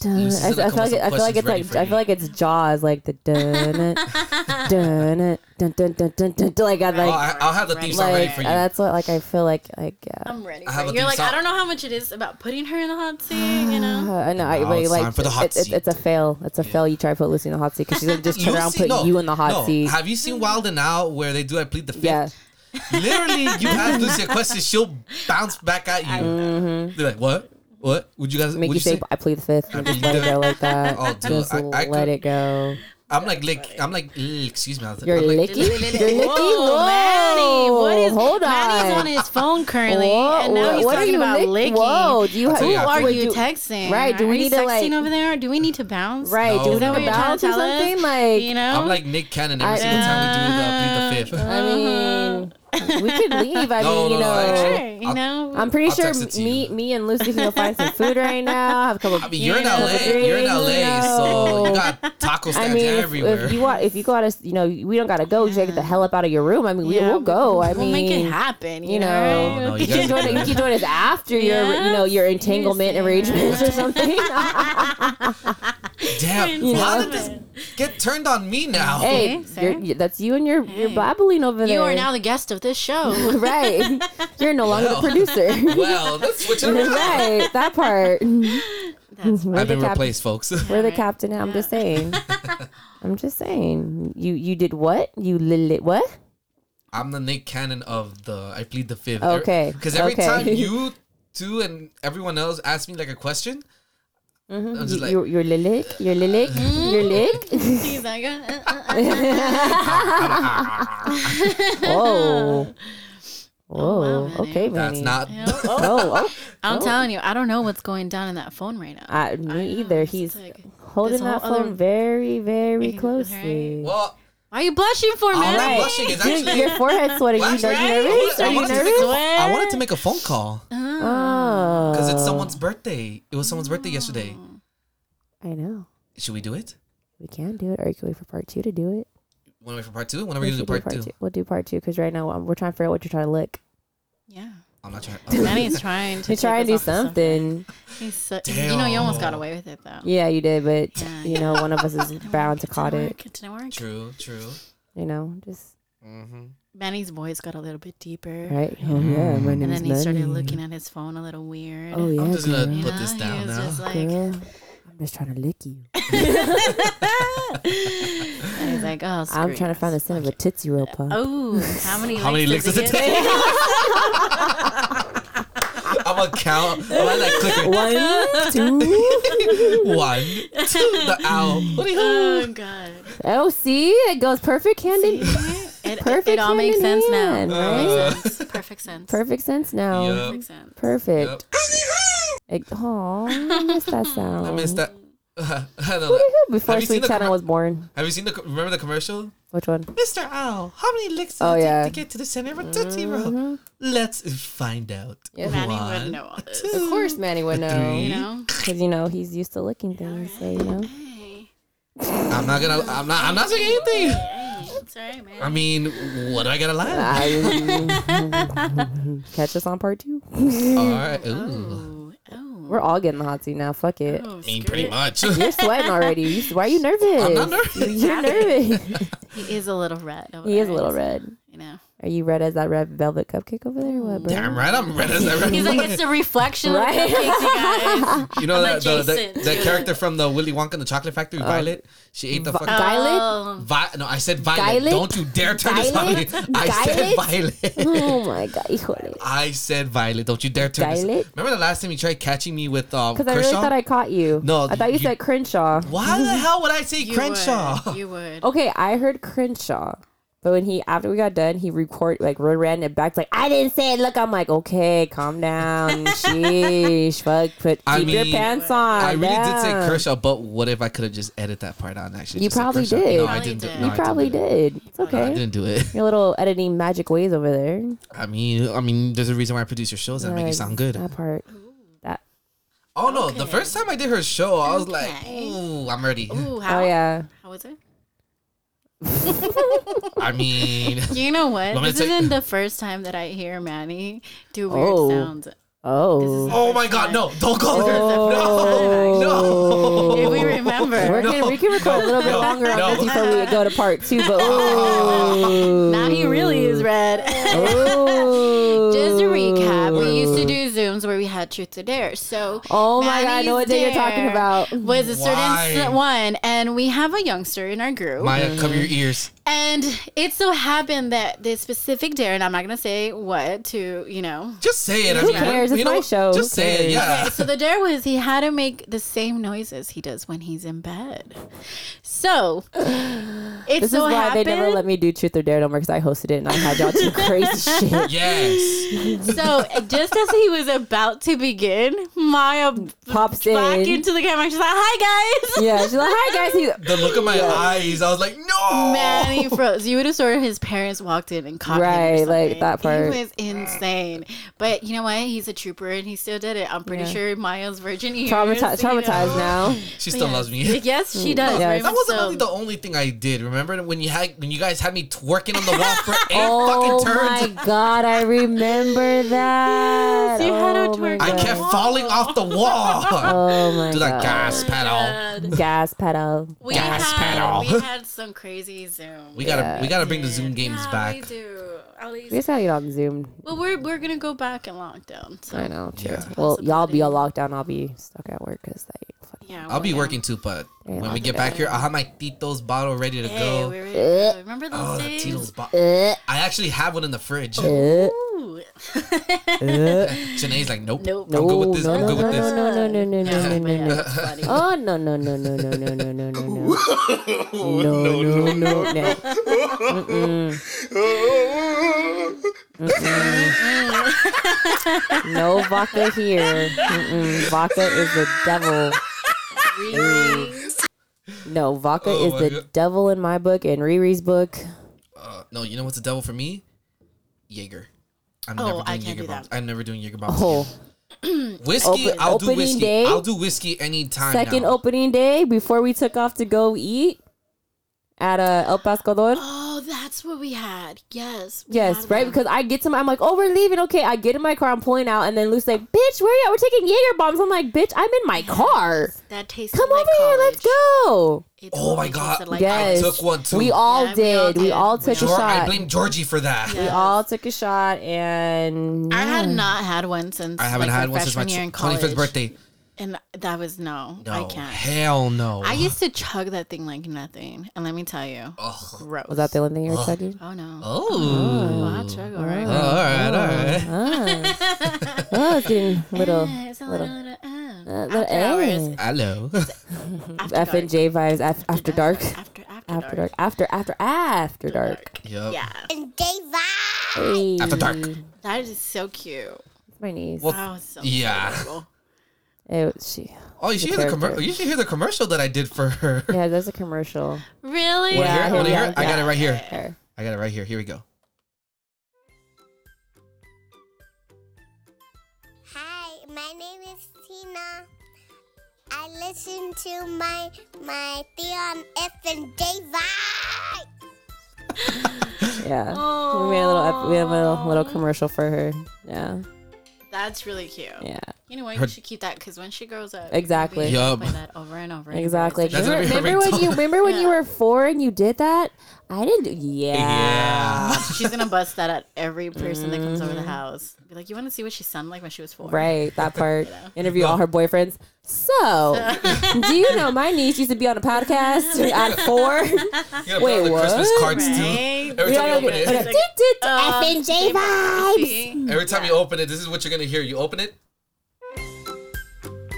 Duh. I, Lisa's I feel gonna come with like it, I some feel like questions it's ready like for I feel you. like it's Jaws, like the (laughs) dun it, dun it, dun dun dun dun dun. dun, Like I Oh, like I, I'll have the theme song ready like uh, for you. that's what like I feel like like yeah. (laughs) I'm ready. I for have it. a You're theme like, I song. don't know how much it is about putting her in the hot seat, you know? (laughs) (sighs) Uh, I know. I, Now like, it's like time for the hot it's, it's, seat. it's a fail. It's a fail. You try to put Lucy in the hot seat because she's gonna just turn You've around and seen- put no, you in the hot no. seat. Have you seen Wild and Out where they do I plead the fifth? yeah, Literally, (laughs) you ask Lucy a question, she'll bounce back at you. They're like, "What? What? Would you guys? Mm-hmm. make would you say (laughs) I plead the fifth. And just let it go like that. (laughs) Oh, dude, just I- I let could- it go. I'm like, lick, I'm like, "Eh, excuse me. I was like- You're I'm like, licky. You're licky. Whoa, Manny, what is hold on. Manny's on his phone currently, Whoa, and now he's what are talking you about lick- licking. Whoa, do you I'll have? tell you Who after. are Wait, you do- texting? right, do we Are you need to, sexting like- over there? Do we need to bounce? Right, No. do we Is that have what a you're trying balance to or tell us? something? Like, You know? I'm (laughs) like Nick Cannon every I- single time we (laughs) do the plead the (laughs) fifth. I mean, we could Uh-huh. leave. I (laughs) No, mean, you no, know, actually- Hey, you I'll- know? I'm pretty I'll sure text it to me, you. me and Lucy can go find some food right now. Have a couple. I mean, you're in Yeah, LA. You're in you LA, know. so you got taco I stands mean, if, everywhere. if you want, if you got us, you know, we don't gotta go. Just get the hell up out of your room. I mean, we, Yeah, we'll go. I we'll mean, make it happen. You, you know, know. no, You you can guys join are it. You good. can join us after your, you know, your Yes, entanglement yes, (laughs) arrangements or something. Damn, You how know? did this get turned on me (laughs) now? hey, sir. you're, you- that's you and your your babbling over (laughs) (laughs) there. you are now the guest of this show. (laughs) (laughs) right. You're no longer Wow. the producer. (laughs) (laughs) Well, let's switch it (laughs) around. right. That part. (laughs) That's We're I've the been cap- replaced, folks. (laughs) We're the captain. now. I'm just (laughs) saying. I'm just saying. You you did what? You lit what? I'm the Nick Cannon of the I plead the fifth. Okay, Because every okay. time (laughs) you two and everyone else ask me like a question, I'm Mm-hmm. just You, like, you're, you're Lilik. You're Lilik. (laughs) You're Lilik. He's like, uh, uh, uh. ah, (laughs) Whoa. Oh, Whoa. Manny. Oh. okay, that's Manny. not. (laughs) Oh, oh I'm telling you, I don't know what's going down in that phone right now. I, me either. He's like holding this whole that phone other- very, very Right. closely. well, Why are you blushing for, all man? that (laughs) blushing is Dude, actually. your forehead's sweating. You, Well, know, you actually, I nervous? wanted- Are you I wanted to make a- nervous? I wanted to make a phone call Oh, because it's someone's birthday. It was someone's birthday yesterday. I know. Should we do it? We can do it, or you can wait for part two to do it. Want to wait for part two? When are we, gonna do should part, 2 two? We'll do part two because right now um, we're trying to figure out what you're trying to lick. Yeah. I'm not trying. Oh, Manny's (laughs) trying to To take try and do us off of something. something. He's so, you know, you almost got away with it though. Yeah, you did, but Yeah. you know, one (laughs) of us is bound to caught Didn't it. work, didn't work. True, true. You know, just Manny's voice got a little bit deeper, right. Oh yeah, my name Mm. and is then he started Manny. looking at his phone a little weird. Oh yeah, Mm. I'm just gonna girl. put this down he was now. just like, Girl, I'm just trying to lick you. (laughs) and he's like, oh, I'm trying to find the scent of a tootsie roll pop. Oh, how many? How many licks does does it he get? take? (laughs) I'm gonna count. I'm gonna like (laughs) Oh, click One, two. (laughs) one, two, the owl. (laughs) Oh god, Oh, see, it goes perfect hand in. it, Perfect it all hand makes in sense hand, now. right? Makes sense. Perfect sense. Perfect sense now. Yup. Perfect sense. Perfect. Yep. Oh, (laughs) I missed that sound. I missed that. (laughs) I don't know. Woo-hoo, Before Have you seen Sweet the Channel commer- was born. Have you seen the co- remember the commercial? Which one? Mr. Owl, how many licks Oh, does it take yeah. to get to the center of a Tootsie Roll? Let's find out. Manny One, would know all this. Of course, Manny would three. know. You (laughs) know? Because, you know, he's used to licking things. So, you (laughs) know. Hey, I'm not gonna. I'm not. I'm not saying anything. hey, it's all right, man. I mean, what do I gotta lie? I- (laughs) catch us on part two. All right. Ooh. Oh, oh, We're all getting the hot seat now. Fuck it. oh, I mean, screw pretty it. much. (laughs) You're sweating already. You- Why are you nervous? I'm not nervous. You're nervous. (laughs) He is a little red. over he is a there, little so, red. You know. Are you red as that red velvet cupcake over there? What, bro? Damn right, I'm red as ever. He's like, (laughs) it's a reflection Right? of the cupcakes, you guys. You know that like the, Jason, the, the too. character from the Willy Wonka and the Chocolate Factory, Violet. She ate the fucking. Violet? Um, Vi- no, I said Violet. Violet? Don't you dare turn this on me. Violet? (laughs) I said Violet. (laughs) Oh my god. Híjole. I said Violet. Don't you dare turn Violet? this. Remember the last time you tried catching me with um, Because I really Crenshaw? thought I caught you. No, I thought you, you- said Crenshaw. Why (laughs) the hell would I say you Crenshaw? Would, you would. Okay, I heard Crenshaw. But when he after we got done, he record like re- ran it back like I didn't say it. Look, I'm like, okay, calm (laughs) down, sheesh, fuck, put I keep your mean, pants on. I really did say damn. Kershaw, but what if I could have just edited that part out and actually? You just said probably Kershaw? did. Probably No, I didn't. do- did. no, You I probably didn't do did. It's it. I okay. didn't do it. Your little editing magic ways over there. I mean, I mean, there's a reason why I produce your shows that make you Yes, sound good. That part. That. Oh no, the first time I did her show, I was like, Okay. ooh, I'm ready. Ooh, how? Oh yeah. How was it? I (laughs) mean, You know what? Let me This take- isn't the first time that I hear Manny do weird Oh. sounds. (laughs) Oh. oh my god, (laughs) no, don't go there. (laughs) No, no. If we remember. Oh. We're gonna, we can record a little bit no, longer on this no. before we go to part two, (laughs) but oh. Now he really (laughs) is red. Oh. Just to recap, we used to do Zooms where we had Truth or Dare. So, Oh my god, I know what Manny's day you're talking Dare about. was a Why? certain s- one, and we have a youngster in our group. Mm. Maya, cover your ears. And it so happened that this specific dare, and I'm not gonna say what to, you know. Just say it. Who I mean, cares? You It's know my what? show. Just Who say it. cares? Yeah. So (laughs) the dare was he had to make the same noises he does when he's in bed. So it This so is why happened. they never let me do Truth or Dare no more because I hosted it and I had y'all (laughs) do crazy shit. (laughs) (laughs) Yes. so just as he was about to begin, Maya b- Pops back in. into the camera. She's like, "Hi guys." Yeah, she's like, hi (laughs) guys. He's, The look of my eyes, I was like, no. Man, he froze. You would have saw his parents walked in and caught him. or Right, like, something. that part. He was insane. But you know what? He's a trooper and he still did it. I'm pretty Yeah. sure Maya's virgin ears. Traumati- you know? traumatized now. Mm. She still Yeah. loves me. Yes, she does. yes. very (laughs) That much wasn't so. really the only thing I did. Remember when you had when you guys had me twerking on the wall (laughs) for eight Oh fucking turns? my god, I remember that. (laughs) Yes, you had a oh my twerk. I God. kept falling off the wall. (laughs) Oh my Do that god. gas pedal. God. Gas pedal. We Gas had, pedal. we had some crazy Zoom. We gotta we gotta bring the Zoom games yeah, back. We do. at least. We just gotta get on Zoom. Well, we're we're gonna go back in lockdown. So I know. True. Yeah. Well, y'all be on lockdown. I'll be stuck at work because they. (laughs) fuck- yeah, I'll be well, working too, but Yeah, when I'll we do get back here, I'll have my Tito's bottle ready to yeah. Hey, go. we were- yeah, remember those Oh, the days? Tito's bottle. I actually have one in the fridge. Ooh. Janae's like, nope. Nope. I'm good with (laughs) this. no, I'm no, good no, with this. no, no, no, no, no, no, no, But yeah, no. it's funny. Oh no no no no no no no no no (laughs) no no no no no. (laughs) Mm-mm. No vodka here. Mm-mm. Vodka is the devil. Riri. No, vodka Oh is my the God. devil in my book and Riri's book. Uh, no, you know what's the devil for me? Jaeger. I'm Oh, never doing I can't Jaeger do bombs. that. I'm never doing Jaeger bombs. Oh, (clears throat) Whiskey, Open- I'll do opening whiskey. day? I'll do whiskey anytime. second now. opening day before we took off to go eat at uh, El Pascador. (gasps) Oh, that's what we had. Yes. we Yes, had right. that. Because I get to my, I'm like, oh, we're leaving. Okay, I get in my car. I'm pulling out, and then Luke's like, bitch, where you at? We're taking Jaeger bombs. I'm like, bitch, I'm in my car. that tasted Come like over here, let's college. go. It Oh my totally God. tasted like Yes. I college. took one too. We all Yeah, we all did. We did. all took a Geor- I shot. blame Georgie for that. we Yeah. all took a shot, and I had not had one since (laughs) I haven't like, my had one since my freshman year in twenty college. fifth birthday. and that was no, No, I can't. hell no. I used to chug that thing like nothing, and let me tell you, Ugh. gross. was that the only thing you were chugging? Oh no! Oh. Oh, I chug all right. All right, Oh. all right. Ah. oh, it's (laughs) getting little Eh, it's a little- little, little, uh, uh, little after hours, eh. Hello. (laughs) after F and dark, J vibes af- after dark. after after, After dark. dark. After after after dark. yep. Yeah, And Dave Hey. After dark. Mm. that is so cute. My knees. Well, Oh, so Yeah. adorable. It was- she. Oh, you should, The hear the commer- character. you should hear the commercial that I did for her. Yeah, that's a commercial. Really? Wanna hear it? Yeah, Wanna yeah, hear it? I got it right here. There. I got it right here. Here we go. Hi, my name is Tina. I listen to my my Theon F and Dave Yeah. We made a little ep- we had a little, little commercial for her. Yeah. Oh, That's really cute. Yeah. You know what? Her- You should keep that because when she grows up, Exactly. we Yup. play that over and over. and over. Exactly. It's like, That's You gonna be her remember when ringtone. you remember when you Yeah. were four and you did that? I didn't. do- Yeah. She's gonna bust that at every person that comes over the house. Be like, you want to see what she sounded like when she was four? Mm-hmm. Right. That (laughs) part. Interview all her boyfriends. So, do you know my niece used to be on a podcast at (laughs) four? You gotta put Wait, on the Christmas what? cards Right? too. Every time you open Like, it, tick, tick, Oh, F and J vibes. See? every time you open it, this is what you're gonna hear. You open it.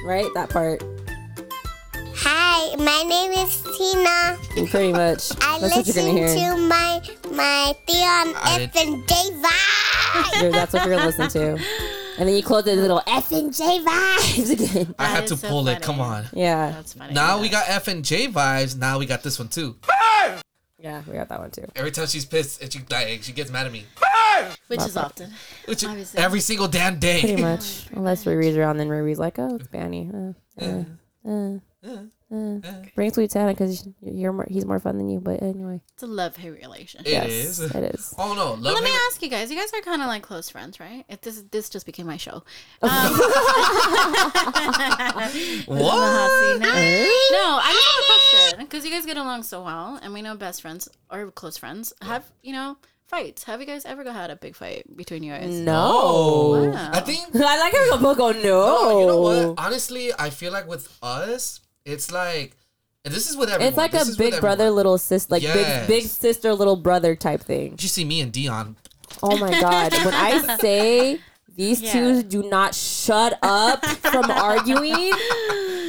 Right. That part. Hi, my name is Tina. Pretty much. I That's what you're listen gonna hear. to my my Theon I F and Dave Dude, That's what you're gonna listen to. And then you close the little F and J vibes again. I That had is to so pull it. funny. Come on. Yeah. That's funny. Now we got F and J vibes. Now we got this one too. Yeah, we got that one too. Every time she's pissed, and she like she gets mad at me, which is often. Which- Obviously. every single damn Pretty (laughs) day. much. Unless Riri's around, then Riri's like, oh, it's Banny. Uh, uh, uh, uh. Bring Sweet Santa because you're more, he's more fun than you. But anyway, It's a love hate relation. It yes, is. it is. Oh no, love Let me hate- ask you guys. You guys are kind of like close friends, right? If this this just became my (laughs) show. Um, (laughs) What? No, no, I just have a question because you guys get along so well, and we know best friends or close friends have you know fights. Have you guys ever had a big fight between you guys? No, Wow. Oh. I (laughs) think. I like how we both go. No, Oh, you know what? Honestly, I feel like with us, it's like, and this is with everyone. It's like this a is with big brother, everyone. little sister, like Yes. big big sister, little brother type thing. Did you see me and Dion? Oh my god! (laughs) When I say these Yeah. two do not shut up from arguing,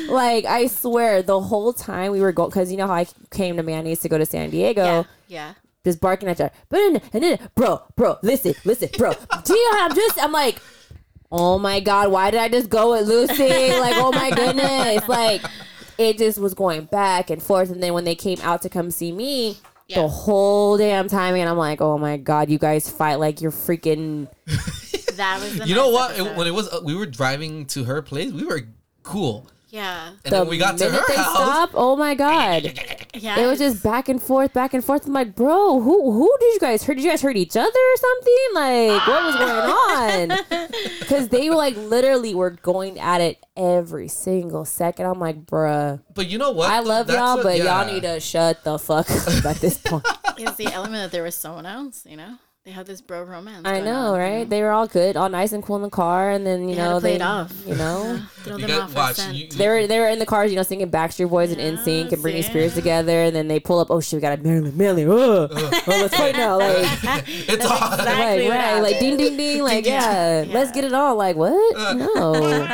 like I swear, the whole time we were going, because you know how I came to Manny's to go to San Diego, Yeah. Yeah. just barking at each other. But then, and then, bro, bro, listen, listen, bro. Do you know how I'm just? I'm like, oh my god, why did I just go with Lucy? Like, oh my goodness, like it just was going back and forth. And then when they came out to come see me, Yeah. the whole damn time, and I'm like, oh my god, you guys fight like you're freaking. That was. The You know nice what? It, episode. when it was, uh, we were driving to her place. We were cool, yeah. and then we got to her minute they house. stop, oh my (laughs) god. Yeah. It was just back and forth, back and forth. I'm like, bro, who who did you guys hurt? Did you guys hurt each other or something? Like, what was going (laughs) on? Because they were like literally were going at it every single second. I'm like, bruh, But you know what? I though? love That's y'all, what- but yeah. (laughs) y'all need to shut the fuck up at this point. It's the element that there was someone else. You know. They had this bro romance. I going know, on, right? you know? They were all good, all nice and cool in the car, and then you They had know to play they it off. you know. Throw You them got off our watch. scent. You, They were, they were in the cars, you know, singing Backstreet Boys and NSYNC and Britney Yes, Spears yeah. together, and then they pull up. Oh shit, we got a Marilyn, Marilyn. Oh, oh let's fight now, (laughs) like, (laughs) it's all. Exactly like, what right, like, ding, ding, ding, like, yeah, let's get it all. Like, what? No,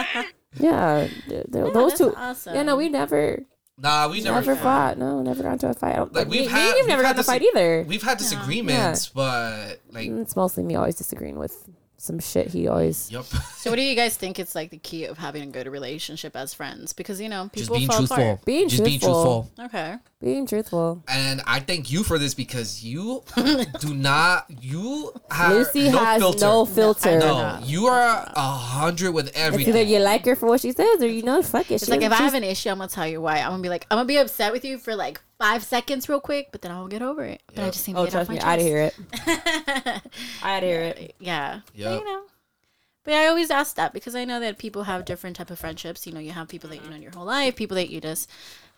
yeah, th- th- those that's two. awesome. Yeah, no, we never, (laughs) Nah, we never. never fought. No, never got into a fight. I don't- Like, me- me, we've had- you've we've never had got into a this- fight either. Mm, We've had disagreements, but like, It's mostly me always disagreeing with some shit. He always (laughs) yup. So, what do you guys think is like the key of having a good relationship as friends? Because you know, Just people being fall truthful. Being Just being truthful. truthful. apart. Okay. being truthful. And I thank you for this because (laughs) you do not. You have Lucy Uh, no has filter. no filter. No, you are a hundred with It's either everything. you like her for what she says, or you know, fuck it. It's like if I have an issue, I'm gonna tell you why. I'm gonna be like, I'm gonna be upset with you for like five seconds, real quick, but then I'll get over it. But I just need to Oh, get off trust my me, chest. I'd hear it. I'd hear it. (laughs) Yeah. But, Yep. you know. But I always ask that because I know that people have different type of friendships. You know, you have people that you know your whole life, people that you just,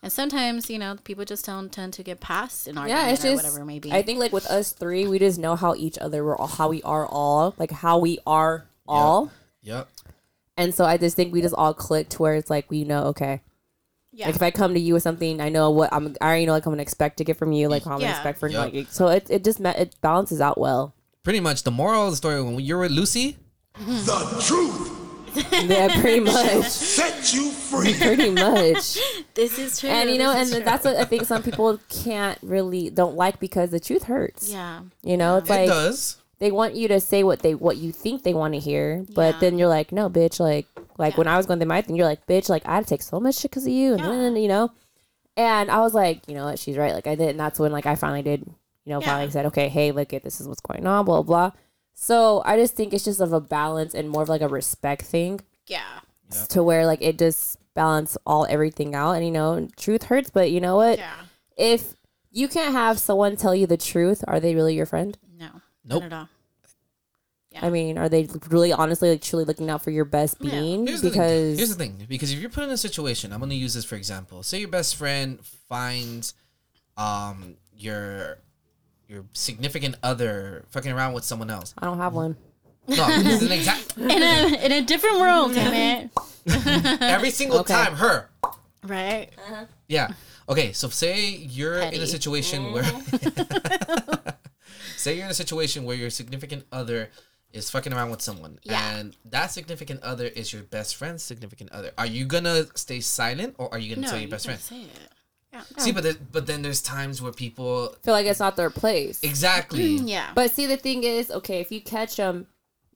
and sometimes you know people just don't tend to get past an argument Yeah, it's or just. whatever it may be. I think like with us three, we just know how each other we're all, how we are all like how we are all, Yep. and so I just think we just all click to where it's like we know okay. yeah. Like if I come to you with something, I know what I'm. I already know like I'm gonna expect to get from you, like how I'm Yeah. gonna expect from Yep. like. So it, it just met, it balances out well. Pretty much the moral of the story when you're with Lucy, The truth Yeah, pretty (laughs) much, set you free. (laughs) pretty much. this is true. and you know, and this is true. that's what I think some people can't really don't like because the truth hurts. yeah. You know, it's it like does. they want you to say what they what you think they want to hear, but Yeah. then you're like, no, bitch, like like when I was going through my thing, you're like, bitch, like I'd take so much shit because of you, and then you know, and I was like, you know what, she's right, like I did, and that's when like I finally did, you know, Yeah. finally said, okay, hey, look at this is what's going on, blah blah. So I just think it's just of a balance and more of like a respect thing Yeah. to where like it just balance all everything out, and you know, truth hurts, but you know what, Yeah. if you can't have someone tell you the truth, are they really your friend? No. Nope. Not at all. I mean, are they really honestly like truly looking out for your best Yeah. being? Here's the thing. Because Here's the thing. Because if you're put in a situation, I'm going to use this for example. Say your best friend finds um your your significant other fucking around with someone else. I don't have one. No, this is an exact In a in a different (laughs) world, damn it. every single Okay. time her. Right. Yeah. Okay, so say you're in Petty. Mm-hmm. a situation where (laughs) say you're in a situation where your significant other is fucking around with someone Yeah. and that significant other is your best friend's significant other. Are you going to stay silent or are you going to No. tell You your best can friend? say it. See, but there, but then there's times where people I feel like it's not their place. exactly. Mm, Yeah. (laughs) But see, the thing is, okay, if you catch them,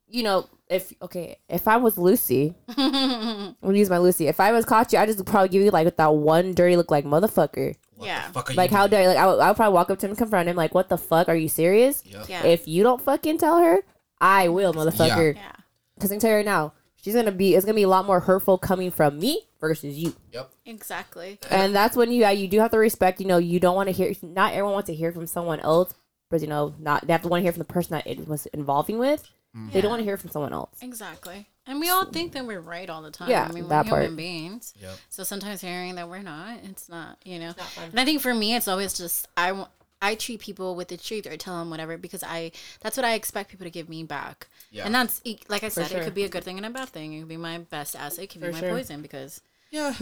you know, if okay, if I was Lucy, I'm gonna use my Lucy. If I was caught you, I just would probably give you like with that one dirty look, like motherfucker. What Yeah. the fuck are Like you how doing? dare, like I would, I would probably walk up to him, and confront him, like, what the fuck? Are you serious? Yep. yeah. If you don't fucking tell her, I will, motherfucker. yeah. Because I can tell you right now, she's gonna be. It's gonna be a lot more hurtful coming from me versus you. Yep. Exactly. and that's when you uh, you do have to respect. You know, you don't want to hear. Not everyone wants to hear from someone else, but you know, not they have to want to hear from the person that it was involving with. Mm-hmm. They don't want to hear from someone else. Exactly. And we all think that we're right all the time. Yeah, I mean, we're that human part. beings. Yep. So sometimes hearing that we're not, it's not, you know. and I think for me, it's always just, I, w- I treat people with the truth or tell them whatever because I, that's what I expect people to give me back. Yeah. And that's, e- like I said, sure. it could be a good thing and a bad thing. It could be my best asset. It could be my sure. poison because, Yeah.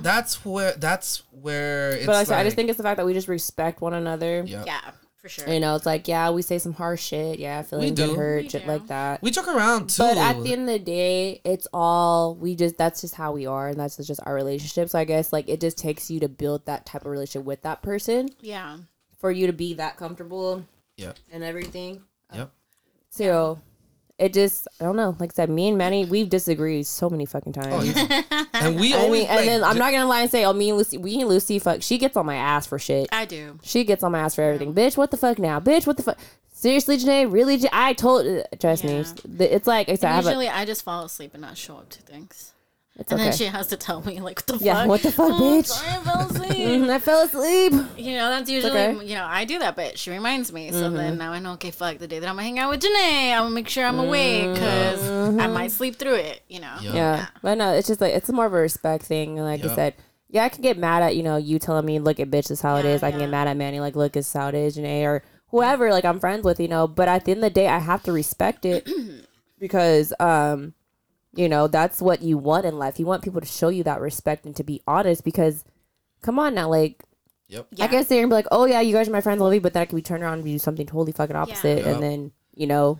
That's where that's where it's Mm-hmm. But like, I said, I like- just think it's the fact that we just respect one another. Yep. yeah, for sure. You know, it's like yeah, we say some harsh shit. Yeah, feelings get do. hurt, We shit do. like that. we joke around too. but at the end of the day, it's all we just that's just how we are, and that's just our relationship. So I guess like it just takes you to build that type of relationship with that person yeah. for you to be that comfortable Yep. and everything. Yep. So it just I don't know. Like I said, me and Manny, we've disagreed so many fucking times. Oh, yeah. and we I always mean, and like, then I'm ju- not gonna lie and say, oh, me and Lucy, we and Lucy, fuck, she gets on my ass for shit. I do. She gets on my ass for everything, bitch. What the fuck now, bitch? What the fuck? Seriously, Janae? Really? J- I told. uh, Trust me. Yeah. it's- the- It's like it's, I have a- Usually, I just fall asleep and not show up to things. it's And okay. then she has to tell me, like, what the Yeah, fuck? what the fuck, (laughs) Oh, bitch? Sorry, I fell asleep. Mm, (laughs) I fell asleep. You know, that's usually, okay. Mm-hmm. you know, I do that, but she reminds me. So then now I know, okay, fuck, the day that I'm going to hang out with Janae, I'm going to make sure I'm awake because I Mm-hmm. might sleep through it, you know? Yeah. Yeah, but no, it's just like it's more of a respect thing. And like I Yeah. said, yeah, I can get mad at you know you telling me, look at bitch, this is how it Yeah, is. I can yeah. get mad at Manny, like look, this is how it is, Janae, or whoever like I'm friends with, you know, but at the end of the day I have to (clears throat) respect it because um you know, that's what you want in life. You want people to show you that respect and to be honest because come on now, like Yep. I guess they're gonna be like, Oh yeah, you guys are my friends, I love you, but then I could be turned around and do something totally fucking opposite Yep. and then, you know,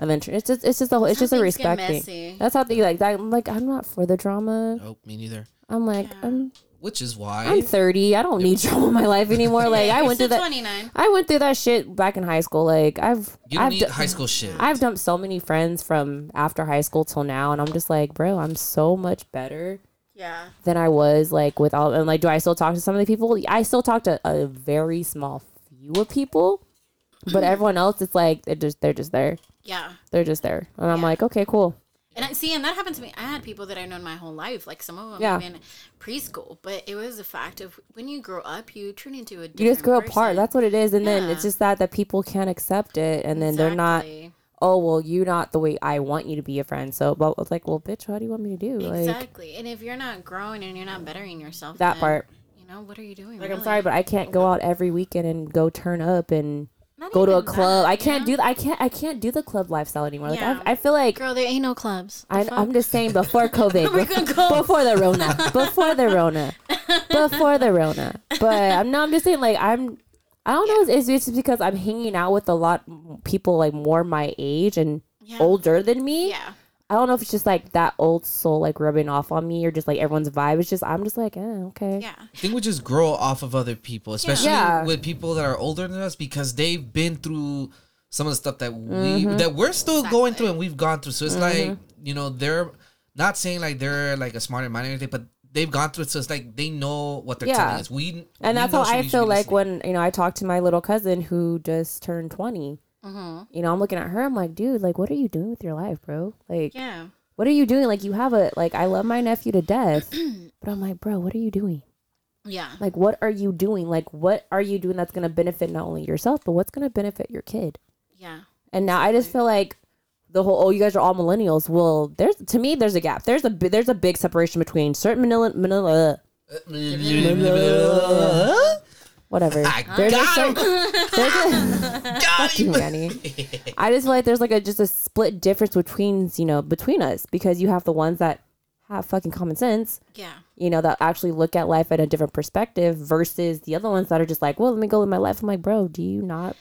and then tr- it's just it's just a whole it's just a Something's get respect thing. messy. That's how they like that. I'm like, I'm not for the drama. Nope, me neither. I'm like, I'm Which is why I'm 30. I don't need drama in my life anymore. Like (laughs) I went through that. 29. I went through that shit back in high school. Like I've you don't I've need d- high school shit. I've dumped so many friends from after high school till now, and I'm just like, bro, I'm so much better Yeah. than I was. Like with all and like, do I still talk to some of the people? I still talk to a very small few of people, Mm-hmm. but everyone else, it's like they're just they're just there. Yeah. They're just there, and I'm like, okay, cool. And I see, and that happened to me. I had people that I've known my whole life, like some of them Yeah. even preschool. But it was the fact of when you grow up, you turn into a different You just grow apart. person. That's what it is, and then it's Yeah. just that that people can't accept it, and then they're not. Exactly. oh well you're not the way i want you to be a friend so but it's like well bitch what do you want me to do like exactly. And if you're not growing and you're not bettering yourself, That then, part. you know, what are you doing? like i'm sorry but i can't go out every weekend and go turn up and Not go to a even club that, i you can't know? do i can't i can't do the club lifestyle anymore like Yeah. I, I feel like Girl, there ain't no clubs. I, i'm just saying before (laughs) covid We're bef- gonna go. before the rona before the (laughs) rona before the rona but i'm no i'm just saying like i'm i don't know it's, it's just because i'm hanging out with a lot m- people like more my age and Yeah. older than me Yeah. I don't know if it's just like that old soul like rubbing off on me or just like everyone's vibe. It's just I'm just like, eh, okay. Yeah. I think we just grow off of other people, especially Yeah. with people that are older than us because they've been through some of the stuff that we Mm-hmm. that we're still going through and we've gone through. So it's like, you know, they're not saying like they're like a smarter mind or anything, but they've gone through it. So it's like they know what they're Yeah. telling us. We And we that's know how shit I we feel should be like listening. when, you know, I talk to my little cousin who just turned 20. Mm-hmm. You know, I'm looking at her. I'm like, dude, like, what are you doing with your life, bro? Like, Yeah. what are you doing? Like, you have a, like, I love my nephew to death, but I'm like, bro, what are you doing? Yeah. Like, what are you doing? Like, what are you doing that's going to benefit not only yourself, but what's going to benefit your kid? Yeah. And now I just feel like the whole oh you guys are all millennials. Well, there's to me there's a gap. There's a bi- there's a big separation between certain manila, manila (laughs) (laughs) whatever. I There's a got certain there's (laughs) a fuck you, Manny. I just feel like there's like a just a split difference between you know between us because you have the ones that have fucking common sense, Yeah. you know, that actually look at life at a different perspective versus the other ones that are just like, well, let me go live my life. I'm like, bro, do you not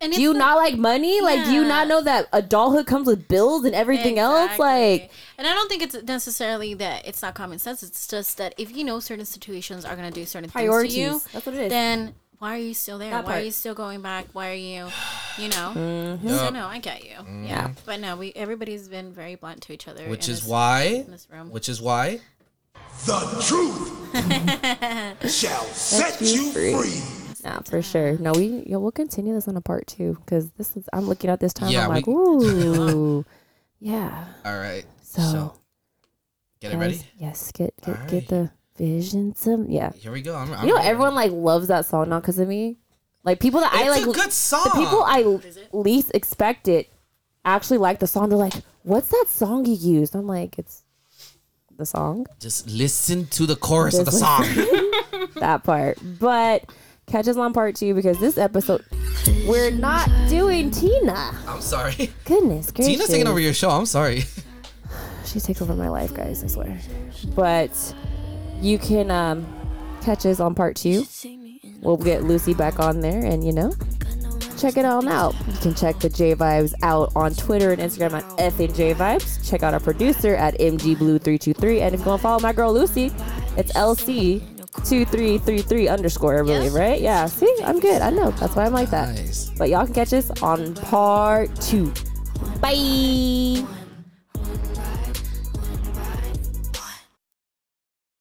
And do you the- not like money? Like, do you Yeah. not know that adulthood comes with bills and everything else? Exactly. Like, and I don't think it's necessarily that it's not common sense. It's just that if you know certain situations are going to do certain Priorities. things to you, That's what it is. Then why are you still there? That why part. Mm-hmm. are you still going back? Why are you, you know? So no, I get you. Yeah, but no, we everybody's been very blunt to each other, Mm-hmm. Which in is (laughs) this- why in this room. which is why The truth (laughs) shall set you free. free. nah, for sure. No, we yeah, we'll continue this on a part two because this is I'm looking at this time. Yeah, I'm we- (laughs) like, ooh, yeah. all right. So, So, get it guys, ready. Yes, get get, All get the vision. Some yeah. Here we go. I'm, I'm You know, ready. everyone like loves that song now because of me. Like people that I It's like, a good song. the people I least expected actually like the song. They're like, "What's that song you used?" I'm like, "It's the song." Just listen to the chorus of the Just song. that part. But catch us on part two because this episode we're not doing Tina. (laughs) I'm sorry. Goodness gracious. Tina's taking over your show. I'm sorry. (laughs) She takes over my life, guys, I swear. But you can um catch us on part two. We'll get Lucy back on there and you know. Check it all out. You can check the J Vibes out on Twitter and Instagram at FNJ Vibes. Check out our producer at MGBlue323. And if you want to follow my girl Lucy, it's LC2333 underscore, I believe, right? Yeah, see, I'm good. I know. That's why I'm like that. Nice. But y'all can catch us on part two. Bye.